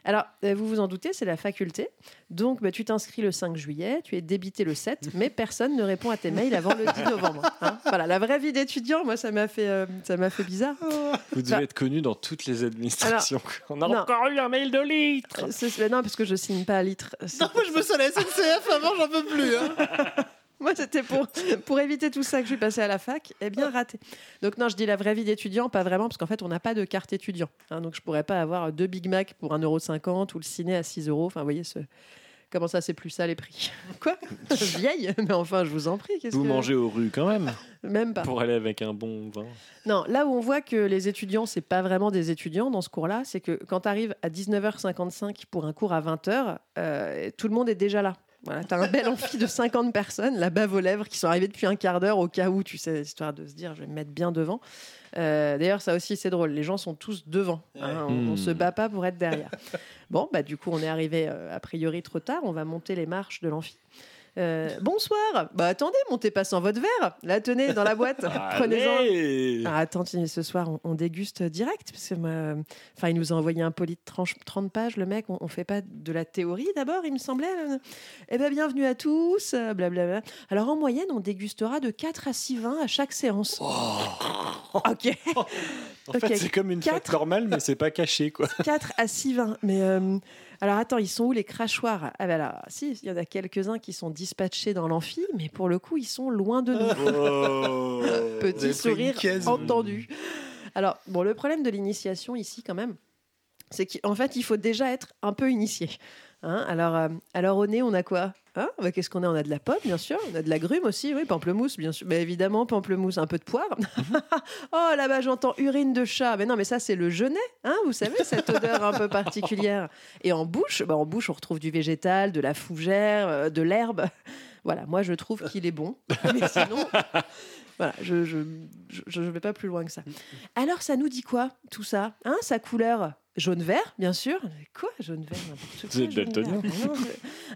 S1: Alors, euh, vous vous en doutez, c'est la faculté. Donc, bah, tu t'inscris le 5 juillet, tu es débité le 7, mais personne ne répond à tes mails avant le 10 novembre. hein. Voilà, la vraie vie d'étudiant, moi, ça m'a fait, euh, ça m'a fait bizarre.
S4: Vous devez
S1: Enfin-
S4: être connu dans toutes les administrations. (laughs) on a
S1: non.
S4: encore eu un mail de litre.
S1: Euh, c'est- (laughs) Non, parce que je signe pas à litre. C'est-
S2: Non, moi je me sens la SNCF avant, j'en peux plus. hein.
S1: Moi, c'était pour, pour éviter tout ça que je suis passée à la fac. Eh bien, raté. Donc, non, je dis la vraie vie d'étudiant, pas vraiment, parce qu'en fait, on n'a pas de carte étudiant. hein, donc, je pourrais pas avoir deux Big Mac pour 1,50€ ou le ciné à 6 euros. Enfin, vous voyez, ce... comment ça, c'est plus ça les prix (laughs) Quoi Vieille Mais enfin, je vous en prie. qu'est-ce
S4: Vous
S1: que-
S4: mangez aux rues quand même.
S1: Même pas.
S4: Pour aller avec un bon vin.
S1: Non, là où on voit que les étudiants, c'est pas vraiment des étudiants dans ce cours-là, c'est que quand tu arrives à 19h55 pour un cours à 20h, euh, tout le monde est déjà là. Voilà, t'as un bel amphi de 50 personnes, la bave aux lèvres, qui sont arrivées depuis un quart d'heure au cas où, tu sais, histoire de se dire, je vais me mettre bien devant. Euh, D'ailleurs, ça aussi, c'est drôle, les gens sont tous devant. hein,
S12: Ouais.
S1: on, on
S12: Hmm.
S1: se bat pas pour être derrière. (laughs) bon, bah du coup, on est arrivé euh, a priori trop tard, on va monter les marches de l'amphi. Euh, bonsoir. Bah attendez, montez pas sans votre verre. Là, tenez dans la boîte. Prenez-en. Ah, attends, tenez, ce soir, on, on déguste direct. Parce que, euh, enfin, il nous a envoyé un poli de tranche- 30 pages, le mec. On, on fait pas de la théorie d'abord, il me semblait. euh. Eh ben, bienvenue à tous. euh, Blablabla. Alors, en moyenne, on dégustera de 4 à 6 vins à chaque séance. ok. (laughs)
S4: En
S1: Ok.
S4: fait, c'est comme une fête normale, mais c'est pas
S1: (laughs)
S4: caché, quoi.
S1: 4 à 6 vins. Mais euh, alors attends, ils sont où les crachoirs Ah ben là, si, il y en a quelques-uns qui sont dispatchés dans l'amphi, mais pour le coup, ils sont loin de
S4: Oh.
S1: nous.
S12: Euh, Vous avez
S1: Petit
S12: pris une
S1: sourire
S12: caisse.
S1: entendu. Alors, bon, le problème de l'initiation ici, quand même, c'est qu'en fait, il faut déjà être un peu initié. Hein alors, euh, alors, au nez, on a quoi Hein Bah, Qu'est-ce qu'on a On a de la pomme, bien sûr. On a de la grume aussi, oui, pamplemousse, bien sûr. Bah, évidemment, pamplemousse, un peu de poivre.
S12: Mm-hmm.
S1: (laughs) oh, là-bas, j'entends urine de chat. Mais non, mais ça, c'est le genêt, hein vous savez, cette odeur un peu particulière. Et en bouche, bah, en bouche, on retrouve du végétal, de la fougère, euh, de l'herbe. (laughs) Voilà, moi, je trouve qu'il est
S4: (laughs)
S1: bon. Mais sinon, voilà, je ne je, je- je vais pas plus loin que ça. Alors, ça nous dit quoi, tout ça hein, Sa couleur jaune-vert, bien sûr. Mais Quoi, jaune-vert n'importe quoi,
S4: Vous êtes
S1: jaune-vert.
S4: daltonien.
S1: Non, je-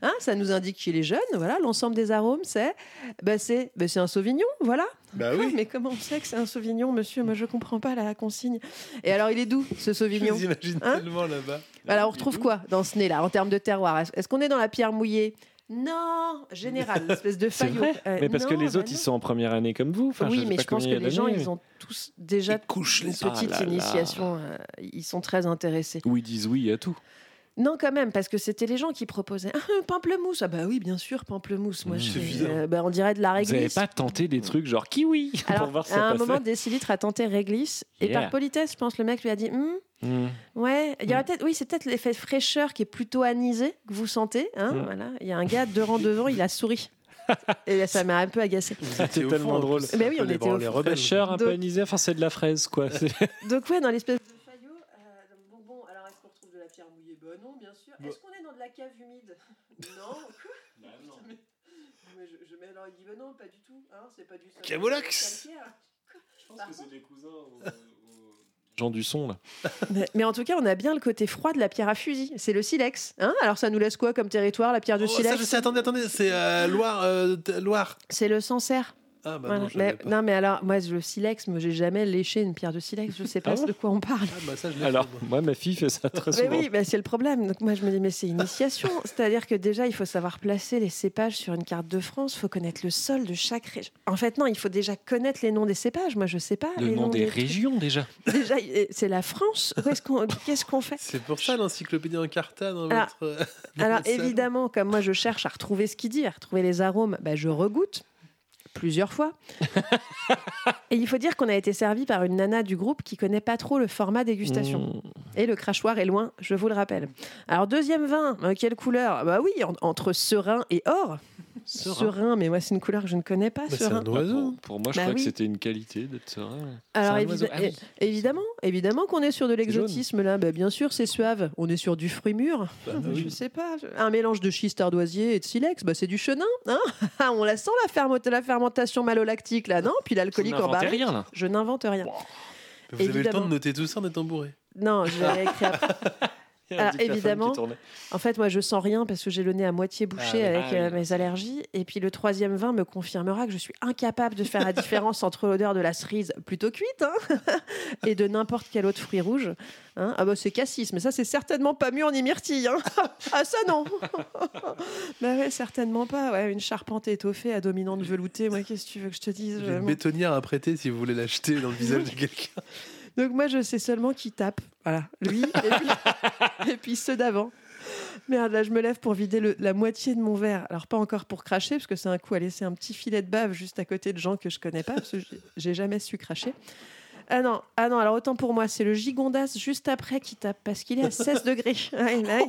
S1: Hein, ça nous indique qu'il est jeune. Voilà, l'ensemble des arômes, c'est bah, c'est bah, c'est un sauvignon, voilà.
S2: Bah
S1: (laughs)
S4: Ah
S1: Quoi, Mais comment on sait que c'est un sauvignon, monsieur Moi, je comprends pas la consigne.
S4: (laughs)
S1: Et alors, il est doux, ce
S2: Je
S1: sauvignon
S2: vous imagine
S1: Hein
S2: tellement là-bas.
S1: voilà, on
S4: Mhm.
S1: retrouve quoi dans ce nez-là, en termes de terroir Est-ce- Est-ce qu'on est dans la pierre mouillée Non, général, espèce de
S4: (laughs) C'est
S1: faillot.
S4: vrai.
S1: Euh,
S4: mais parce que
S1: non,
S4: les
S1: bah
S4: autres, ils sont en première année comme vous. Enfin,
S1: oui,
S4: sais
S1: mais
S4: pas
S1: je pense que
S4: combien il y a
S1: les gens,
S4: d'années,
S1: ils
S4: mais-
S1: ont tous déjà une
S4: Ah
S1: petite
S4: là là.
S1: initiation. euh, ils sont très intéressés.
S4: Ou ils disent oui à tout.
S1: Non, quand même, parce que c'était les gens qui proposaient ah, pamplemousse. Ah bah oui, bien sûr, pamplemousse. Moi,
S4: Mmh.
S1: je fais,
S4: C'est évident.
S1: euh, bah, on dirait de la
S4: Vous n'avez
S1: réglisse.
S4: pas tenté des trucs genre kiwi
S1: (laughs) Alors,
S4: pour voir si
S1: à
S4: ça
S1: un
S4: passait
S1: moment, Décilitre a tenté réglisse et
S4: Yeah.
S1: par politesse, je pense, le mec lui a dit. Hmm,
S4: Hmm.
S1: Ouais, il y aurait
S2: Mm.
S1: peut-être, oui, c'est peut-être l'effet fraîcheur qui est plutôt anisé que vous sentez. hein,
S4: Mm.
S1: voilà. Il y a un gars deux rangs devant, il a
S2: (laughs)
S1: souri. Et ça m'a un peu agacé.
S4: C'était tellement drôle.
S1: Mais oui, on était au fond.
S4: Fraîcheur, un peu
S1: Donc-
S4: anisé, enfin c'est de la fraise quoi. C'est-
S1: Donc ouais, dans l'espèce de faillot, euh, bonbon. Alors est-ce qu'on retrouve de la pierre mouillée Ben non, bien sûr.
S2: Bah.
S1: Est-ce qu'on est dans de la cave
S2: (laughs)
S1: humide Non. Quoi Putain, (laughs) mais- mais je, je mets alors il dit ben non, pas du tout. Hein, c'est pas du sol.
S2: Camoulox
S1: C'est calcaire. Quoi Par contre-
S4: Gens du son là.
S1: Mais, mais en tout cas, on a bien le côté froid de la pierre à fusil. C'est le silex. Hein Alors ça nous laisse quoi comme territoire, la pierre de
S2: Oh,
S1: silex
S2: ça, je sais, attendez, attendez, c'est euh, Loire. euh, t- Loire.
S1: C'est le Sancerre.
S2: Ah, bah
S1: Voilà.
S2: non, je l'avais
S1: mais,
S2: pas.
S1: non, mais alors, moi, le silex, moi, j'ai jamais léché une pierre de silex. Je sais pas
S4: Ah bon
S1: de quoi on parle.
S2: Ah, bah ça, je l'ai
S4: Alors, moi ma fille fait ça très
S1: Mais
S4: souvent.
S1: oui, bah, c'est le problème. Donc moi, je me dis, mais c'est
S4: (laughs)
S1: initiation. C'est-à-dire que déjà, il faut savoir placer les cépages sur une carte de France. Il faut connaître le sol de chaque région. En fait, non, il faut déjà connaître les noms des cépages. Moi, je sais pas.
S4: Le
S1: les
S4: nom
S1: noms
S4: des régions déjà.
S1: Déjà, et c'est la France. Où est-ce qu'on- Qu'est-ce qu'on fait
S2: C'est pour ça l'encyclopédie en carta dans
S1: Alors-
S2: (laughs) votre. euh, dans
S1: Alors
S2: votre salle.
S1: évidemment, comme moi je cherche à retrouver ce qu'il dit, à retrouver les arômes, bah, je regoute plusieurs
S4: (laughs)
S1: fois. et il faut dire qu'on a été servi par une nana du groupe qui connaît pas trop le format dégustation.
S4: Hmm.
S1: Et le crachoir est loin, je vous le rappelle. Alors deuxième vin, euh, quelle couleur Bah oui, en- entre serein et or.
S4: Serin.
S1: Serein, mais moi c'est une couleur que je ne connais
S2: Bah,
S1: pas.
S4: Bah,
S1: serin.
S4: Pour, pour moi je
S1: Bah
S4: crois que
S1: oui.
S4: c'était une qualité d'être serein.
S1: Alors euh,
S4: C'est un
S1: évi-
S4: oiseau. Ah oui.
S1: é- évidemment, évidemment qu'on est sur de l'exotisme là. Bah, bien sûr, c'est suave. On est sur du fruit mûr. Je sais pas. Un mélange de schiste ardoisier et de silex, bah, c'est du chenin. Hein (laughs) Ah, On la sent la, fermo- la fermentation malolactique là, non Puis l'alcoolique
S2: Vous
S1: en
S2: n'inventez
S1: barrique.
S2: rien, là.
S1: Je n'invente rien.
S2: Vous avez le temps
S1: évidemment.
S2: de noter tout ça en étant bourré.
S1: Non, je vais écrire après.
S2: Il y a un
S1: Alors,
S2: dictaphone qui
S1: évidemment,
S2: tournait.
S1: en fait, moi, je sens rien parce que j'ai le nez à moitié bouché
S2: Ah oui.
S1: avec
S2: Ah oui.
S1: euh, mes allergies. Et puis, le troisième vin me confirmera que je suis incapable de faire
S2: (laughs)
S1: la différence entre l'odeur de la cerise plutôt cuite hein, (laughs) et de n'importe quel autre fruit rouge. Hein. Ah bah, c'est cassis, mais ça, c'est certainement pas mûr ni myrtille. hein. (laughs) ah ça, non (laughs) Bah ouais, certainement pas. Ouais, une charpente étoffée à dominante veloutée. Moi, qu'est-ce que tu veux que je te dise
S2: J'ai une
S1: vraiment
S2: bétonnière à prêter si vous voulez l'acheter dans le visage
S1: (laughs)
S2: de quelqu'un. (laughs)
S1: donc moi, je sais seulement qui tape. Voilà, lui et puis, et puis ceux d'avant. Merde, là, je me lève pour vider le- la moitié de mon verre. Alors, pas encore pour cracher, parce que c'est un coup à laisser un petit filet de bave juste à côté de gens que je connais pas, parce que j'ai- j'ai jamais su cracher. Ah non, ah non, alors autant pour moi, c'est le gigondas juste après qui tape, parce qu'il est à 16 degrés. (laughs) Aïe, aïe.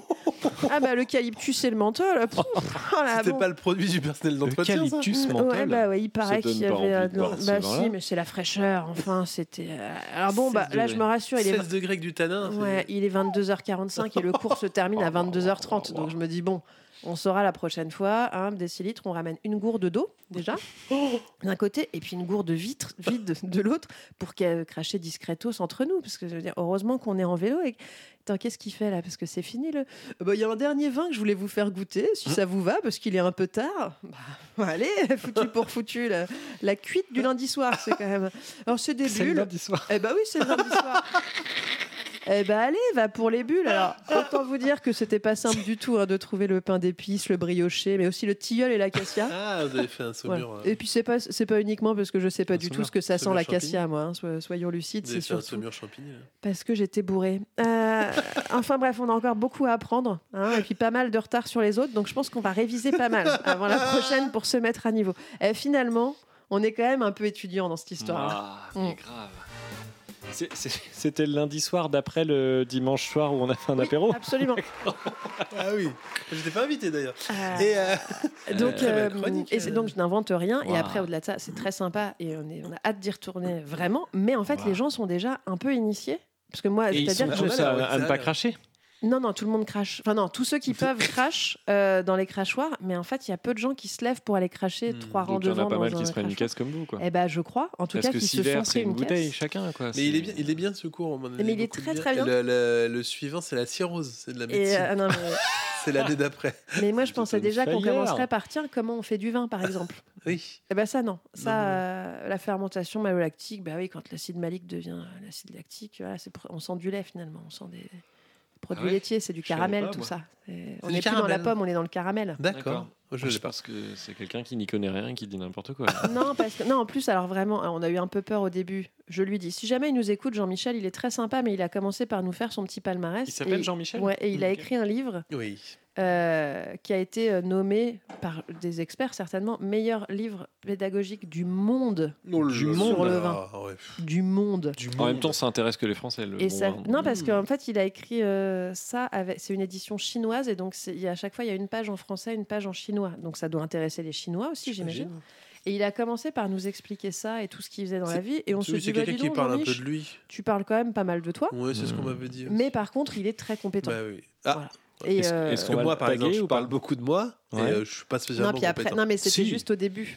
S1: Ah bah, l'eucalyptus et le menthol. pff, oh là,
S2: C'était
S1: bon.
S2: pas le produit du personnel d'entretien. ça
S4: Eucalyptus
S1: Ouais,
S4: mental.
S1: bah ouais, il paraît
S4: Ça donne
S1: qu'il y
S4: pas envie
S1: avait.
S4: de
S1: un-
S4: boire ce
S1: bah
S4: vin-là.
S1: si, mais c'est la fraîcheur. Enfin, c'était. euh, Alors bon,
S2: 16
S1: bah là,
S2: degrés.
S1: je me rassure, il est.
S2: 16 degrés que du tanin. c'est-
S1: Ouais, il est 22h45 et le cours se termine à 22h30. Donc je me dis, bon, on saura la prochaine fois, hein, décilitre, on ramène une gourde d'eau déjà, d'un côté, et puis une gourde vitre, vide de l'autre, pour qu'elle cracher discretos entre nous. Parce que je veux dire, heureusement qu'on est en vélo. Et... Attends, qu'est-ce qu'il fait là Parce que c'est fini le. Euh, bah, Il y a un dernier vin que je voulais vous faire goûter, si ça vous va, parce qu'il est un peu tard. Bah, allez, (laughs) foutu pour foutu, la, la cuite du lundi soir, c'est quand même. Alors c'est des
S4: C'est le
S1: bulles.
S4: lundi soir.
S1: Eh ben oui, c'est le lundi soir. Eh ben allez, va pour les bulles. Alors, autant vous dire que c'était pas simple du tout hein, de trouver le pain d'épices, le brioché, mais aussi le tilleul et l'acacia.
S2: Ah, vous avez fait un
S1: Voilà.
S2: saumur. euh,
S1: Et puis c'est pas c'est pas uniquement parce que je sais pas du tout
S2: saumur-
S1: ce que ça sent
S2: saumur
S1: l'acacia moi. hein. So- soyons lucides,
S2: vous
S1: c'est
S2: avez fait un
S1: surtout
S2: saumur champignon. là.
S1: parce que j'étais bourré. enfin bref, on a encore beaucoup à apprendre hein, et puis pas mal de retard sur les autres, donc je pense qu'on va réviser pas mal avant la prochaine pour se mettre à niveau. Et finalement, on est quand même un peu étudiant dans cette histoire. hein.
S4: Ah, mais grave. C'est- c'est- C'était le lundi soir d'après le dimanche soir où on a fait un apéro.
S1: Absolument.
S2: Ah oui, je t'ai pas invité d'ailleurs.
S1: Ah.
S2: Et euh,
S1: Donc,
S2: Très belle
S1: euh,
S2: chronique,
S1: et c'est-
S2: euh.
S1: donc je n'invente rien.
S4: Waouh.
S1: Et après, au-delà de ça, c'est très sympa et on, est- on a hâte d'y retourner vraiment. Mais en fait, les gens sont déjà un peu initiés. Parce que moi,
S4: Et ils
S1: c'est-à-dire
S4: sont
S1: que
S4: tous
S1: je-
S4: à, à ne pas cracher.
S1: Non, non, tout le monde crache. Enfin, non, tous ceux qui peuvent crachent euh, dans les crachoirs. Mais en fait, il y a peu de gens qui se lèvent pour aller cracher trois rangs
S4: Hmm, Donc il y en
S1: devant.
S4: a pas
S1: dans
S4: mal
S1: un
S4: qui se prennent une
S1: crachoir.
S4: caisse comme vous. Quoi.
S1: Eh ben, je crois. En tout
S4: Parce
S1: cas,
S4: que
S1: qui se
S4: si
S1: font
S4: verre, c'est
S1: créer
S4: une bouteille
S1: caisse.
S4: chacun. Quoi.
S2: Mais il est bien, il est bien ce cours. on m'en a
S1: Mais
S2: dit
S1: il est
S2: beaucoup de
S1: très,
S2: bien.
S1: très bien.
S2: Le, le- le suivant, c'est la cirrhose, c'est de la
S1: Et,
S2: médecine.
S1: euh, non, mais-
S4: (laughs)
S2: C'est l'année d'après.
S1: mais moi, je pensais
S4: une
S1: déjà qu'on
S4: frayeur.
S1: commencerait par tiens, comment on fait du vin, par exemple.
S2: Oui.
S1: Eh ben ça non, ça
S2: Non, non, non.
S1: euh, la fermentation malolactique, bah oui quand l'acide malique devient euh, l'acide lactique, voilà, c'est pr- on sent du lait finalement, on sent des produits
S4: Ah ouais
S1: laitiers, c'est du
S4: Je savais
S1: caramel
S4: pas,
S1: tout
S4: moi.
S1: ça. C'est- On
S2: du
S1: n'est plus dans la
S2: caramel.
S1: pomme, on est dans le
S4: (laughs)
S1: caramel.
S2: D'accord. Oh, Je
S4: Ah, Je
S2: l'ai pas.
S4: pense que c'est quelqu'un qui n'y connaît rien, qui dit n'importe quoi.
S1: non parce que non en plus alors vraiment hein, on a eu un peu peur au début. Je lui dis si jamais il nous écoute Jean-Michel, il est très sympa mais il a commencé par nous faire son petit palmarès.
S4: Il s'appelle
S1: et-
S4: Jean-Michel
S1: Ouais et il a
S4: Ok.
S1: écrit un livre
S2: Oui.
S1: euh, qui a été euh, nommé par des experts certainement meilleur livre pédagogique du monde
S2: du
S1: monde. Sur le vin.
S2: Ah,
S1: du monde.
S4: En même temps, ça intéresse que les Français. Le
S1: Et
S4: bon
S1: ça-
S4: vin.
S1: Non,
S2: Mmh.
S1: parce qu'en fait, il a écrit euh, ça, avec... c'est une édition chinoise, et donc c'est- il y a, à chaque fois, il y a une page en français, une page en chinois. Donc ça doit intéresser les Chinois aussi, j'imagine. Et il a commencé par nous expliquer ça et tout ce qu'il faisait dans la
S2: C'est-
S1: vie, et on se dit,
S2: C'est
S1: bah,
S2: quelqu'un
S1: dis
S2: qui
S1: donc,
S2: parle un peu
S1: Jean-Mich,
S2: de lui.
S1: tu parles quand même pas mal de toi,
S2: Ouais, c'est ce qu'on
S4: Hmm.
S2: m'avait dit.
S1: mais par contre, il est très compétent.
S2: Bah oui. Ah,
S1: Voilà. Et,
S4: Est-ce-
S1: euh,
S4: est-ce
S2: parce
S4: qu'on
S2: que
S4: va
S2: moi,
S4: le
S2: par
S4: taguer
S2: exemple, je
S4: ou pas
S2: parle beaucoup de moi, et
S4: Ouais.
S2: euh, je suis pas
S1: non,
S2: spécialement
S1: puis après,
S2: compétent.
S1: non, mais c'était
S4: Si.
S1: juste au début.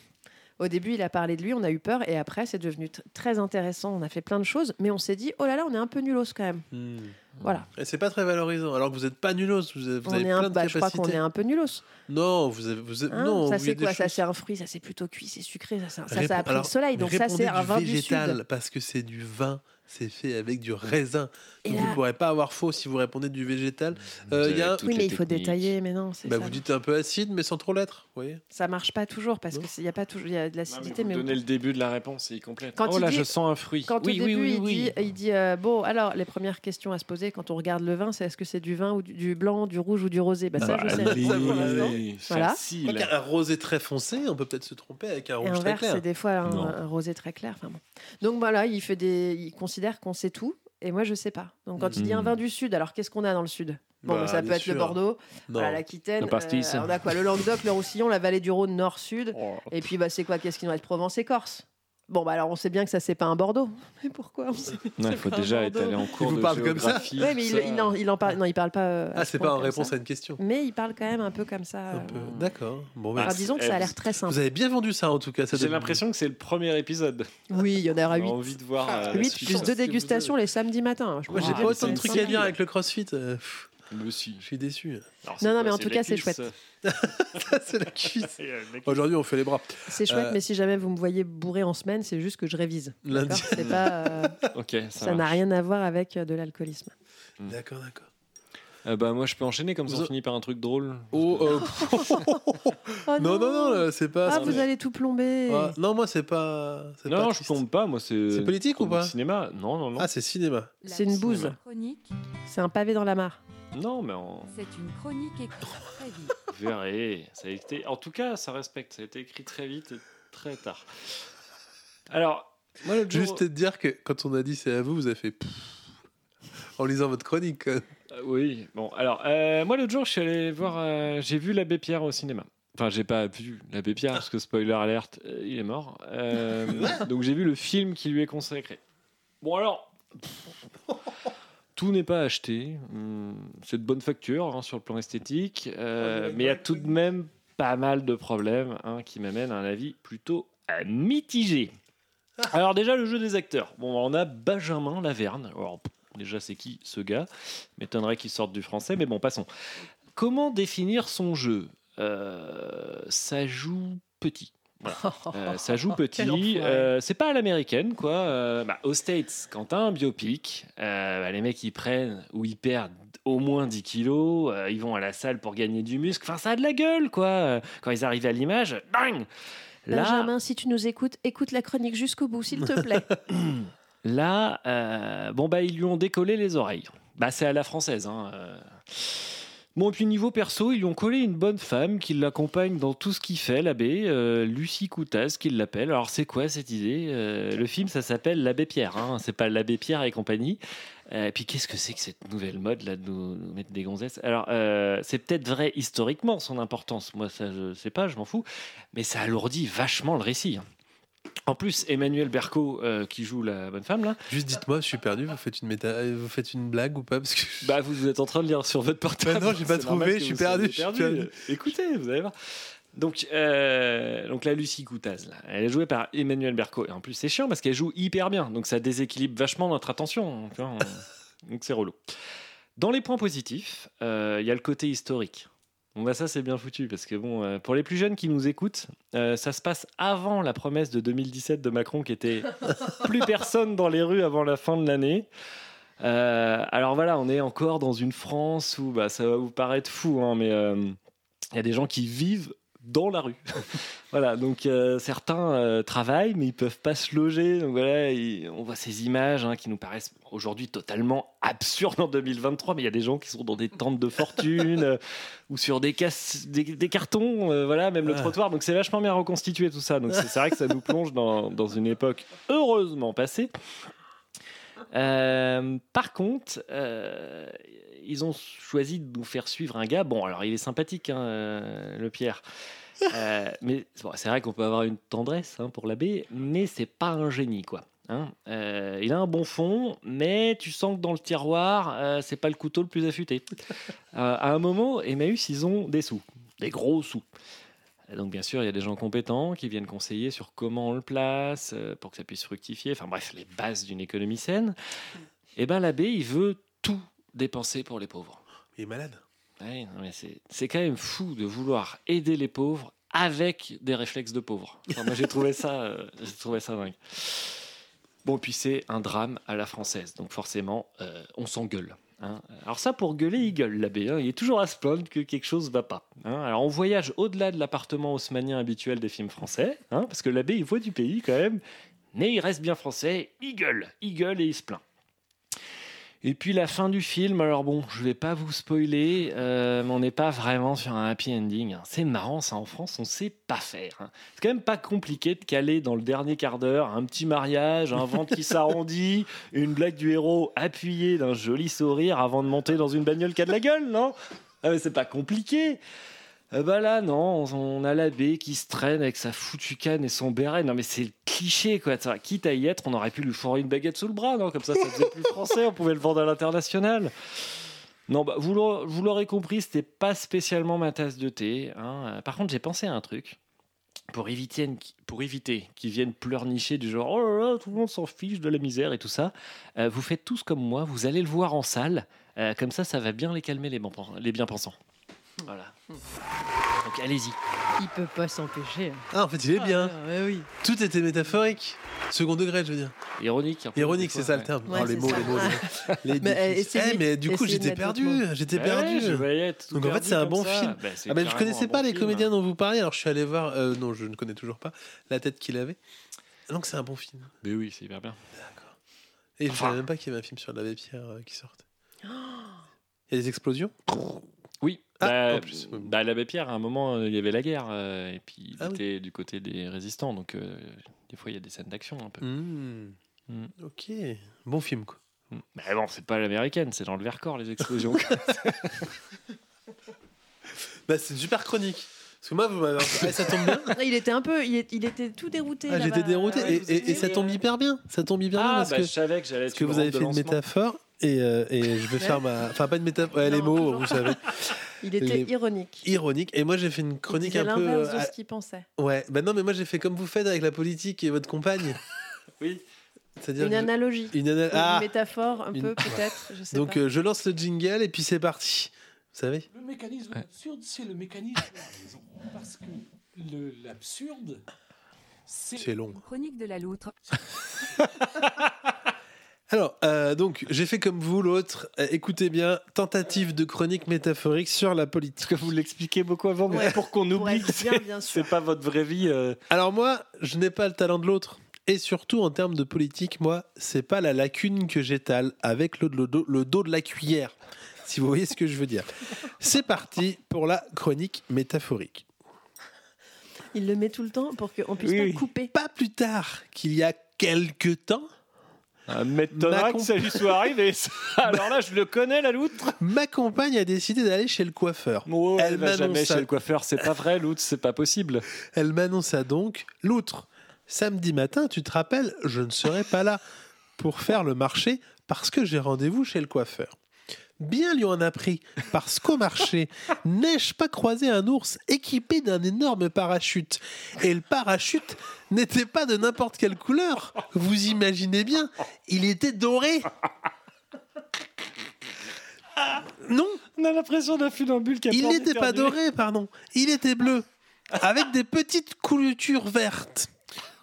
S1: Au début, il a parlé de lui, on a eu peur, et après, c'est devenu t- très intéressant. On a fait plein de choses, mais on s'est dit, oh là là, on est un peu nulos quand même.
S2: Hmm.
S1: Voilà.
S2: Et c'est pas très valorisant. Alors que vous n'êtes pas nulos, vous avez, vous
S1: on
S2: avez
S1: est
S2: plein
S1: un,
S2: de
S1: bah, je crois
S2: capacités.
S1: qu'on est un peu nulos.
S2: Non, vous avez, vous avez-
S1: Hein, ça
S2: non, vous avez
S1: c'est
S2: des
S1: quoi Ça
S2: choses-
S1: c'est un fruit, ça c'est plutôt cuit, c'est sucré, ça c'est un- ça,
S2: Répo-
S1: ça a pris
S2: alors,
S1: le soleil, donc ça
S2: répondez
S1: c'est un
S2: du
S1: vin
S2: végétal,
S1: du sud.
S2: parce que c'est du vin, c'est fait avec du raisin.
S1: Et
S2: Donc
S1: là-
S2: vous ne pourrez pas avoir faux si vous répondez du végétal. Euh, il y a un-
S4: Toutes
S1: Oui, mais
S4: les
S1: il faut
S4: techniques.
S1: détailler, mais non, c'est
S2: Bah,
S1: ça.
S2: vous dites un peu acide, mais sans trop l'être. vous voyez
S1: Ça marche pas toujours parce
S2: Non.
S1: qu'il y a pas toujours, il y a de
S4: Non, mais
S1: l'acidité,
S4: vous
S1: mais,
S4: donnez le début de la réponse et il complète.
S1: Quand
S4: oh
S1: il
S4: là,
S1: dit-
S4: je sens un fruit.
S1: quand
S4: oui,
S1: au
S4: oui,
S1: début
S4: oui,
S1: il
S4: oui.
S1: dit, il dit euh, bon, alors les premières questions à se poser quand on regarde le vin, c'est est-ce que c'est du vin ou du, du blanc, du rouge ou du rosé Bah ça je sais.
S4: Allez,
S2: Ça, pour l'instant.
S1: Voilà.
S2: Je crois
S4: Facile.
S2: qu'un rosé très foncé, on peut peut-être se tromper avec un
S1: Et un
S2: rouge très
S1: vert, c'est
S2: clair.
S1: des fois un,
S4: Non.
S1: un rosé très clair. Enfin bon. Donc voilà, il fait des, il considère qu'on sait tout. Et moi, je sais pas. Donc, quand il dit un
S4: Mm.
S1: vin du Sud, alors qu'est-ce qu'on a dans le Sud Bon,
S2: Hmm. Bah,
S1: mais ça peut
S2: bien
S1: être
S2: sûr.
S1: le Bordeaux,
S2: Non.
S1: Voilà, l'Aquitaine.
S4: Le pastis.
S1: euh, on a quoi Le Languedoc, le Roussillon, la vallée du Rhône, Nord-Sud. Et puis, bah, c'est quoi Qu'est-ce qui nous reste Provence et Corse. Bon, bah alors on sait bien que ça, c'est pas un Bordeaux. (laughs) Mais pourquoi on sait
S4: Non, il faut
S1: pas
S4: déjà
S1: un
S4: être
S1: Bordeaux.
S4: allé en cours
S2: vous
S4: de
S2: parle comme ça
S4: géographie.
S1: Ouais, mais il,
S4: ça.
S1: il en, il en parle. Non, il parle pas. euh, à
S2: Ah,
S1: ce
S2: c'est
S1: point
S2: pas
S1: comme
S2: en réponse
S1: ça.
S2: à une question.
S1: Mais il parle quand même un peu comme ça.
S2: Un
S1: euh. ah,
S2: peu. D'accord. Bon, bah,
S1: Enfin, disons que ça a l'air très simple.
S2: vous avez bien vendu ça en tout cas. ça
S4: J'ai
S2: donne-
S4: l'impression que c'est le premier épisode.
S1: Oui, il y en aura
S4: J'ai
S1: 8.
S4: envie de voir.
S2: bah,
S4: euh, la
S1: 8
S4: suite.
S1: plus 2 dégustations les samedis matins. Je
S2: Moi, j'ai
S1: pense
S4: Ah,
S2: pas
S1: que
S2: autant
S1: c'est
S2: de trucs à
S1: sympa.
S2: dire avec le crossfit. euh, pff,
S4: Mais si.
S2: je
S1: (laughs)
S2: suis déçu.
S4: Alors,
S1: Non,
S4: c'est
S1: non,
S4: quoi,
S1: mais en tout cas, c'est
S4: l'éclipse.
S1: chouette.
S2: Ça, c'est la cuisse.
S4: Il y a euh, le mec qui-
S2: Aujourd'hui, on fait les bras.
S1: C'est chouette,
S2: Euh,
S1: mais si jamais vous me voyez bourré en semaine, c'est juste que je
S2: (laughs)
S1: révise.
S2: Lundi.
S1: D'accord C'est pas, euh,
S4: Ok, ça,
S1: ça n'a
S4: marche.
S1: rien à voir avec euh, de l'alcoolisme.
S2: D'accord, d'accord.
S4: Euh, bah, moi, je peux enchaîner comme ça,
S2: Vous
S4: on
S2: en-
S4: finit par un truc drôle.
S2: Oh, euh,
S1: Oh
S4: Ah,
S2: (laughs) non, euh, non, non, là, c'est pas.
S1: Ah,
S2: c'est-
S1: vous allez tout plomber.
S2: Ah, non, moi, c'est pas. c'est
S4: Non,
S2: pas
S4: non, je
S2: triste.
S4: pompe pas, moi, c'est.
S2: C'est politique ou
S4: chronique
S2: pas
S4: Cinéma Non, non, non.
S2: Ah, c'est cinéma.
S6: La
S1: C'est une bouse.
S6: chronique
S1: C'est un pavé dans la mare.
S4: Non,
S2: (laughs)
S4: mais on
S6: C'est une chronique écrite très vite.
S4: verrait. Ça a été... En tout cas, ça respecte. Ça a été écrit très vite et très tard. Alors, moi, l'autre jour-
S2: Juste te dire que quand on a dit c'est à vous, vous avez fait pfff en lisant votre chronique. quoi.
S4: Euh, oui, bon, alors, euh, moi l'autre jour, je suis allé voir, euh, j'ai vu l'abbé Pierre au cinéma. Enfin, j'ai pas vu l'abbé Pierre, parce que spoiler alerte, euh, il est mort. Euh, donc j'ai vu le film qui lui est consacré. Bon alors, pff, tout n'est pas acheté, Hum, c'est de bonne facture hein, sur le plan esthétique, euh, mais il y a tout de même pas mal de problèmes hein, qui m'amènent à un avis plutôt euh, mitigé. Alors déjà, le jeu des acteurs. Bon, on a Benjamin Laverne. Alors, pff, déjà, c'est qui ce gars M'étonnerait qu'il sorte du français, mais bon, passons. Comment définir son jeu Euh, Ça joue petit. Voilà. Euh, ça joue
S1: Oh, Quel
S4: petit.
S1: enfoiré.
S4: Euh, c'est pas à l'américaine, quoi. Euh, bah, aux States, quand t'as un biopic, euh, bah, les mecs ils prennent ou ils perdent au moins 10 kilos, euh, ils vont à la salle pour gagner du muscle. Enfin, ça a de la gueule, quoi. Euh, Quand ils arrivent à l'image, bang Là,
S1: Benjamin, si tu nous écoutes, écoute la chronique jusqu'au bout, s'il te
S2: (laughs)
S1: plaît.
S4: Là, euh, bon bah ils lui ont décollé les oreilles. Bah c'est à la française. Hein, euh. Bon et puis niveau perso, ils lui ont collé une bonne femme qui l'accompagne dans tout ce qu'il fait, l'abbé euh, Lucie Coutaz, qui l'appelle. Alors c'est quoi cette idée Euh, Le film ça s'appelle l'abbé Pierre. Hein, c'est pas l'abbé Pierre et compagnie. Euh, et puis qu'est-ce que c'est que cette nouvelle mode là de nous, nous mettre des gonzesses Alors euh, c'est peut-être vrai historiquement son importance. Moi ça je sais pas, je m'en fous. Mais ça alourdit vachement le récit. hein. En plus, Emmanuel Berco, euh, qui joue la bonne femme, là,
S2: Juste dites-moi, je suis perdu, vous faites une, méta... euh, vous faites une blague ou pas parce que je-
S4: Bah, vous êtes en train de lire sur votre portable.
S2: Bah non, j'ai pas
S4: C'est normal
S2: trouvé,
S4: que
S2: je suis
S4: vous soyez
S2: perdu, je suis perdu.
S4: Écoutez, vous allez voir. Donc, euh, donc la Lucie Coutaz, là, elle est jouée par Emmanuel Berco. Et en plus, c'est chiant parce qu'elle joue hyper bien. Donc, ça déséquilibre vachement notre attention. tu
S2: (laughs)
S4: vois, on- donc, c'est relou. Dans les points positifs, euh, il y a le côté historique. Bon, bah, ça, c'est bien foutu parce que, bon, euh, pour les plus jeunes qui nous écoutent, euh, ça se passe avant la promesse de 2017 de Macron qui
S2: (laughs)
S4: était plus personne dans les rues avant la fin de l'année. Euh, alors voilà, on est encore dans une France où bah, ça va vous paraître fou, hein, mais euh, il y a des gens qui vivent dans la rue. (laughs) voilà, donc euh, certains euh, travaillent, mais ils peuvent pas se loger. Donc voilà, ils- on voit ces images hein, qui nous paraissent aujourd'hui totalement absurdes en 2023, mais il y a des gens qui sont dans des tentes de fortune euh, ou sur des, casse- des, des cartons, euh, voilà, même le
S2: Ouais.
S4: trottoir. Donc c'est vachement bien reconstitué tout ça. Donc c'est c'est vrai que ça nous plonge dans, dans une époque heureusement passée. Euh, par contre, euh, ils ont choisi de nous faire suivre un gars. Bon, alors il est sympathique, hein, euh, le Pierre. Euh, mais bon, c'est vrai qu'on peut avoir une tendresse hein, pour l'abbé, mais c'est pas un génie, quoi. hein. Euh, il a un bon fond, mais tu sens que dans le tiroir, euh, c'est pas le couteau le plus affûté. Euh, à un moment, Emmaüs, ils ont des sous, des gros sous. Donc bien sûr, il y a des gens compétents qui viennent conseiller sur comment on le place euh, pour que ça puisse fructifier. Enfin bref, les bases d'une économie saine. Et ben l'abbé, il veut tout dépenser pour les pauvres.
S2: Il est malade.
S4: Ouais, non, mais c'est- c'est quand même fou de vouloir aider les pauvres avec des réflexes de pauvres. Enfin, moi j'ai trouvé ça, euh, j'ai trouvé ça dingue. Bon, puis c'est un drame à la française, donc forcément euh, on s'engueule. hein. Alors ça, pour gueuler, il gueule l'abbé. hein. Il est toujours à se plaindre que quelque chose va pas. hein. Alors on voyage au-delà de l'appartement haussmanien habituel des films français, hein, parce que l'abbé il voit du pays quand même, mais il reste bien français. Il gueule, il gueule et il se plaint. Et puis la fin du film, alors bon, je vais pas vous spoiler, euh, mais on n'est pas vraiment sur un happy ending. hein. C'est marrant, ça en France, on sait pas faire. hein. C'est quand même pas compliqué de caler dans le dernier quart d'heure un petit mariage, un ventre qui s'arrondit, (laughs) une blague du héros appuyée d'un joli sourire avant de monter dans une bagnole qui a de la gueule, non Ah mais c'est pas compliqué euh, bah là, non, on- on a l'abbé qui se traîne avec sa foutue canne et son béret. Non, mais c'est le cliché, quoi. Ça, Quitte à y être, on aurait pu lui fourrer une baguette sous le bras, non Comme ça, ça faisait plus français, on pouvait le vendre à l'international. Non, bah, vous l'aurez vous l'aurez compris, c'était pas spécialement ma tasse de thé. hein. Euh, Par contre, j'ai pensé à un truc. Pour éviter, une- pour éviter qu'ils viennent pleurnicher du genre oh là là, tout le monde s'en fiche de la misère et tout ça, euh, vous faites tous comme moi, vous allez le voir en salle, Euh, comme ça, ça va bien les calmer, les, bon- les bien-pensants. Voilà. Donc allez-y.
S1: Il peut pas s'empêcher.
S2: Ah, en fait, il est bien.
S1: oui.
S2: Tout était métaphorique. Second degré, je veux dire.
S4: Ironique. hein. un peu,
S2: Ironique,
S4: des fois,
S2: c'est ça le
S4: ouais.
S2: terme.
S1: Ouais,
S2: oh, les
S1: c'est
S2: mots,
S1: ça.
S2: les mots. les mots.
S1: (laughs)
S2: Les
S1: Mais, euh,
S2: difficultés.
S1: essayez-
S2: Eh, mais du coup,
S1: essayez de
S2: j'étais
S1: mettre d'autres
S2: perdu.
S1: mots.
S2: J'étais
S4: Bah
S2: perdu.
S4: ouais, je voyais tout
S2: Donc, en
S4: perdu
S2: fait, c'est un
S4: comme
S2: bon
S4: ça.
S2: film.
S4: Bah, c'est
S2: Ah, mais je
S4: carrément
S2: connaissais
S4: un
S2: pas
S4: bon
S2: les
S4: film. hein.
S2: comédiens dont vous parlez, alors je suis allé voir. euh, non, je ne connais toujours pas la tête qu'il avait. Donc c'est un bon film.
S4: Mais oui, c'est hyper bien.
S2: Et je
S1: Oh.
S4: Enfin.
S2: savais même pas qu'il y avait un film sur l'abbé Pierre euh, qui sortait. Il y a des explosions
S4: Oui.
S2: Ah,
S4: bah,
S2: en plus, Ah oui.
S4: bah, l'abbé Pierre, à un moment, euh, il y avait la guerre, euh, et puis il était du côté des résistants, donc euh, des fois, il y a des scènes d'action un peu.
S1: Mmh.
S2: Hmm. Ok, bon film quoi.
S4: Hmm. Mais bon, c'est pas l'américaine, c'est dans le Vercors,
S2: (laughs)
S4: les explosions.
S2: Bah, c'est une super chronique. Parce que moi, vous m'avez. Eh, ça
S1: (laughs)
S2: tombe bien.
S1: Ah, Il était un peu, il, est- il était tout dérouté.
S2: Ah,
S1: là-bas.
S2: J'étais dérouté.
S1: Ouais,
S2: Et-
S1: vous
S2: et,
S1: étiez-
S2: et ça tombe hyper bien. Ça tombe hyper bien
S4: Ah,
S2: parce
S4: bah,
S2: que,
S4: je savais que j'allais
S2: parce
S4: être
S2: que
S4: une
S2: vous avez
S4: grande
S2: fait
S4: de
S2: une
S4: lancement.
S2: métaphore. Et, euh, et je vais
S1: Ouais.
S2: faire ma. Enfin, pas une métaphore. ouais, les mots, vous savez.
S1: Il était
S2: Les-
S1: ironique.
S2: Ironique. Et moi, j'ai fait une chronique
S1: il
S2: un peu.
S1: l'inverse
S2: euh,
S1: de ce qu'il pensait.
S2: Ouais, bah non, mais moi j'ai fait comme vous faites avec la politique et votre compagne.
S4: (laughs) oui.
S2: C'est-à-dire
S1: Une
S2: que-
S1: analogie.
S2: Une ana- Ah
S1: Une métaphore, un
S2: Une-
S1: peu, peut-être. Je sais
S2: Donc
S1: pas.
S2: euh, je lance le jingle et puis c'est parti. Vous savez
S12: Le mécanisme absurde, c'est le mécanisme de la raison. Parce que le- l'absurde,
S2: C'est long.
S6: Chronique de la loutre.
S2: Alors, euh, donc, j'ai fait comme vous l'autre. Euh, écoutez bien, tentative de chronique métaphorique sur la politique.
S4: Vous l'expliquez beaucoup avant, mais pour qu'on oublie que c'est- c'est pas votre vraie vie. euh,
S2: Alors moi, je n'ai pas le talent de l'autre. Et surtout en termes de politique, moi, c'est pas la lacune que j'étale avec le, le dos- le dos de la cuillère, si vous voyez ce que je veux dire. C'est parti pour la chronique métaphorique.
S1: Il le met tout le temps pour qu'on puisse
S2: Oui,
S1: pas
S2: oui.
S1: couper.
S2: Pas plus tard qu'il y a quelque temps.
S4: M'étonnera Ah, que ça lui soit
S2: (laughs)
S4: arrivé. ça. Alors là, je le connais, la loutre.
S2: Ma compagne a décidé d'aller chez le coiffeur.
S4: elle va jamais
S2: m'annonça-
S4: chez le coiffeur, c'est pas vrai, loutre, c'est pas possible.
S2: Elle m'annonça donc l'outre. Samedi matin, tu te rappelles, je ne serai pas là pour faire le marché parce que j'ai rendez-vous chez le coiffeur. Bien lui en a pris, parce qu'au
S4: (laughs)
S2: marché, n'ai-je pas croisé un ours équipé d'un énorme parachute Et le parachute n'était pas de n'importe quelle couleur, vous imaginez bien, il était
S4: (laughs)
S2: doré Non
S4: On a l'impression d'un funambule qui a
S2: Il
S4: peur
S2: n'était pas
S4: d'éternuer.
S2: doré, pardon. Il était bleu, avec des petites coulutures vertes.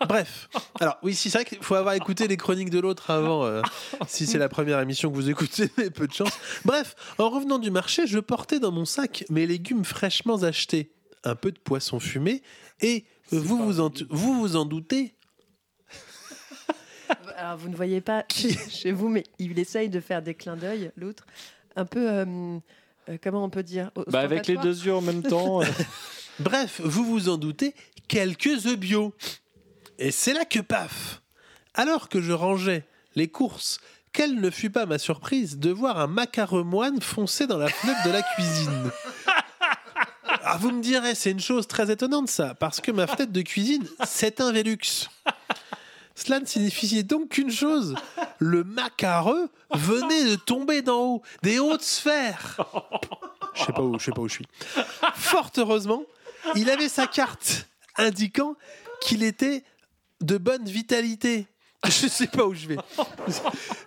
S2: Bref. Alors, oui, si c'est vrai qu'il faut avoir écouté les chroniques de l'autre avant, euh, si c'est la première émission que vous écoutez, mais peu de chance. Bref, en revenant du marché, je portais dans mon sac mes légumes fraîchement achetés, un peu de poisson fumé, et vous vous, en, vous vous en doutez,
S1: Alors, vous ne voyez
S2: (laughs)
S1: pas chez- (laughs) chez vous, mais il essaye de faire des clins d'œil, l'autre. Un peu. euh, euh, comment on peut dire Au-
S4: Bah, avec les
S1: ostentatoire
S4: deux yeux en même temps. euh.
S2: Bref, vous vous en doutez, quelques œufs bio. Et c'est là que paf Alors que je rangeais les courses, quelle ne fut pas ma surprise de voir un macaremoine foncer dans la fenêtre de la cuisine. Ah, vous me direz, c'est une chose très étonnante ça, parce que ma fenêtre de cuisine, c'est un Velux. Cela ne signifiait donc qu'une chose, le macareux venait de tomber d'en haut, des hautes sphères. Je sais pas où, je sais pas où je suis. Fort heureusement, il avait sa carte indiquant qu'il était de bonne vitalité. (laughs) Je sais pas où je vais.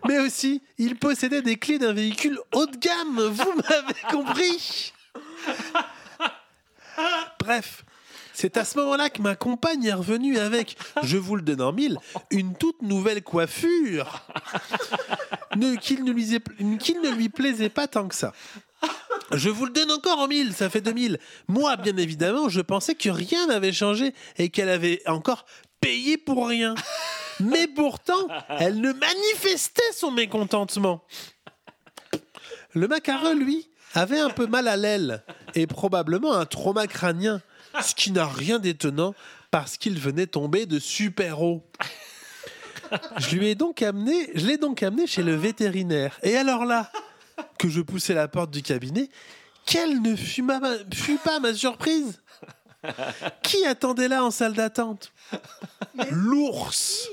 S2: Mais aussi, il possédait des clés d'un véhicule haut de gamme. Vous m'avez compris. Bref, c'est à ce moment-là que ma compagne est revenue avec, je vous le donne en mille, une toute nouvelle coiffure ne- qu'il ne, lui plaisait- qu'il ne lui plaisait pas tant que ça. Je vous le donne encore en mille, ça fait 2000. Moi, bien évidemment, je pensais que rien n'avait changé et qu'elle avait encore payé pour rien. Mais pourtant, elle ne manifestait son mécontentement. Le macareux, lui, avait un peu mal à l'aile et probablement un trauma crânien, ce qui n'a rien d'étonnant parce qu'il venait tomber de super haut. Je lui ai donc amené, je l'ai donc amené chez le vétérinaire. Et alors là, que je poussais la porte du cabinet, quelle ne fut, ma- fut pas ma surprise Qui attendait là en salle d'attente L'ours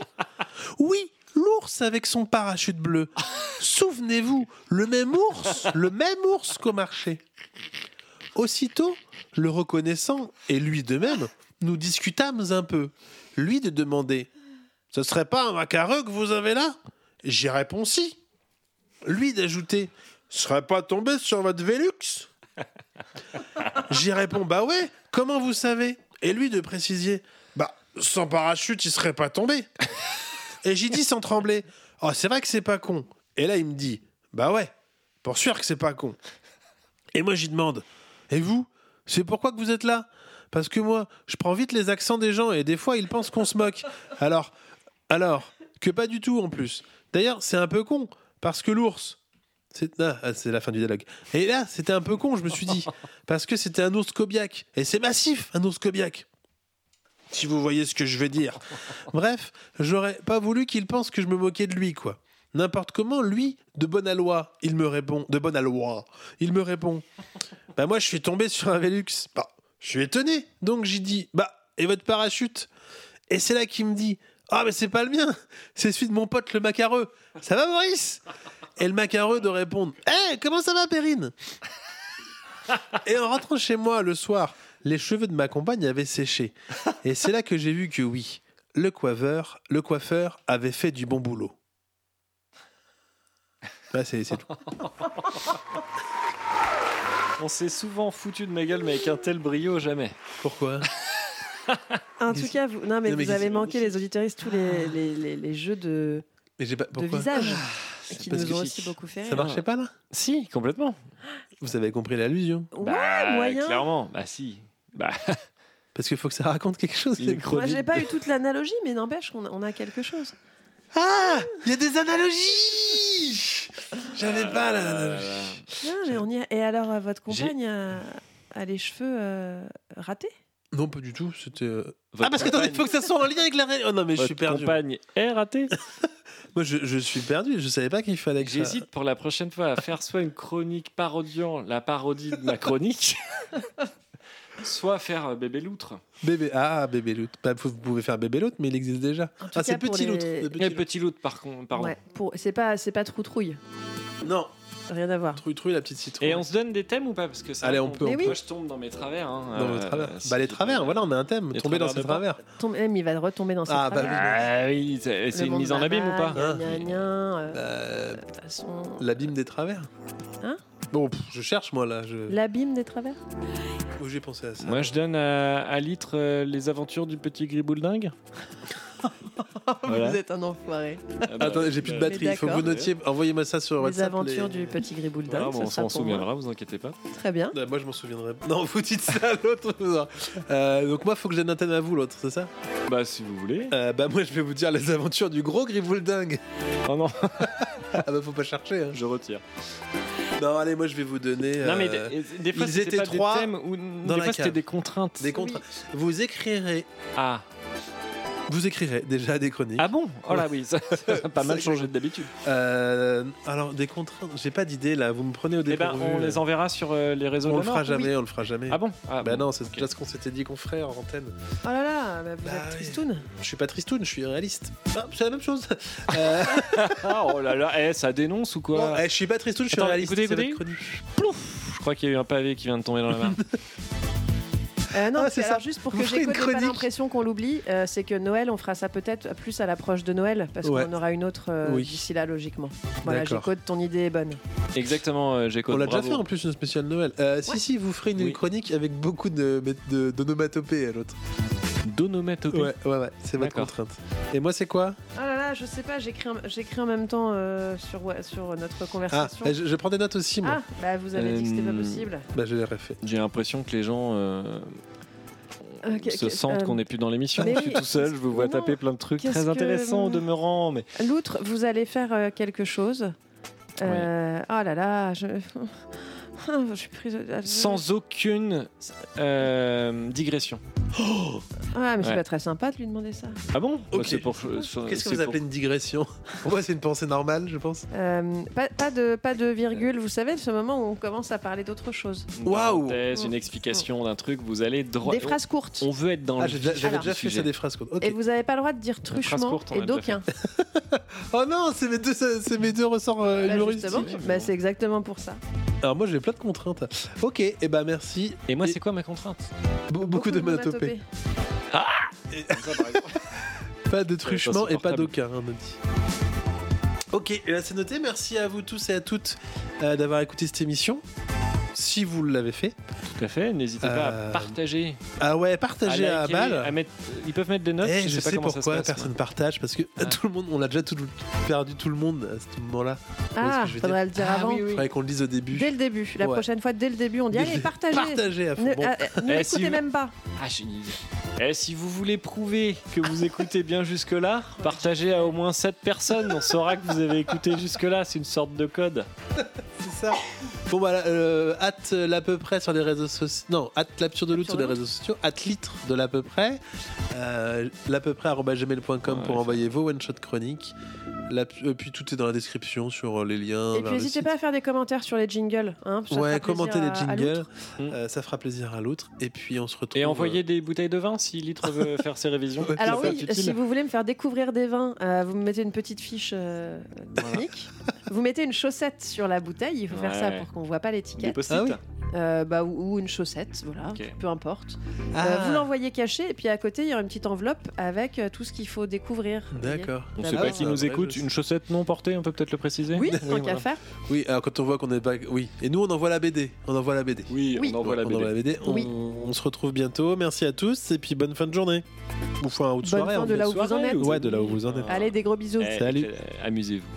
S2: Oui, l'ours avec son parachute bleu. Souvenez-vous, le même ours, le même ours qu'au marché. Aussitôt, le reconnaissant, et lui de même, nous discutâmes un peu. Lui de demander Ce serait pas un macareux que vous avez là J'y réponds si. Lui d'ajouter Serait pas tombé sur votre Velux J'y réponds Bah ouais, comment vous savez Et lui de préciser Bah, sans parachute, il serait pas tombé. Et j'y dis sans trembler Oh, c'est vrai que c'est pas con. Et là, il me dit Bah ouais, pour sûr que c'est pas con. Et moi, j'y demande Et vous C'est pourquoi que vous êtes là Parce que moi, je prends vite les accents des gens et des fois, ils pensent qu'on se moque. Alors, alors, que pas du tout en plus. D'ailleurs, c'est un peu con, parce que l'ours, C'est ah, ah, c'est la fin du dialogue. Et là, c'était un peu con, je me suis dit. Parce que c'était un ours cobiaque. Et c'est massif, un ours cobiaque. Si vous voyez ce que je veux dire. Bref, j'aurais pas voulu qu'il pense que je me moquais de lui, quoi. N'importe comment, lui, de bonne aloi, il me répond. De bonne aloi, il me répond. Bah, moi, je suis tombé sur un Velux. Bah, je suis étonné. Donc, j'ai dit, bah, et votre parachute Et c'est là qu'il me dit, ah, mais c'est pas le mien, c'est celui de mon pote le macareux. Ça va, Maurice Et le macareux de répondre Hé, comment ça va, Perrine
S4: (laughs)
S2: Et en rentrant chez moi le soir, les cheveux de ma compagne avaient séché. Et c'est là que j'ai vu que oui, le coiffeur, le coiffeur avait fait du bon boulot. Là, c'est c'est tout.
S4: On s'est souvent foutu de ma gueule, mais avec un tel brio, jamais.
S2: Pourquoi
S1: En tout cas, vous, non, mais
S2: Non, mais
S1: vous avez
S2: qu'est-ce-
S1: manqué les auditoristes tous
S4: Ah.
S1: les, les, les- les jeux de,
S2: Mais j'ai pas.
S1: de
S2: Pourquoi
S1: visage
S4: c'est
S1: qui
S4: parce
S1: nous
S4: que
S1: ont
S4: si.
S1: aussi beaucoup fait.
S2: Ça
S1: rire.
S2: marchait pas là
S4: Si, complètement.
S2: Vous avez compris l'allusion
S1: Ouais,
S4: Bah,
S1: moyen.
S4: Clairement, bah si. Bah,
S2: Parce qu'il faut que ça raconte quelque chose.
S4: Il est
S2: les
S4: gros.
S1: Moi, j'ai
S4: Covid.
S1: pas eu
S4: (laughs)
S1: toute l'analogie, mais n'empêche qu'on on a quelque chose.
S2: Ah Il y a des analogies J'avais pas
S4: euh,
S2: l'analogie.
S1: Non, mais on y est. Et alors, euh, votre
S4: J'ai-
S1: compagne a, a les cheveux euh, ratés
S2: Non, pas du tout. C'était. euh,
S4: Votre
S2: ah, parce que attendez,
S4: compagne-
S2: faut que ça soit en lien avec la. ré- Oh non, mais je
S4: votre
S2: suis perdu.
S4: compagne est
S2: (laughs)
S4: ratée.
S2: Moi, je, je suis perdu. Je savais pas qu'il fallait que ça-
S4: J'hésite pour la prochaine fois à faire soit une chronique parodiant la parodie de ma
S2: (laughs)
S4: chronique, soit faire euh, bébé loutre.
S2: Bébé. Ah, bébé l'autre. Bah, vous vous pouvez faire bébé l'autre, mais il existe déjà.
S1: En tout
S2: Ah, c'est
S1: cas, pour
S2: petit
S1: les-
S2: l'autre. c'est
S4: Et
S2: petit l'autre.
S4: petit loutre, par contre, pardon.
S1: Ouais, pour- c'est pas, c'est pas trou-trouille.
S2: Non,
S1: Rien à voir.
S2: truc, truc, la petite citrouille.
S4: Et on se donne des thèmes ou pas Parce que ça,
S2: Allez, on peut, on
S1: Mais oui.
S4: Moi, je tombe dans mes travers. hein.
S2: Dans le
S4: Euh,
S2: travers.
S4: si-
S2: Bah, les travers, voilà, on a un thème.
S4: Les
S2: Tomber dans ses
S4: travers
S2: travers.
S1: Tombe- Même il va retomber dans ses
S2: Ah, bah
S1: travers.
S4: Ah oui, Ah. c'est
S1: Le
S4: c'est une
S1: monde
S4: mise en abîme ou
S1: d'Anna,
S4: pas
S1: gna, gna, gna,
S4: Bah,
S1: euh,
S2: Euh,
S1: de toute façon,
S2: L'abîme des travers.
S1: Hein
S2: Bon, pff, je cherche, moi, là. Je...
S1: L'abîme des travers
S2: Oh, J'ai pensé à ça.
S4: Moi, je donne à, à Litre euh, les aventures du petit gribouldingue. Voilà.
S1: Vous êtes un enfoiré.
S4: Ah
S2: (laughs)
S4: bah,
S2: Attendez, j'ai plus de
S4: euh,
S2: batterie. Il faut que vous
S1: d'accord.
S2: notiez. Envoyez-moi ça sur
S1: Les
S2: WhatsApp.
S1: aventures
S2: les-
S1: du petit gribouldin.
S4: voilà, bon,
S1: ça
S4: on s'en
S1: sera pour moi.
S4: souviendra, vous inquiétez pas.
S1: Très bien.
S2: Ouais, moi, je m'en souviendrai. Non, vous dites ça à l'autre. non. Euh, donc, moi, faut que je donne un thème à vous, l'autre, c'est ça
S4: Bah, si vous voulez.
S2: Euh, Bah, moi, je vais vous dire les aventures du gros Grivouldingue.
S4: (laughs) Oh non,
S2: (laughs) ah, bah, faut pas chercher. hein.
S4: je retire.
S2: Non, allez, moi, je vais vous donner.
S4: Non, mais
S2: euh,
S4: des, des fois,
S2: ils
S4: c'était
S2: étaient
S4: pas
S2: trois
S4: des thèmes ou
S2: dans
S4: des
S2: la
S4: fois, c'était
S2: cave.
S4: des contraintes.
S2: des contrats. Vous écrirez.
S4: Ah.
S2: Vous écrirez déjà des chroniques.
S4: ah bon Oh là oui, ça ça
S2: (laughs)
S4: a pas mal changé de d'habitude.
S2: Euh, alors, des contraintes, j'ai pas d'idée là, vous me prenez au
S4: Eh
S2: dépourvu.
S4: ben, on les enverra sur euh, les réseaux
S2: On
S4: de
S2: le
S4: la
S2: fera
S4: Nord.
S2: jamais, on le fera jamais.
S4: Ah bon Ah
S2: bah
S4: bon,
S2: non, c'est
S4: ok.
S2: déjà ce qu'on s'était dit qu'on ferait en antenne.
S1: Oh là là, bah, vous
S2: Bah
S1: êtes
S2: oui.
S1: tristoun.
S2: Je suis pas tristoun, je suis réaliste. Ah, c'est la même chose. (laughs) Euh,
S4: Ah, oh là là, eh, ça dénonce ou quoi
S2: non, eh, je suis pas tristoun, je suis
S4: Attends,
S2: réaliste.
S4: écoutez,
S2: c'est votre
S4: écoutez.
S2: chronique. eh.
S4: Plouf Je crois qu'il y a eu un pavé qui vient de tomber
S2: (laughs)
S4: dans la mare.
S1: Euh, non,
S2: Ah,
S1: parce
S2: c'est
S1: que alors,
S2: ça.
S1: juste pour
S2: Vous
S1: que
S2: ferez
S1: j'ai
S2: une
S1: pas
S2: chronique.
S1: l'impression qu'on l'oublie, euh, c'est que Noël, on fera ça peut-être plus à l'approche de Noël, parce
S2: Ouais.
S1: qu'on aura une autre euh,
S2: Oui.
S1: d'ici là, logiquement. Voilà,
S2: D'accord.
S1: Gécode, ton idée est bonne.
S4: Exactement, euh, Géco.
S2: On l'a déjà
S4: bravo.
S2: fait en plus une spéciale Noël. Euh, Si, si, vous ferez une
S4: Oui.
S2: chronique avec beaucoup de de- d'onomatopées à l'autre.
S4: D'onomatopée.
S2: Ouais, ouais, ouais, c'est votre
S4: D'accord.
S2: contrainte. Et moi, c'est quoi
S1: Ah là là, je sais pas, j'écris en- j'écris en même temps euh, sur, ouais, sur notre
S2: Ah,
S1: conversation.
S2: bah, je, je prends des notes aussi, moi.
S1: Ah, bah vous avez dit que c'était pas
S4: Euh,
S1: possible.
S2: Bah, je les refais.
S4: J'ai l'impression que les gens euh,
S1: Euh, que-
S4: se
S1: que-
S4: sentent
S1: euh,
S4: qu'on n'est plus dans l'émission.
S1: mais
S4: Je suis
S1: oui,
S4: tout seul, je vous vois
S1: non.
S4: taper plein de trucs
S1: Qu'est-ce
S4: très
S1: que-
S4: intéressants au demeurant. Mais...
S1: L'outre, vous allez faire euh, quelque chose. Euh, Oh là là, je, (laughs) je suis prise.
S4: Sans aucune euh, digression.
S1: Ah, mais c'est
S4: Ouais.
S1: pas très sympa de lui demander ça.
S4: Ah bon Bah,
S2: Ok.
S4: c'est pour-
S2: Qu'est-ce que
S4: c'est
S2: vous appelez une digression (laughs) Pour moi, c'est une pensée normale, je pense.
S1: Euh, pas, pas de, pas de virgule, vous savez, ce moment où on commence à parler d'autre chose.
S4: pour une
S2: Waouh Oh.
S4: parenthèse, une explication d'un truc, vous allez droit.
S1: Des phrases courtes.
S4: On veut être dans
S2: Ah,
S4: le
S2: j'ai déjà- j'avais
S1: Alors.
S2: déjà
S4: du
S2: fait ça
S4: sujet.
S2: des phrases courtes. Ok.
S1: Et vous n'avez pas le droit de dire
S4: phrases
S1: truchement
S4: courtes, on
S1: et
S4: a déjà
S1: d'aucun.
S2: Oh non, c'est mes deux, c'est mes deux ressorts euh,
S1: Là,
S2: humoristiques.
S1: justement,
S4: mais
S1: bah,
S4: bon.
S1: c'est exactement pour ça.
S2: Alors moi j'ai plein de contraintes. Ok, et ben merci.
S4: Et moi,
S2: Et-
S4: c'est quoi ma contrainte
S2: Be- beaucoup, de
S1: d'onomatopées.
S2: manatopées. (laughs) Pas de truchement
S4: Ouais,
S2: et pas
S4: pas supportable.
S2: d'aucun, hein, on dit. Ok, et là, c'est noté. Merci à vous tous et à toutes euh, d'avoir écouté cette émission. Si vous l'avez fait.
S4: Tout à fait, n'hésitez pas
S2: Euh,
S4: à partager.
S2: Ah ouais, partagez à,
S4: liker, à
S2: balle.
S4: mettre- Ils peuvent mettre des notes,
S2: Eh,
S4: je,
S2: je
S4: sais pas
S2: sais
S4: comment ça se
S2: pourquoi
S4: passe. Ah.
S2: personne partage parce que
S4: Ouais.
S2: (laughs) tout le monde, on a déjà tout- perdu tout le monde à ce moment-là.
S1: Ah,
S2: que je veux
S1: faudrait le dire
S4: Ah
S1: avant.
S4: oui, oui.
S2: Faudrait qu'on le dise au début.
S1: Dès le début. La
S2: Ouais.
S1: prochaine fois, dès le début, on dit
S2: Dès
S1: allez,
S2: le-
S1: partagez.
S2: Partagez à fond.
S1: Ne,
S2: Bon.
S1: ah, euh, ne
S4: Eh, si
S1: écoutez
S4: vous-
S1: même pas.
S4: Ah, génial. Et si vous voulez prouver que
S1: (laughs)
S4: vous écoutez bien jusque-là, partagez à au moins 7 personnes. On saura que vous avez écouté jusque-là. C'est une sorte de code.
S2: ça. Bon, bah, euh, hâte l'à peu près sur les réseaux sociaux. Non, hâte l'absurde de l'autre sur les réseaux sociaux. Hâte litre de l'à peu près. Euh, l'à peu près arobase gmail.com pour envoyer vos one-shot chroniques. La- euh, puis tout est dans la description sur euh, les
S4: Oh,
S2: liens.
S1: Et puis
S2: vers le
S1: n'hésitez
S2: site.
S1: pas à faire des commentaires sur les jingles. Hein, ça
S2: Ouais,
S1: fera plaisir
S2: commentez
S1: à-
S2: les
S1: à
S2: jingles.
S1: l'autre.
S2: euh, ça fera plaisir à l'autre. Et puis on se retrouve.
S4: Et envoyer des bouteilles de vin si Litre veut faire ses révisions.
S1: Alors
S4: Ça peut
S1: oui, euh,
S4: être utile.
S1: si vous voulez me faire découvrir des vins, euh, vous me mettez une petite fiche euh, technique. vous mettez une chaussette sur la bouteille. Il faut faire ça
S4: Ouais.
S1: pour qu'on voit pas l'étiquette.
S4: Des post-it. Ah oui.
S1: Euh, bah, ou, ou une chaussette, voilà, peu importe.
S2: Ah.
S1: Euh, vous l'envoyez caché et puis à côté il y aura une petite enveloppe avec euh, tout ce qu'il faut découvrir. vous voyez.
S4: On sait pas qui nous
S2: bah,
S4: écoute. Une chaussette non portée, on peut peut-être le préciser.
S1: Bah Oui, tant qu'à faire.
S2: Oui, alors quand on voit qu'on est pas. Oui. Et nous, on envoie la BD. On envoie la BD.
S4: Oui,
S1: Oui.
S4: on envoie la
S2: On, envoie la
S4: BD.
S2: BD. On- on se retrouve bientôt. Merci à tous. Et puis bonne fin de journée. Ou fin, ou de
S1: Bonne
S2: soirée. hein,
S1: fin
S2: on
S1: de
S2: dit
S1: là où vous en
S2: soirée
S1: êtes. Eh,
S2: ou- Ouais, de là où vous en êtes.
S4: Eh,
S1: Allez, des gros bisous.
S2: Salut.
S4: euh, Amusez-vous.